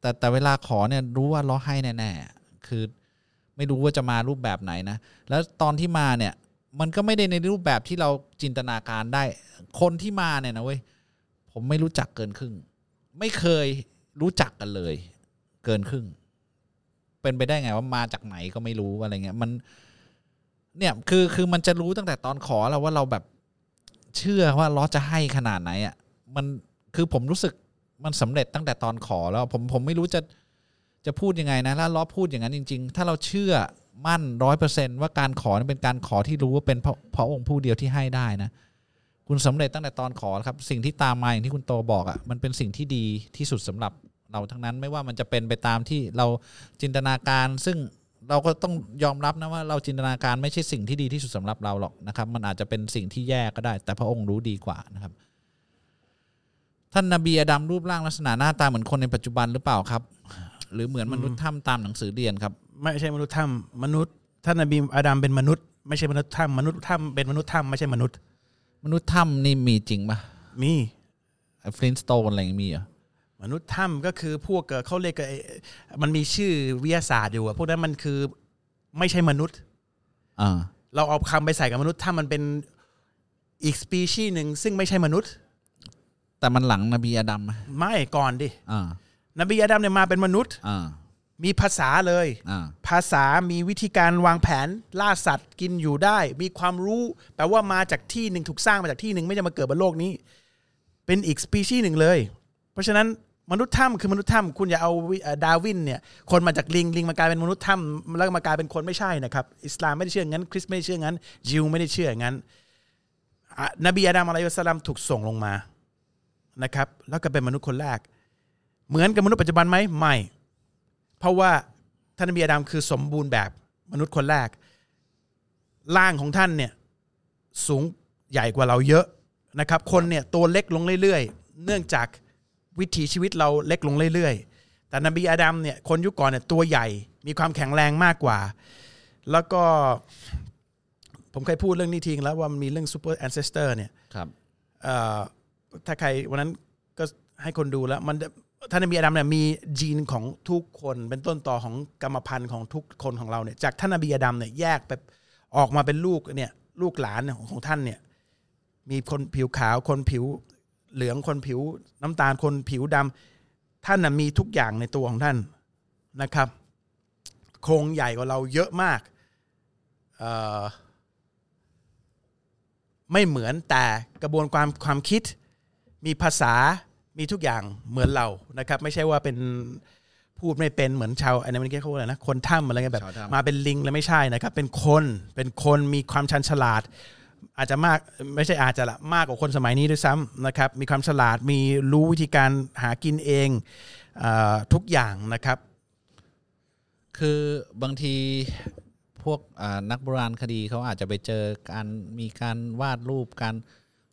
แต่แต่เวลาขอเนี่ยรู้ว่าเราให้แน่ๆคือไม่รู้ว่าจะมารูปแบบไหนนะ แล้วตอนที่มาเนี่ย มันก็ไม่ได้ในรูปแบบที่เราจินตนาการได้ คนที่มาเนี่ยนะเว้ย ผมไม่รู้จักเกินครึ่ง ไม่เคยรู้จักกันเลย เกินครึ่ง เป็นไปได้ไงว่ามาจากไหนก็ไม่รู้อะไรเงี้ย มัน เนี่ยคือคือมันจะรู้ตั้งแต่ตอนขอแล้วว่าเราแบบเชื่อว่าล้อจะให้ขนาดไหนอ่ะมันคือผมรู้สึกมันสำเร็จตั้งแต่ตอนขอแล้ว ผมผมไม่รู้จะจะพูดยังไงนะแล้วล้อพูดอย่างนั้นจริง ๆ ถ้าเราเชื่อมั่นร้อยเปอร์เซนว่าการขอนั้นเป็นการขอที่รู้ว่าเป็นพระพระองค์ผู้เดียวที่ให้ได้นะ คุณสำเร็จตั้งแต่ตอนขอแล้วครับ สิ่งที่ตามมาอย่างที่คุณโตบอกอะ่ะมันเป็นสิ่งที่ดีที่สุดสำหรับเราทั้งนั้นไม่ว่ามันจะเป็นไปตามที่เราจินตนาการ ซึ่งเราก็ต้องยอมรับนะว่าเราจินตนาการไม่ใช่สิ่งที่ดีที่สุดสำหรับเราหรอกนะครับ มันอาจจะเป็นสิ่งที่แย่ก็ได้ แต่พระองค์รู้ดีกว่านะครับ ท่านนบีอาดัมรูปร่างลักษณะหน้าตาเหมือนคนในปัจจุบันหรือเปล่าครับ หรือเหมือนมนุษย์ถ้ำตามหนังสือเรียนครับ ไม่ใช่มนุษย์ถ้ำมนุษย์ท่านนบีอาดัมเป็นมนุษย์ไม่ใช่มนุษย์ถ้ำมนุษย์ถ้ำเป็นมนุษย์ถ้ำไม่ใช่มนุษย์ มนุษย์ถ้ำนี่มีจริงปะ มี ฟลินสโตนอะไรอย่างงี้มีเหรอ มนุษย์ถ้ำก็คือพวกเอ่อเขาเรียกกันไอ้มันมีชื่อวิทยาศาสตร์อยู่อะพวกนั้นมันคือไม่ใช่มนุษย์ อ่า เราเอาคำไปใส่กับมนุษย์ถ้ำมันเป็นอีกสปีชีส์หนึ่งซึ่งไม่ใช่มนุษย์ แต่มันหลังนบีอาดัมไหม ไม่ก่อนดิ อ่า นบีอาดัมเนี่ยมาเป็นมนุษย์ อ่า มีภาษาเลย อ่า ภาษามีวิธีการวางแผนล่าสัตว์กินอยู่ได้ มีความรู้แปลว่ามาจากที่หนึ่งถูกสร้างมาจากที่หนึ่งไม่ได้มาเกิดบนโลกนี้ เป็นอีกสปีชีส์หนึ่งเลย เพราะฉะนั้นมนุษย์ถ้ำคือมนุษย์ถ้ำคุณอย่าเอาวิเอ่อดาร์วินเนี่ยคนมาจากลิงลิงมากลายเป็นมนุษย์ถ้ำแล้วก็มากลายเป็นคนไม่ใช่นะครับ อิสลามไม่ได้เชื่ออย่างนั้น คริสต์ไม่ได้เชื่ออย่างนั้น ยิวไม่ได้เชื่ออย่างนั้นอ่ะนบีอาดัมอะลัยฮิวะสลลัมถูกส่งลงมานะครับ แล้วก็เป็นมนุษย์คนแรก เหมือนกับมนุษย์ปัจจุบันไหมไม่ เพราะว่าท่านนบีอาดัมคือสมบูรณ์แบบมนุษย์คนแรก ร่างของท่านเนี่ยสูงใหญ่กว่าเราเยอะนะครับ คนเนี่ยตัวเล็กลงเรื่อยๆ เนื่องจากวิถีชีวิตเราเล็กลงเรื่อยๆ แต่นบีอาดัมเนี่ยคนยุคก่อนเนี่ยตัวใหญ่มีความแข็งแรงมากกว่า แล้วก็ผมเคยพูดเรื่องนี้ทิ้งแล้วว่ามันมีเรื่องซูเปอร์แอนเซสเตอร์เนี่ย ครับ เอ่อถ้าใครวันนั้นก็ให้คนดูแล้ว มันท่านนบีอาดัมเนี่ยมียีนของทุกคนเป็นต้นต่อของกรรมพันธุ์ของทุกคนของเราเนี่ยจากท่านนบีอาดัมเนี่ยแยกไปออกมาเป็นลูกเนี่ยลูกหลานของของท่านเนี่ยมีคนผิวขาวคนผิวเหลืองคนผิวน้ำตาลคนผิวดำท่านน่ะมีทุกอย่างในตัวของท่านนะครับ โครงใหญ่กว่าเราเยอะมากเอ่อ ไม่เหมือนแต่กระบวนความความคิด มีภาษามีทุกอย่างเหมือนเรานะครับ ไม่ใช่ว่าเป็นพูดไม่เป็นเหมือนชาวอันนี้มันเรียกเขาว่าอะไรนะคนถ้ำอะไรเงี้ยแบบ ชาวถ้ำ มาเป็นลิงแล้วไม่ใช่นะครับ เป็นคนเป็นคนมีความชันฉลาด อาจจะมากไม่ใช่อาจจะละมากกว่าคนสมัยนี้ด้วยซ้ำนะครับ มีความฉลาดมีรู้วิธีการหากินเองเออทุกอย่างนะครับ คือบางที พวกอ่านักโบราณคดีเขาอาจจะไปเจอการมีการวาดรูปการ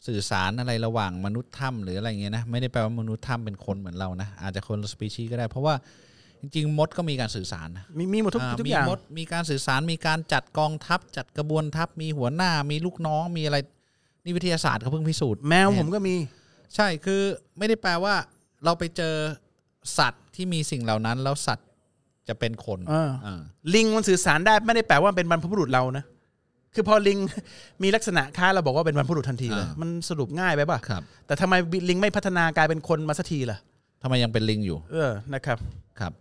สื่อสารอะไรระหว่างมนุษย์ถ้ำหรืออะไรเงี้ยนะไม่ได้แปลว่ามนุษย์ถ้ำเป็นคนเหมือนเรานะอาจจะคนสปีชีก็ได้ เพราะว่าจริง ๆ มดก็มีการสื่อสารนะ มีมีหมดทุกทุก มี อย่าง มดมีการสื่อสารมีการจัดกองทัพ จัดกระบวนทัพ มีหัวหน้ามีลูกน้องมีอะไร นี่วิทยาศาสตร์เขาเพิ่งพิสูจน์ แมวผมก็มี ใช่คือไม่ได้แปลว่า เราไปเจอสัตว์ที่มีสิ่งเหล่านั้น แล้วสัตว์จะเป็นคน เออ เออ ลิงมันสื่อสารได้ไม่ได้แปลว่าเป็นบรรพบุรุษเรานะ คือพอลิง มีลักษณะคล้ายเราบอกว่าเป็นบรรพบุรุษทันทีเลยมันสรุปง่ายไปป่ะ ครับ แต่ทำไมลิงไม่พัฒนากลายเป็นคนมาสักทีล่ะ ทำไมยังเป็นลิงอยู่ เออนะครับ ครับ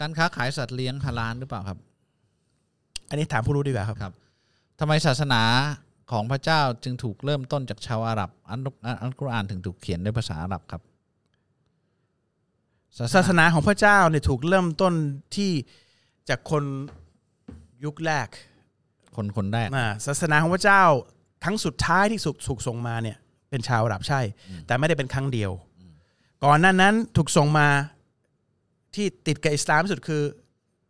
การค้าขายสัตว์เลี้ยงฮาลาลหรือเปล่าครับ อันนี้ถามผู้รู้ดีกว่าครับ ครับทำไมศาสนาของพระเจ้าจึงถูกเริ่มต้นจากชาวอาหรับอันกุอัลกุรอานถึงถูกเขียนด้วยภาษาอาหรับครับศาส ศาส นา นาของพระเจ้าเนี่ยถูกเริ่มต้นที่จากคนยุคแรก คนคนแรก นะศาสนาของพระเจ้าครั้งสุดท้ายที่สุกถูกส่งมาเนี่ยเป็นชาวอาหรับใช่ แต่ไม่ได้เป็นครั้งเดียว ก่อนหน้านั้นถูกส่งมาที่ติดกับอิสลามที่สุดคือ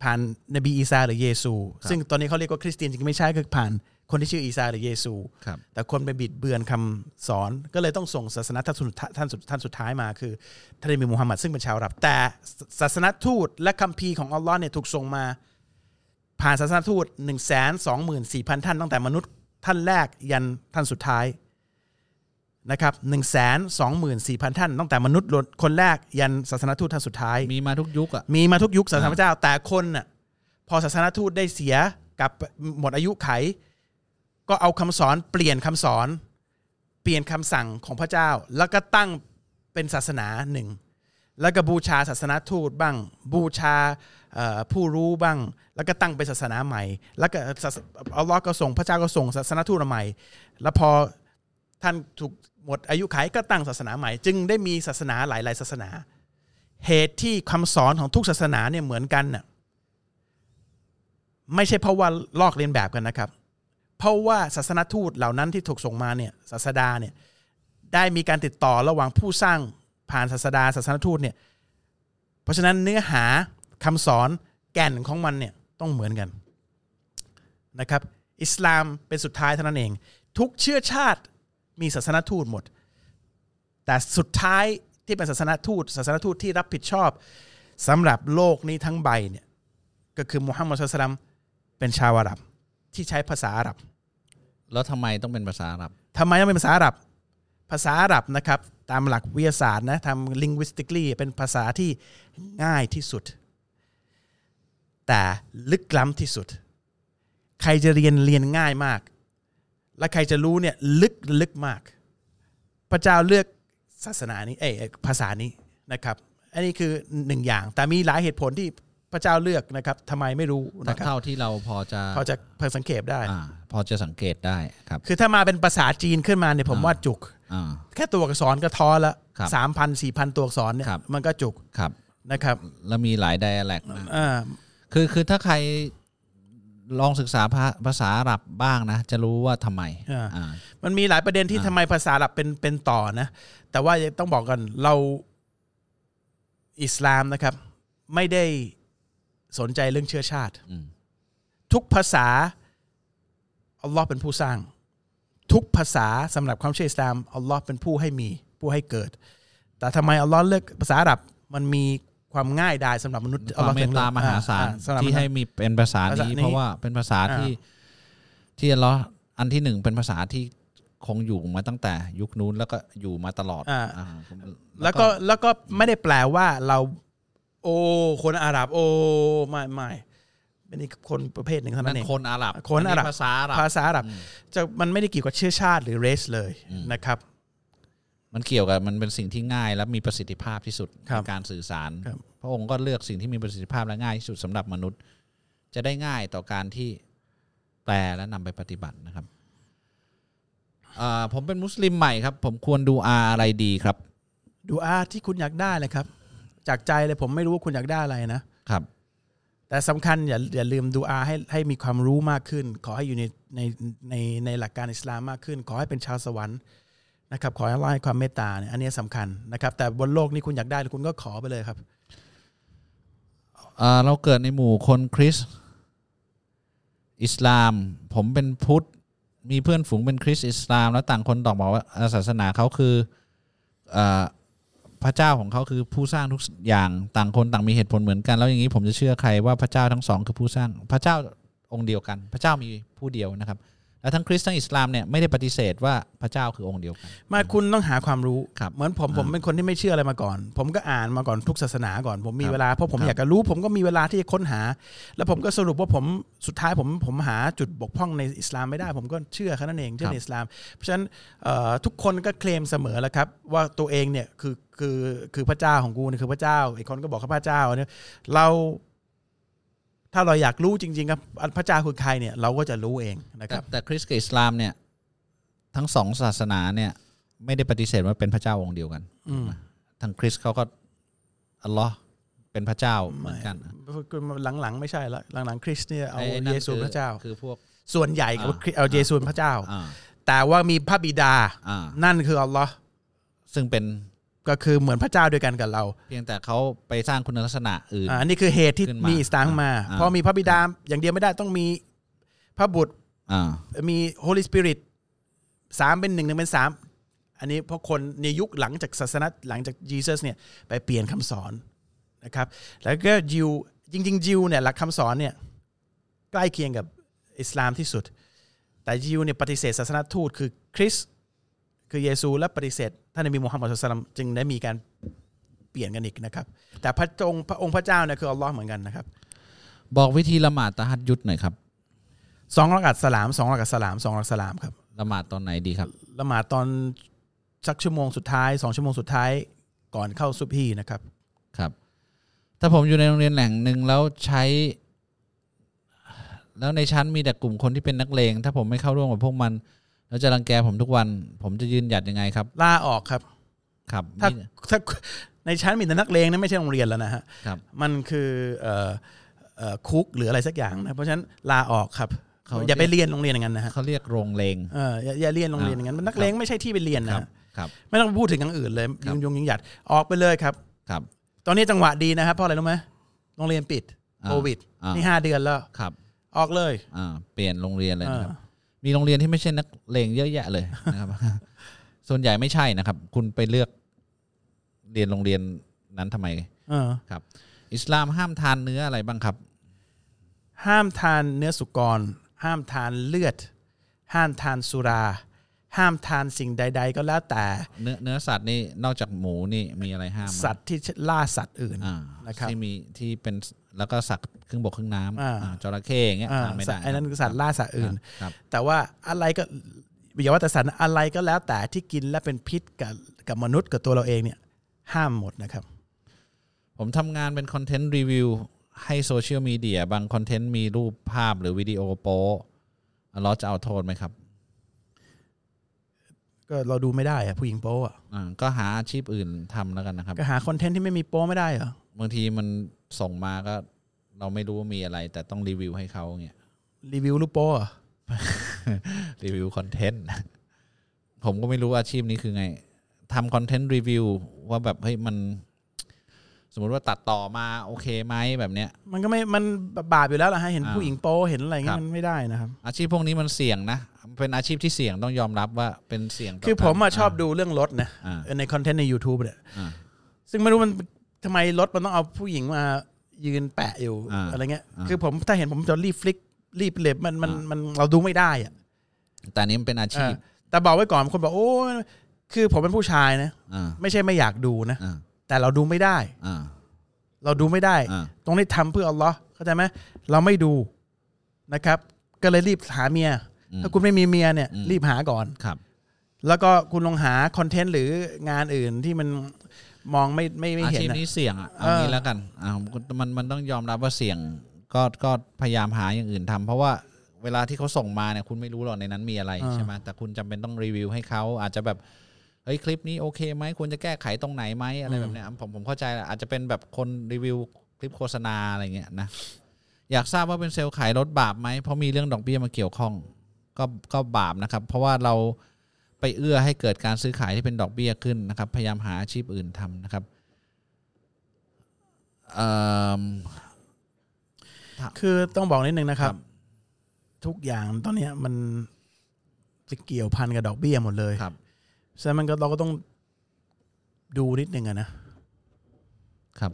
ผ่านนบีอีซาหรือเยซู ซึ่งตอนนี้เขาเรียกว่าคริสเตียนจริงๆไม่ใช่คือผ่านคนที่ชื่ออีซาหรือเยซู ครับ แต่คนไปบิดเบือนคำสอนก็เลยต้องส่งศาสนาท่านสุดท้ายท่านสุดท่านสุดท้ายมาคือท่านนบีมูฮัมหมัดซึ่งเป็นชาวอาหรับ แต่ศาสนทูตและคัมภีร์ของอัลลอฮ์เนี่ยถูกส่งมา ผ่านศาสนทูต1นึ่งแสนสองหมื่นสี่พันท่านตั้งแต่มนุษย์ท่านแรกยันท่านสุดท้ายนะครับหนึ่งแสนสองหมื่นสี่พันท่านตั้งแต่มนุษย์คนแรกยันศาสนทูตท่านสุดท้าย มีมาทุกยุคอะ มีมาทุกยุคศาสนาพระเจ้าแต่คนน่ะพอศาสนทูตได้เสียกับหมดอายุไข ก็เอาคำสอนเปลี่ยนคำสอน เปลี่ยนคำสั่งของพระเจ้า แล้วก็ตั้งเป็นศาสนาหนึ่ง แล้วก็บูชาศาสนทูตบ้าง บูชาเอ่อผู้รู้บ้าง แล้วก็ตั้งเป็นศาสนาใหม่ แล้วก็ศาสอัลลอฮ์ก็ส่งพระเจ้าก็ส่งศาสนทูตมาใหม่ แล้วพอท่านถูกหมดอายุไขก็ตั้งศาสนาใหม่ จึงได้มีศาสนาหลายๆศาสนา เหตุที่คำสอนของทุกศาสนาเนี่ยเหมือนกันน่ะไม่ใช่เพราะว่าลอกเลียนแบบกันนะครับ เพราะว่าศาสนทูตเหล่านั้นที่ถูกส่งมาเนี่ยศาสดาเนี่ยได้มีการติดต่อระหว่างผู้สร้างผ่านศาสดาศาสนทูตเนี่ยเพราะฉะนั้นเนื้อหาคำสอนแก่นของมันเนี่ยต้องเหมือนกันนะครับ อิสลามเป็นสุดท้ายเท่านั้นเอง ทุกเชื้อชาติมีศาสนทูตหมด แต่สุดท้ายที่เป็นศาสนทูตศาสนทูตที่รับผิดชอบสำหรับโลกนี้ทั้งใบเนี่ยก็คือมูฮัมมัดสุลตัลลัมเป็นชาวอาหรับที่ใช้ภาษาอาหรับ แล้วทำไมต้องเป็นภาษาอาหรับ ทำไมต้องเป็นภาษาอาหรับ ภาษาอาหรับนะครับ ตามหลักวิทยาศาสตร์นะทำ linguistically เป็นภาษาที่ง่ายที่สุด แต่ลึกล้ำที่สุด ใครจะเรียนเรียนง่ายมาก และใครจะรู้เนี่ยลึกลึกมาก พระเจ้าเลือกศาสนานี้เอยเอ่ยภาษานี้นะครับ อันนี้คือหนึ่งอย่าง แต่มีหลายเหตุผลที่พระเจ้าเลือกนะครับทำไมไม่รู้นะครับ เท่าที่เราพอจะ พอจะพอสังเกตได้ อ่าพอจะสังเกตได้ครับ คือถ้ามาเป็นภาษาจีนขึ้นมาเนี่ยผมว่าจุก อ่า แค่ตัวอักษรก็ท้อละ ครับ สามพันสี่พันตัวอักษรเนี่ย ครับ มันก็จุก ครับ นะครับ แล้วมีหลายไดอะแลก อ่า คือคือถ้าใครลองศึกษาภาภาษาอาหรับบ้างนะ จะรู้ว่าทำไมอ่า มันมีหลายประเด็นที่ทำไมภาษาอาหลับเป็นเป็นต่อนะแต่ว่าต้องบอกกันเราอิสลามนะครับ ไม่ได้สนใจเรื่องเชื้อชาติ อืม ทุกภาษาอัลลอฮ์เป็นผู้สร้าง ทุกภาษาสำหรับความเชื่ออิสลามอัลลอฮ์เป็นผู้ให้มีผู้ให้เกิด แต่ทำไมอัลลอฮ์เลือกภาษาอาหรับมันมีความง่ายดายสำหรับมนุษย์ ความเมตตามหาศาล อ่อ่สำรับ ที่ มนุษ ให้ ย์ มีเป็นภาษา ภาษา นี้ นี้ เพราะว่าเป็นภาษา อ่า ที่ที่อัลเลาะห์อันที่หนึ่งเป็นภาษาที่คงอยู่มาตั้งแต่ยุคนู้นแล้วก็อยู่มาตลอด อ่า อ่า แล้วก็แล้วก็ไม่ได้แปลว่าเรา โอ้คนอาหรับ โอ้ไม่ไม่เป็นอีกคนประเภทหนึ่งเท่า นั่ นั้น น เอง คนอาหรับ คนอาหรับ ภาษาอาหรับ ภาษาอาหรับจะมันไม่ได้เกี่ยวกับเชื้อชาติหรือเรสเลย อืม นะครับ มันเกี่ยวกับมันเป็นสิ่งที่ง่ายและมีประสิทธิภาพที่สุด ครับ ในการสื่อสาร ครับ พระองค์ก็เลือกสิ่งที่มีประสิทธิภาพและง่ายที่สุดสำหรับมนุษย์ จะได้ง่ายต่อการที่แปลและนำไปปฏิบัตินะครับอ่าผมเป็นมุสลิมใหม่ครับ ผมควรดูอาอะไรดีครับ ดูอาที่คุณอยากได้เลยครับ จากใจเลยผมไม่รู้ว่าคุณอยากได้อะไรนะ ครับ แต่สำคัญอย่าอย่าลืมดูอาให้ให้มีความรู้มากขึ้น ขอให้อยู่ในในในในหลักการอิสลามมากขึ้น ขอให้เป็นชาวสวรรค์นะครับ ขอให้อัลลอฮ์ให้ความเมตตาเนี่ยอันเนี้ยสำคัญนะครับ แต่บนโลกนี้คุณอยากได้คุณก็ขอไปเลยครับ อ่าเราเกิดในหมู่คนคริสต์ อิสลาม ผมเป็นพุทธ มีเพื่อนฝูงเป็นคริสต์อิสลาม แล้วต่างคนต่างบอกว่าศาสนาเขาคือเออพระเจ้าของเขาคือผู้สร้างทุกอย่างต่างคนต่างมีเหตุผลเหมือนกัน แล้วอย่างนี้ผมจะเชื่อใครว่าพระเจ้าทั้งสองคือผู้สร้างพระเจ้าองค์เดียวกัน พระเจ้ามีผู้เดียวนะครับ แล้วทั้งคริสต์ทั้งอิสลามเนี่ยไม่ได้ปฏิเสธว่าพระเจ้าคือองค์เดียวกัน ไมาคุณต้องหาความรู้ ครับ เหมือนผมผมเป็นคนที่ไม่เชื่ออะไรมาก่อน ผมก็อ่านมาก่อนทุกศาสนาก่อน ผมมี ครับ เวลาเพราะผม ครับ อยากจะรู้ ผมก็มีเวลาที่จะค้นหา แล้วผมก็สรุปว่าผมสุดท้ายผมผมหาจุดบกพร่องในอิสลามไม่ได้ ผมก็เชื่อแค่นั้นเองเชื่อในอิสลาม เพราะฉะนั้นเอ่อทุกคนก็เคลมเสมอแหล้วครับ ว่าตัวเองเนี่ยคือคือคือพระเจ้าของกูเนี่ยคือพระเจ้าอีกคนก็บอกข้าพระเจ้าเนี่ยเรา ถ้าเราอยากรู้จริงๆครับอันพระเจ้าคือใครเนี่ยเราก็จะรู้เองนะค แต่ รับ แต่คริสต์กับอิสลามเนี่ยทั้งสองศาสนาเนี่ยไม่ได้ปฏิเสธว่าเป็นพระเจ้าองค์เดียวกัน อืม ทางคริสต์เขาก็อัลลอฮ์เป็นพระเจ้าเหมือนกัน คือหลังๆ ไม่ใช่ละหลังๆคริสต์เนี่ยเอา ไนั่ เย น ซู คือ พระเจ้า คือพวก ส่วนใหญ่ก็ อ่า เอาเยซูเป็นพระเจ้า อ่า แต่ว่ามีพระบิดา อ่า นั่นคืออัลลอฮ์ ซึ่งเป็น ก็คือเหมือนพระเจ้าด้วยกันกับเรา เพียงแต่เขาไปสร้างคุณลักษณะอื่น อ่านี่คือเหตุที่ ขึ้นมามี มีอิสลามขึ้นมา อ่า เพราะมีพระบิดาอย่างเดียวไม่ได้ต้องมีพระบุตร อ่า มี Holy Spirit สามเป็นหนึ่งหนึ่งเป็นสามอันนี้เพราะคนในยุคหลังจากศาสนาหลังจากยีเซสเนี่ยไปเปลี่ยนคำสอนนะครับ แล้วก็ยิวจริงๆยิวเนี่ยหลักคำสอนเนี่ยใกล้เคียงกับอิสลามที่สุด แต่ยิวเนี่ยปฏิเสธศาสนทูตคือคริสต์คือเยซูและปฏิเสธท่านนบีมูฮัมมัดสุลตัลลัมจึงได้มีการเปลี่ยนกันอีกนะครับ แต่พระองค์พระองค์พระเจ้าเนี่ยคืออัลลอฮ์เหมือนกันนะครับ บอกวิธีละหมาดตะฮัดยุดหน่อยครับ สองรักอัดสลามสองรักอัดสลามสองรักอัดสลามครับ ละหมาดตอนไหนดีครับ ละหมาดตอนสักชั่วโมงสุดท้ายสองชั่วโมงสุดท้ายก่อนเข้าซุบฮีนะครับ ครับ ถ้าผมอยู่ในโรงเรียนแหล่งหนึ่งแล้วใช้ แล้วในชั้นมีแต่กลุ่มคนที่เป็นนักเลง ถ้าผมไม่เข้าร่วมกับพวกมัน แล้วจะรังแกผมทุกวัน ผมจะยืนหยัดยังไงครับ ลาออกครับ ครับ ถ้า นี่ ถ้าในชั้นมีแต่นักเลงนะไม่ใช่โรงเรียนแล้วนะฮะ ครับ มันคือเอ่อเอ่อคุกหรืออะไรสักอย่างนะเพราะฉะนั้นลาออกครับอย่าไปเรียนโรงเรียนอย่างนั้นนะฮะ เขาเรียกโรงเลง เอออย่าอย่าเรียนโรงเรียนอย่างนั้นนักเลงไม่ใช่ที่ไปเรียน ค นะ รับ ฮะ ครับ ไม่ต้องพูดถึงอย่างอื่นเลย ครั ยุ บ งยงยิงหยัดออกไปเลยครับ ครับ ตอนนี้จังหวะดีนะครับเพราะอะไรรู้ไหมโรงเรียนปิด อ่า โควิด อ่านี่ นี่ห้าเดือนแล้ว ครับ ออกเลย อ่าเปลี่ยนโรงเรียนเลยนะครับ อ่า มีโรงเรียนที่ไม่ใช่นักเลงเยอะแยะ เลยนะครับ ส่วนใหญ่ไม่ใช่นะครับ คุณไปเลือกเรียนโรงเรียนนั้นทำไม เออ ครับ อิสลามห้ามทานเนื้ออะไรบ้างครับ ห้ามทานเนื้อสุกร ห้ามทานเลือด ห้ามทานสุรา ห้ามทานสิ่งใด ๆ ก็แล้วแต่ เนื้อเนื้อสัตว์นี่นอกจากหมูนี่มีอะไรห้ามไหม สัตว์ที่ล่าสัตว์อื่น อ่า นะครับ ที่มีที่เป็นแล้วก็สัตว์ครึ่งบกครึ่งน้ำ อ่า อ่าจระเข้อย่างเงี้ย อ่า ทานไม่ สัต ได้ ว์ไอ้นั่นคือสัตว์ล่าสัตว์อื่น ครับ แต่ว่าอะไรก็อย่าว่าแต่สัตว์นะอะไรก็แล้วแต่ที่กินและเป็นพิษกับกับมนุษย์กับตัวเราเองเนี่ยห้ามหมดนะครับ ผมทำงานเป็นคอนเทนต์รีวิวให้โซเชียลมีเดียบางคอนเทนต์มีรูปภาพหรือวิดีโอโป๊ะอัลเลอฮ์จะเอาโทษไหมครับ ก็เราดูไม่ได้อะผู้หญิงโป้อะ อ่าก็หาอาชีพอื่นทำแล้วกันนะครับ ก็หาคอนเทนต์ที่ไม่มีโป้ไม่ได้เหรอบ างทีมันส่งมาก็เราไม่รู้ว่ามีอะไร แต่ต้องรีวิวให้เขาเงี้ย รีวิวรูปโป้อะ รีวิวคอนเทนต์ ผมก็ไม่รู้ว่าอาชีพนี้คือไงทำคอนเทนต์รีวิวว่าแบบเฮ้ยมัน สมมติว่าตัดต่อมาโอเคไหมแบบเนี้ย มันก็ไม่มันบาปอยู่แล้วล่ะฮะเห็น อ่า ผู้หญิงโป้เห็นอะไรอย่างเงี้ คยรับ มันไม่ได้นะครับ อาชีพพวกนี้มันเสี่ยงนะ เป็นอาชีพที่เสี่ยงต้องยอมรับว่าเป็นเสี่ยงต่ คือผมอะ าร ชอบดูเรื่องรถนะ อ่า ในคอนเทนต์ใน YouTube เนี่ย อ่า ซึ่งไม่รู้มันทำไมรถมันต้องเอาผู้หญิงมายืนแปะอยู่ อ่า อะไรเงี้ย อ่า คือผมถ้าเห็นผมจะรีบฟลิกรีบเล็บมันมัน อ่ามั มันเราดูไม่ได้อะ แต่อันนี้มันเป็นอาชี อ่า พ แต่บอกไว้ก่อนคนบอกโอ้ยคือผมเป็นผู้ชายนะ อ่า ไม่ใช่ไม่อยากดูนะ อ่า แต่เราดูไม่ได้ อ่า เราดูไม่ได้ อ่า ตรงนี้ทำเพื่ออัลลอฮ์เข้าใจไหมเราไม่ดูนะครับ ก็เลยรีบหาเมีย อืม ถ้าคุณไม่มีเมียเนี่ย อืม รีบหาก่อน ครับ แล้วก็คุณลองหาคอนเทนต์หรืองานอื่นที่มันมองไม่ไม่ไม่ อา เห็น ชีพ นะ นี้เสี่ยงอ่ะเอา เออ งี้แล้วกันอ่ามันมันต้องยอมรับว่าเสี่ยงก็ก็พยายามหาอย่างอื่นทำเพราะว่าเวลาที่เขาส่งมาเนี่ยคุณไม่รู้หรอกในนั้นมีอะไรใช่ไหมแต่คุณจำเป็นต้องรีวิวให้เขาอาจจะแบบเฮ้ยคลิปนี้โอเคไหมควรจะแก้ไขตรงไหนไหมอะไรแบบเนี้ยผมผมเข้าใจแหละอาจจะเป็นแบบคนรีวิวคลิปโฆษณาอะไรเงี้ยนะอยากทราบว่าเป็นเซลล์ขายรถบาปไหมเพราะมีเรื่องดอกเบี้ยมาเกี่ยวข้อง ก็ก็บาปนะครับ เพราะว่าเราไปเอื้อให้เกิดการซื้อขายที่เป็นดอกเบี้ยขึ้นนะครับ พยายามหาอาชีพอื่นทำนะครับ เอิ่ม คือต้องบอกนิดนึงนะครับ ทุกอย่างตอนเนี้ยมันจะเกี่ยวพันกับดอกเบี้ยหมดเลย ครับ ฉะนั้นมันก็เราก็ต้องดูนิดนึงอะนะ ครับ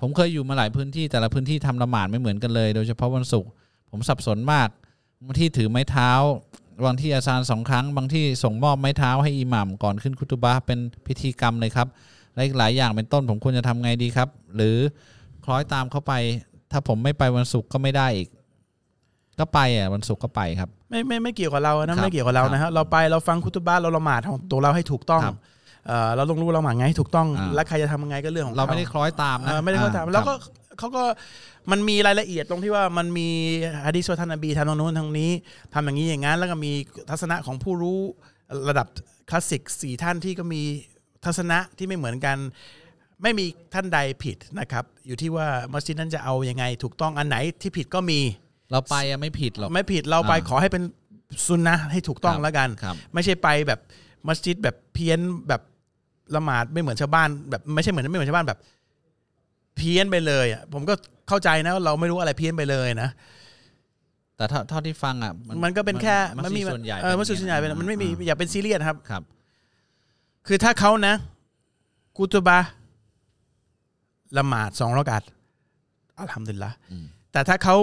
ผมเคยอยู่มาหลายพื้นที่แต่ละพื้นที่ทำละหมาดไม่เหมือนกันเลย โดยเฉพาะวันศุกร์ผมสับสนมากบางที่ถือไม้เท้าบางที่อาซานสองครั้ง บางที่ส่งมอบไม้เท้าให้อิหมัมก่อนขึ้นคุตุบะห์เป็นพิธีกรรมเลยครับและอีกหลายอย่างเป็นต้นผมควรจะทำไงดีครับ หรือคล้อยตามเข้าไป ถ้าผมไม่ไปวันศุกร์ก็ไม่ได้อีก ก็ไปอ่ะวันศุกร์ก็ไปครับ ไม่ไม่ไม่เกี่ยวกับเรา ครั นะ บ ไม่เกี่ยวกับเรานะฮะเราไปเราฟังคุตบ้าเราละหมาดของตัวเราให้ถูกต้อง ครับ เอ่อเราต้องรู้ละหมาดไงให้ถูกต้อง อ่า และใครจะทำยังไงก็เรื่องของ เราไม่ได้คล้อยตาม เอ่ นะ อไม่ได้เข้าใจ อ่ แล้วก็ ครับ เขาก็มันมีรายละเอียดตรงที่ว่ามันมีฮะดิษว่าท่านนบีทำตรงนู้นทางนี้ทำอย่างนี้อย่างนั้นแล้วก็มีทัศนะของผู้รู้ระดับคลาสสิกสี่ท่านที่ก็มีทัศนะที่ไม่เหมือนกัน ไม่มีท่านใดผิดนะครับ อยู่ที่ว่ามัสยิดนั้นจะเอายังไง ถูกต้องอันไหนที่ผิดก็มี เราไปอ่ะไม่ผิดหรอก ไม่ผิดเราไป อ่า ขอให้เป็นซุนนะห์ให้ถูกต้อง ครับ แล้วกัน ครับ ไม่ใช่ไปแบบมัสยิดแบบเพี้ยนแบบละหมาดไม่เหมือนชาวบ้าน แบบไม่ใช่เหมือนไม่เหมือนชาวบ้านแบบ เพี้ยนไปเลยอ่ะผมก็เข้าใจนะว่าเราไม่รู้อะไรเพี้ยนไปเลยนะ แต่เท่าเท่าที่ฟังอ่ะ มันก็เป็นแค่ มัมีส่วนใหญ่ เออมัสยิดส่วนใหญ่เป็ ป็ นมันไม่มี อ่า อย่าเป็นซีเรียสครับ ครับ คือถ้าเขานะกูตุบะห์ละหมาดสองรอกาดอัลฮัมดุลิลละ อืม แต่ถ้าเขา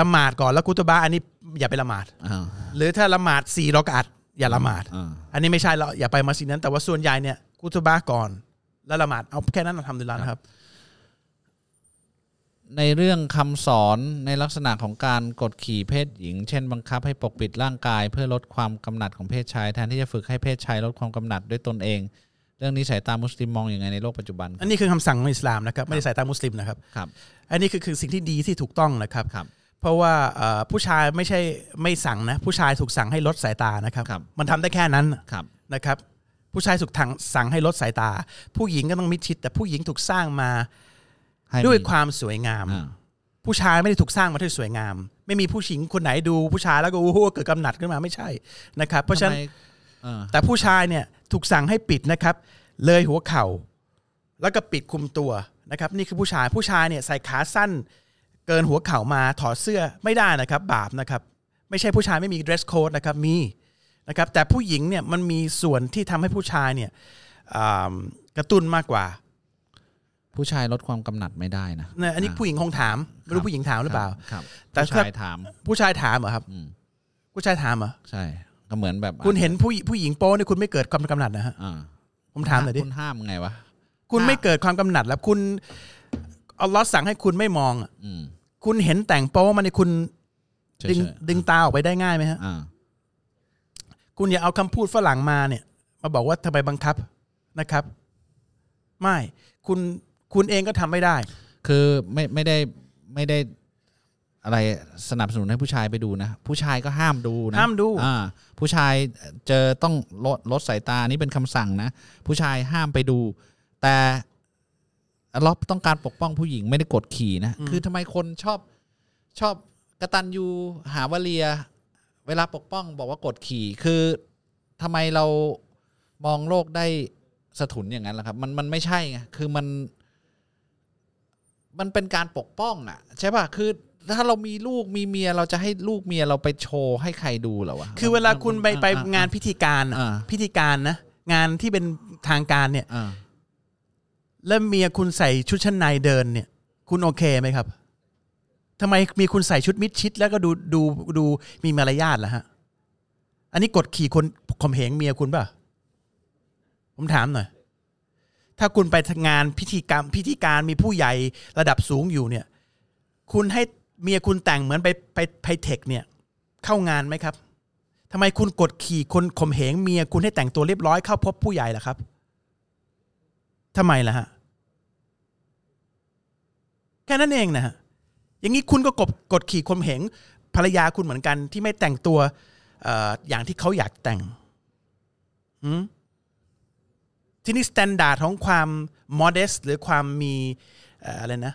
ละหมาดก่อนแล้วกูตุบะห์อันนี้อย่าไปละหมาด อ่า หรือถ้าละหมาดสี่รอกาดอย่าละหมาด อ่า อันนี้ไม่ใช่เราอย่าไปมัสยิดนั้น แต่ว่าส่วนใหญ่เนี่ยกุตบะห์ก่อน แล้วละหมาดเอาแค่นั้นทำดุลิลลาฮ์นะครับ ในเรื่องคำสอนในลักษณะของการกดขี่เพศหญิง เช่นบังคับให้ปกปิดร่างกาย เพื่อลดความกำหนัดของเพศชาย แทนที่จะฝึกให้เพศชายลดความกำหนัดด้วยตนเอง เรื่องนี้สายตามุสลิมมองอย่างไงในโลกปัจจุบัน อันนี้คือคำสั่งของอิสลามนะครับไม่ได้สายตามุสลิมนะครับ ครับ อันนี้คือคือสิ่งที่ดีที่ถูกต้องนะครับ ครับ เพราะว่าเอ่อผู้ชายไม่ใช่ไม่สั่งนะ ผู้ชายถูกสั่งให้ลดสายตานะครับ ครับ มันทำได้แค่นั้น ครับ นะครับ ผู้ชายถูกทางสั่งให้ลดสายตา ผู้หญิงก็ต้องมิดชิด แต่ผู้หญิงถูกสร้างมา ให้ ด้วยความสวยงาม อ่า ผู้ชายไม่ได้ถูกสร้างมาด้วยสวยงาม ไม่มีผู้หญิงคนไหนดูผู้ชายแล้วก็โอ้โหเกิดกำหนัดขึ้นมาไม่ใช่นะครับ เพราะฉะนั้น ทำไมเออ แต่ผู้ชายเนี่ยถูกสั่งให้ปิดนะครับ เลยหัวเข่า แล้วก็ปิดคลุมตัวนะครับ นี่คือผู้ชายผู้ชายเนี่ยใส่ขาสั้น เกินหัวเข่ามาถอดเสื้อไม่ได้นะครับ บาปนะครับ ไม่ใช่ผู้ชายไม่มี dress code นะครับมีนะครับ แต่ผู้หญิงเนี่ยมันมีส่วนที่ทำให้ผู้ชายเนี่ยอ่ากระตุ้นมากกว่า ผู้ชายลดความกำหนัดไม่ได้นะ เนี่ยอันนี้ผู้หญิงคงถามไม่รู้ผู้หญิงถามหรือเปล่า ครับ แต่ ผู้ ถ้า ชายถาม ผู้ชายถามเหรอครับ อืม ผู้ชายถามเหรอ ใช่ก็เหมือนแบบ คุณเห็นผู้หญิงผู้หญิงโป้เนี่ยคุณไม่เกิดความกำหนัดนะฮะ อ่า ผมถามหน่อยดิ คุณห้ามไงวะ คุณไม่เกิดความกำหนัดแล้วคุณอัลลอฮ์สั่งให้คุณไม่มองอะ อืม คุณเห็นแต่งโป๊มันในคุณ เฉยๆ ดึงดึงตาออกไปได้ง่ายไหมฮะ อ่า คุณอย่าเอาคำพูดฝรั่งมาเนี่ย มาบอกว่าทำไมบังคับนะครับ ไม่คุณคุณเองก็ทำไม่ได้ คือไม่ไม่ได้ไม่ได้ อะไรสนับสนุนให้ผู้ชายไปดูนะ ผู้ชายก็ห้ามดูนะ ห้ามดู อ่าผู้ชายเจอต้องลดลดสายตาอันนี่เป็นคำสั่งนะ ผู้ชายห้ามไปดู แต่อัลลอฮ์ต้องการปกป้องผู้หญิงไม่ได้กดขี่นะ คือทำไมคนชอบชอบกระตันยูหาวาเลีย เวลาปกป้องบอกว่ากดขี่ คือทำไมเรามองโลกได้สถุนอย่างนั้นล่ะครับ มันมันไม่ใช่ไงคือมัน มันเป็นการปกป้องอ่ะ ใช่ป่ะ คือถ้าเรามีลูกมีเมียเราจะให้ลูกเมียเราไปโชว์ให้ใครดูเหรอวะ คือเวลาคุณไป อ่ะ ไป อ่ะ งานพิธีการอะ อ่า พิธีการนะงานที่เป็นทางการเนี่ย อ่ะ แล้วเมียคุณใส่ชุดชั้นในเดินเนี่ย คุณโอเคไหมครับทำไมมีคุณใส่ชุดมิดชิด แล้วก็ดูดูดูมีมารยาทล่ะฮะ อันนี้กดขี่คนข่มเหงเมียคุณป่ะ ผมถามหน่อย ถ้าคุณไปทำงานพิธีกรรมพิธีการมีผู้ใหญ่ระดับสูงอยู่เนี่ย คุณให้เมียคุณแต่งเหมือนไปไปไปเทคเนี่ย เข้างานไหมครับทำไมคุณกดขี่คนข่มเหงเมียคุณให้แต่งตัวเรียบร้อยเข้าพบผู้ใหญ่ล่ะครับทำไมล่ะฮะ แค่นั้นเองนะฮะ อย่างนี้คุณก็กดกดขี่ข่มเหงภรรยาคุณเหมือนกัน ที่ไม่แต่งตัวเอออย่างที่เขาอยากแต่งหืมทีนี้สแตนดาร์ดของความ modest หรือความมีเอ่ออะไรนะ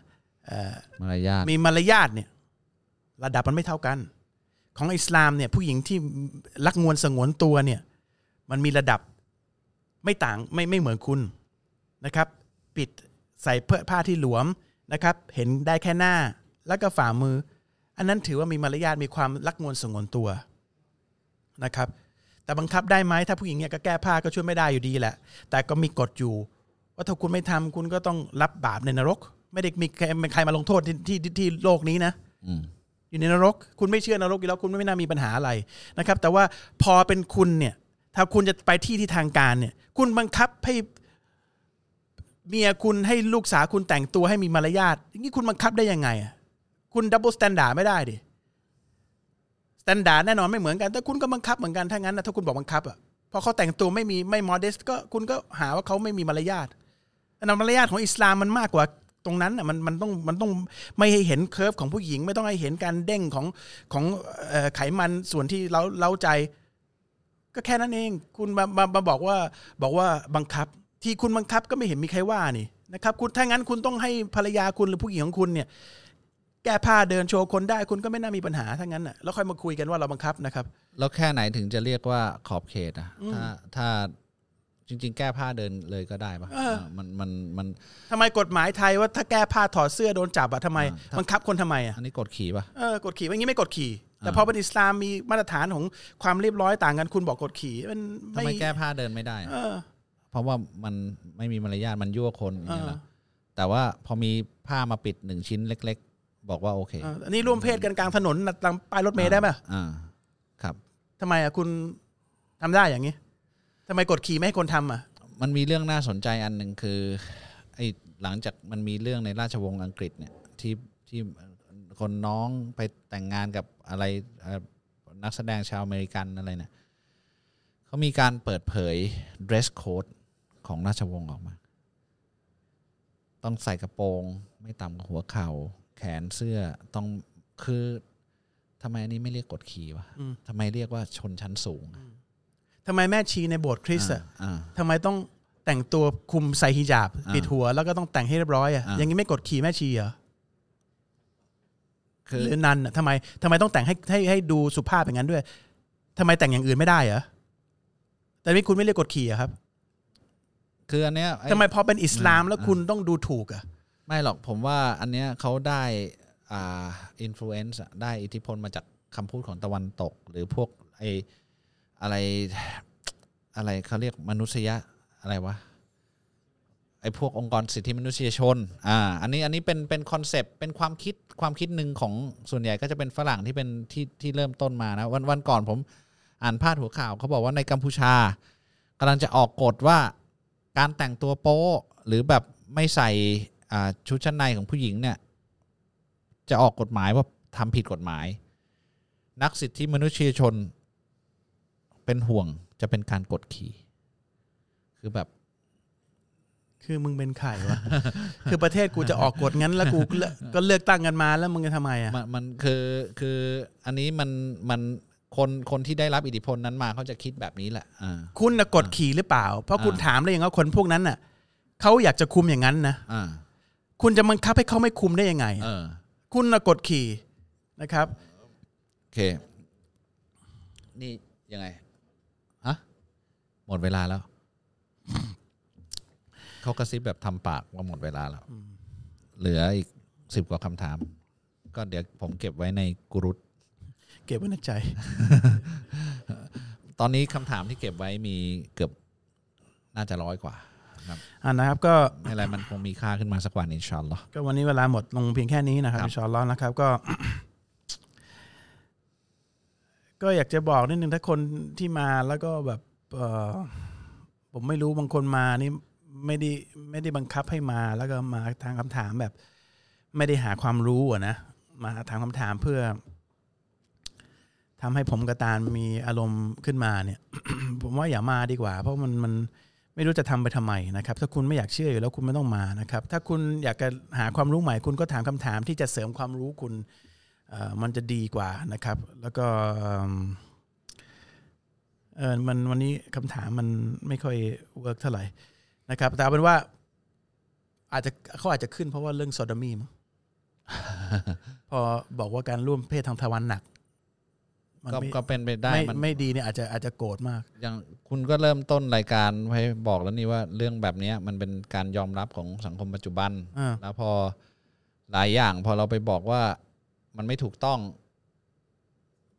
มารยาท มีมารยาทเนี่ยระดับมันไม่เท่ากัน ของอิสลามเนี่ยผู้หญิงที่รักงวนสงวนตัวเนี่ยมันมีระดับไม่ต่างไม่ไม่เหมือนคุณนะครับ ปิดใส่เพื่อผ้าที่หลวมนะครับ เห็นได้แค่หน้าแล้วก็ฝ่ามือ อันนั้นถือว่ามีมารยาทมีความรักนวลสงวนตัวนะครับ แต่บังคับได้ไหมถ้าผู้หญิงเนี่ยก็แก้ผ้าก็ช่วยไม่ได้อยู่ดีแหละ แต่ก็มีกฎอยู่ ว่าถ้าคุณไม่ทำคุณก็ต้องรับบาปในนรก ไม่ได้มีใครใครมาลงโทษที่ที่ที่ที่โลกนี้นะ อืม อยู่ในนรก คุณไม่เชื่อนรกอยู่แล้วคุณไม่น่ามีปัญหาอะไรนะครับ แต่ว่าพอเป็นคุณเนี่ย ถ้าคุณจะไปที่ที่ทางการเนี่ย คุณบังคับให้เมียคุณให้ลูกสาวคุณแต่งตัวให้มีมารยาทอย่างนี้คุณบังคับได้ยังไงอะคุณดับเบิลสแตนดาร์ไม่ได้ดิสแตนดาร์แน่นอนไม่เหมือนกันแต่คุณก็บังคับเหมือนกันถ้างั้นนะถ้าคุณบอกบังคับอะพอเขาแต่งตัวไม่มีไม่มอดสก็คุณก็หาว่าเขาไม่มีมารยาท อันนั้นมารยาทของอิสลามมันมากกว่าตรงนั้นอ่ะมันมันต้องมันต้องไม่ให้เห็นเคอร์ฟของผู้หญิง ไม่ต้องให้เห็นการเด้งของของเอ่อไขมันส่วนที่เราเล้าใจ ก็แค่นั้นเอง คุณมามามาบอกว่าบอกว่าบังคับ ที่คุณบังคับก็ไม่เห็นมีใครว่านี่นะครับ คุณถ้างั้นคุณต้องให้ภรรยาคุณหรือผู้หญิงของคุณเนี่ย แก้ผ้าเดินโชว์คนได้คุณก็ไม่น่ามีปัญหาถ้างั้นอ่ะแล้วค่อยมาคุยกันว่าเราบังคับนะครับ แล้วแค่ไหนถึงจะเรียกว่าขอบเขตอะถ้าถ้าจริง ๆ แก้ผ้าเดินเลยก็ได้ปะ เออ เออมันมันมัน ทำไมกฎหมายไทยว่าถ้าแก้ผ้าถอดเสื้อโดนจับอะทำไม อ่าถ้า บังคับคนทำไมอะ อันนี้กดขี่ปะ เออกดขี่ว่าอย่างนี้ไม่กดขี่ แต่ อ่า พอเป็นอิสลามมีมาตรฐานของความเรียบร้อยต่างกันคุณบอกกดขี่มัน ทำไมแก้ผ้าเดินไม่ได้อะ เออ เพราะว่ามันไม่มีมารยาทมันยั่วคนอย่างเงี้ย เออ ละแต่ว่าพอมีผ้ามาปิดหนึ่งชิ้นเล็ก ๆ บอกว่าโอเค เอออันนี้ร่วมเพศกันกลางถนนตามป้ายรถเมล์ได้ไหม อ่าครับ ทำไมอ่ะคุณทำได้อย่างนี้ทำไมกดขี่ไม่ให้คนทำอ่ะ มันมีเรื่องน่าสนใจอันหนึ่งคือไอ้หลังจากมันมีเรื่องในราชวงศ์อังกฤษเนี่ยที่ที่คนน้องไปแต่งงานกับอะไรเอ่อนักแสดงชาวอเมริกันอะไรเนี่ยเขามีการเปิดเผย dress code ของราชวงศ์ออกมา ต้องใส่กระโปรง ไม่ต่ำกว่าหัวเข่า แขนเสื้อต้องคือทำไมอันนี้ไม่เรียกกดขี่วะ อืม ทำไมเรียกว่าชนชั้นสูงอะ ทำไมแม่ชีในโบสถ์คริสต์อ่ะ อ่า ทำไมต้องแต่งตัวคุมใส่ฮิญาบ อ่า ปิดหัวแล้วก็ต้องแต่งให้เรียบร้อยอ่ะ อ่า อย่างนี้ไม่กดขี่แม่ชีเหรอ คือ หรือนันอ่ะทำไมทำไมต้องแต่งให้ให้ให้ดูสุภาพอย่างนั้นด้วยทำไมแต่งอย่างอื่นไม่ได้เหรอแต่นี่คุณไม่เรียกกดขี่อะครับ คืออันเนี้ยอ้ ทำไมพอเป็นอิสลามแล้ว อ่า คุณต้องดูถูกอ่ะ ไม่หรอกผมว่าอันเนี้ยเขาได้อ่าอินฟลูเอนซ์ได้อิทธิพลมาจากคำพูดของตะวันตก หรือพวกไออะไร อะไรเขาเรียกมนุษยะอะไรวะไอพวกองค์กรสิทธิมนุษยชนอ่าอันนี้อันนี้เป็นเป็นคอนเซปต์เป็นความคิดความคิดหนึ่งของส่วนใหญ่ก็จะเป็นฝรั่งที่เป็นที่ที่เริ่มต้นมานะวันวันก่อนผมอ่านพาดหัวข่าวเขาบอกว่าในกัมพูชากำลังจะออกกฎว่า การแต่งตัวโป๊ะหรือแบบไม่ใส่อ่าชุดชั้นในของผู้หญิงเนี่ย จะออกกฎหมายว่าทำผิดกฎหมาย นักสิทธิมนุษยชน เป็นห่วงจะเป็นการกดขี่คือแบบ คือมึงเป็นไข่วะ คือประเทศกูจะออกกฎงั้นแล้วกู เลือกก็เลือกตั้งกันมาแล้วมึงจะทำไมอ่ะ มันมันคือคืออันนี้มันมันคนคนที่ได้รับอิทธิพลนั้นมาเขาจะคิดแบบนี้แหละอ่า คุณน่ะกดขี่หรือเปล่า เพราะคุณ อ่า ถามได้ยังไงว่าคนพวกนั้นน่ะเขาอยากจะคุมอย่างนั้นนะ อ่า คุณจะบังคับให้เขาไม่คุมได้ยังไง เอ อะ อ คุณน่ะกดขี่นะครับ โอเค นี่ยังไง ฮะ หมดเวลาแล้ว เขากระซิบแบบทำปากว่าหมดเวลาแล้ว เหลืออีกสิบกว่าคำถาม ก็เดี๋ยวผมเก็บไว้ในกรุต เก็บไว้ในใจ ตอนนี้คำถามที่เก็บไว้มีเกือบน่าจะร้อยกว่าครับ อ่านะครับก็ ไม่เป็นไรมันคงมีค่าขึ้นมาสักวันอินชาอัลลอฮ์ ก็วันนี้เวลาหมดลงเพียงแค่นี้นะครับ ครับ อินชาอนร้อนนะครับก็ ก็อยากจะบอกนิดนึงถ้าคนที่มาแล้วก็แบบเอ่อผมไม่รู้บางคนมานี่ไม่ได้ไม่ได้บังคับให้มา แล้วก็มาทางคำถามแบบ ไม่ได้หาความรู้อะนะมาถามคำถามเพื่อทำให้ผมกระตานมีอารมณ์ขึ้นมาเนี่ย ผมว่าอย่ามาดีกว่า เพราะมันมันไม่รู้จะทำไปทำไมนะครับ ถ้าคุณไม่อยากเชื่ออยู่แล้วคุณไม่ต้องมานะครับ ถ้าคุณอยากจะหาความรู้ใหม่คุณก็ถามคำถามที่จะเสริมความรู้คุณเอ่อมันจะดีกว่านะครับ แล้วก็เอิ่มเออมันวันนี้คำถามมันไม่ค่อยเวิร์กเท่าไหร่นะครับแต่เอาเป็นว่า อาจจะเขาอาจจะขึ้นเพราะว่าเรื่องโซดามีมั้ ง พอบอกว่าการร่วมเพศทางทวารหนัก มัน ก็ ไม่ ก็เป็นไปได้ ไม่ มัน ไม่ดีเนี่ยอาจจะอาจจะโกรธมาก อย่างคุณก็เริ่มต้นรายการไว้บอกแล้วนี่ว่าเรื่องแบบเนี้ยมันเป็นการยอมรับของสังคมปัจจุบัน อ่า แล้วพอหลายอย่างพอเราไปบอกว่า มันไม่ถูกต้อง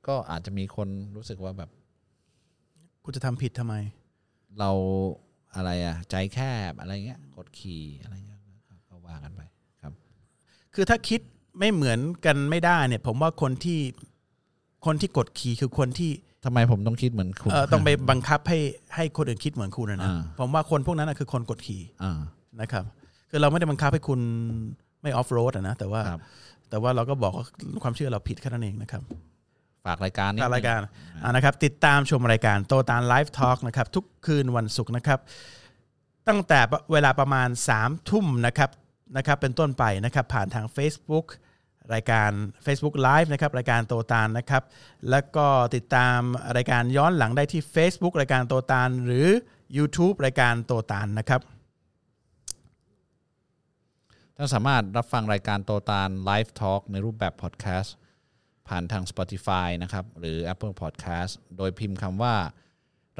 ก็อาจจะมีคนรู้สึกว่าแบบ กูจะทำผิดทำไม เราอะไรอะใจแคบอะไรเงี้ยกดขี่อะไรเงี้ยก็ว่ากันไปครับ คือถ้าคิดไม่เหมือนกันไม่ได้เนี่ย ผมว่าคนที่คนที่กดขี่คือคนที่ ทำไมผมต้องคิดเหมือนคุณ เอ่อต้องไปบังคับให้ให้คนอื่นคิดเหมือนคุณนะนะ อ่า ผมว่าคนพวกนั้นนะคือคนกดขี่ อ่า นะครับ คือเราไม่ได้บังคับให้คุณไม่ออฟโรดนะแต่ว่า ครับ แต่ว่าเราก็บอกว่าความเชื่อเราผิดแค่นั้นเองนะครับ ฝากรายการนี้ ทางรายการอ่ะนะครับติดตามชมรายการโตตานไลฟ์ทอล์กนะครับทุกคืนวันศุกร์นะครับ ตั้งแต่เวลาประมาณ3ามทุ่มนะครับนะครับเป็นต้นไปนะครับผ่านทาง Facebook รายการ Facebook Live นะครับรายการโตตานนะครับแล้วก็ติดตามรายการย้อนหลังได้ที่ Facebook รายการโตตานหรือ YouTube รายการโตตานนะครับ ท่านสามารถรับฟังรายการโตตาลไลฟ์ทอล์กในรูปแบบพอดแคสต์ผ่านทาง Spotify นะครับ หรือ Apple Podcast โดยพิมพ์คำว่า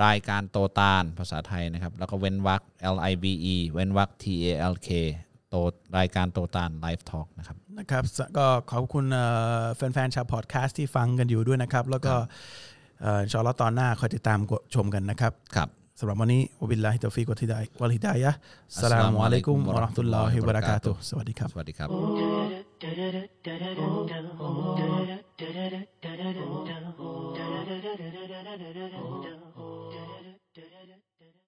รายการโตตาลภาษาไทยนะครับ แล้วก็เว้นวรรค L I V E เว้นวรรค T A L K โตรายการโตตาลไลฟ์ทอล์กนะครับ นะครับก็ขอบคุณเอ่อแฟนๆชาวพอดแคสต์ที่ฟังกันอยู่ด้วยนะครับ แล้วก็เอ่ออินชาอลลอฮ์ตอนหน้าคอยติดตามกดชมกันนะครับ ครับ สำหรับวันนี้วบิลลาฮิตอฟิกวัลฮิดายวัลฮิดายะอัสสลามุอะลัยกุมวะเราะห์มะตุลลอฮิวะบะเราะกาตุฮ์สวัสดีครับ สวัสดีครับ Oh.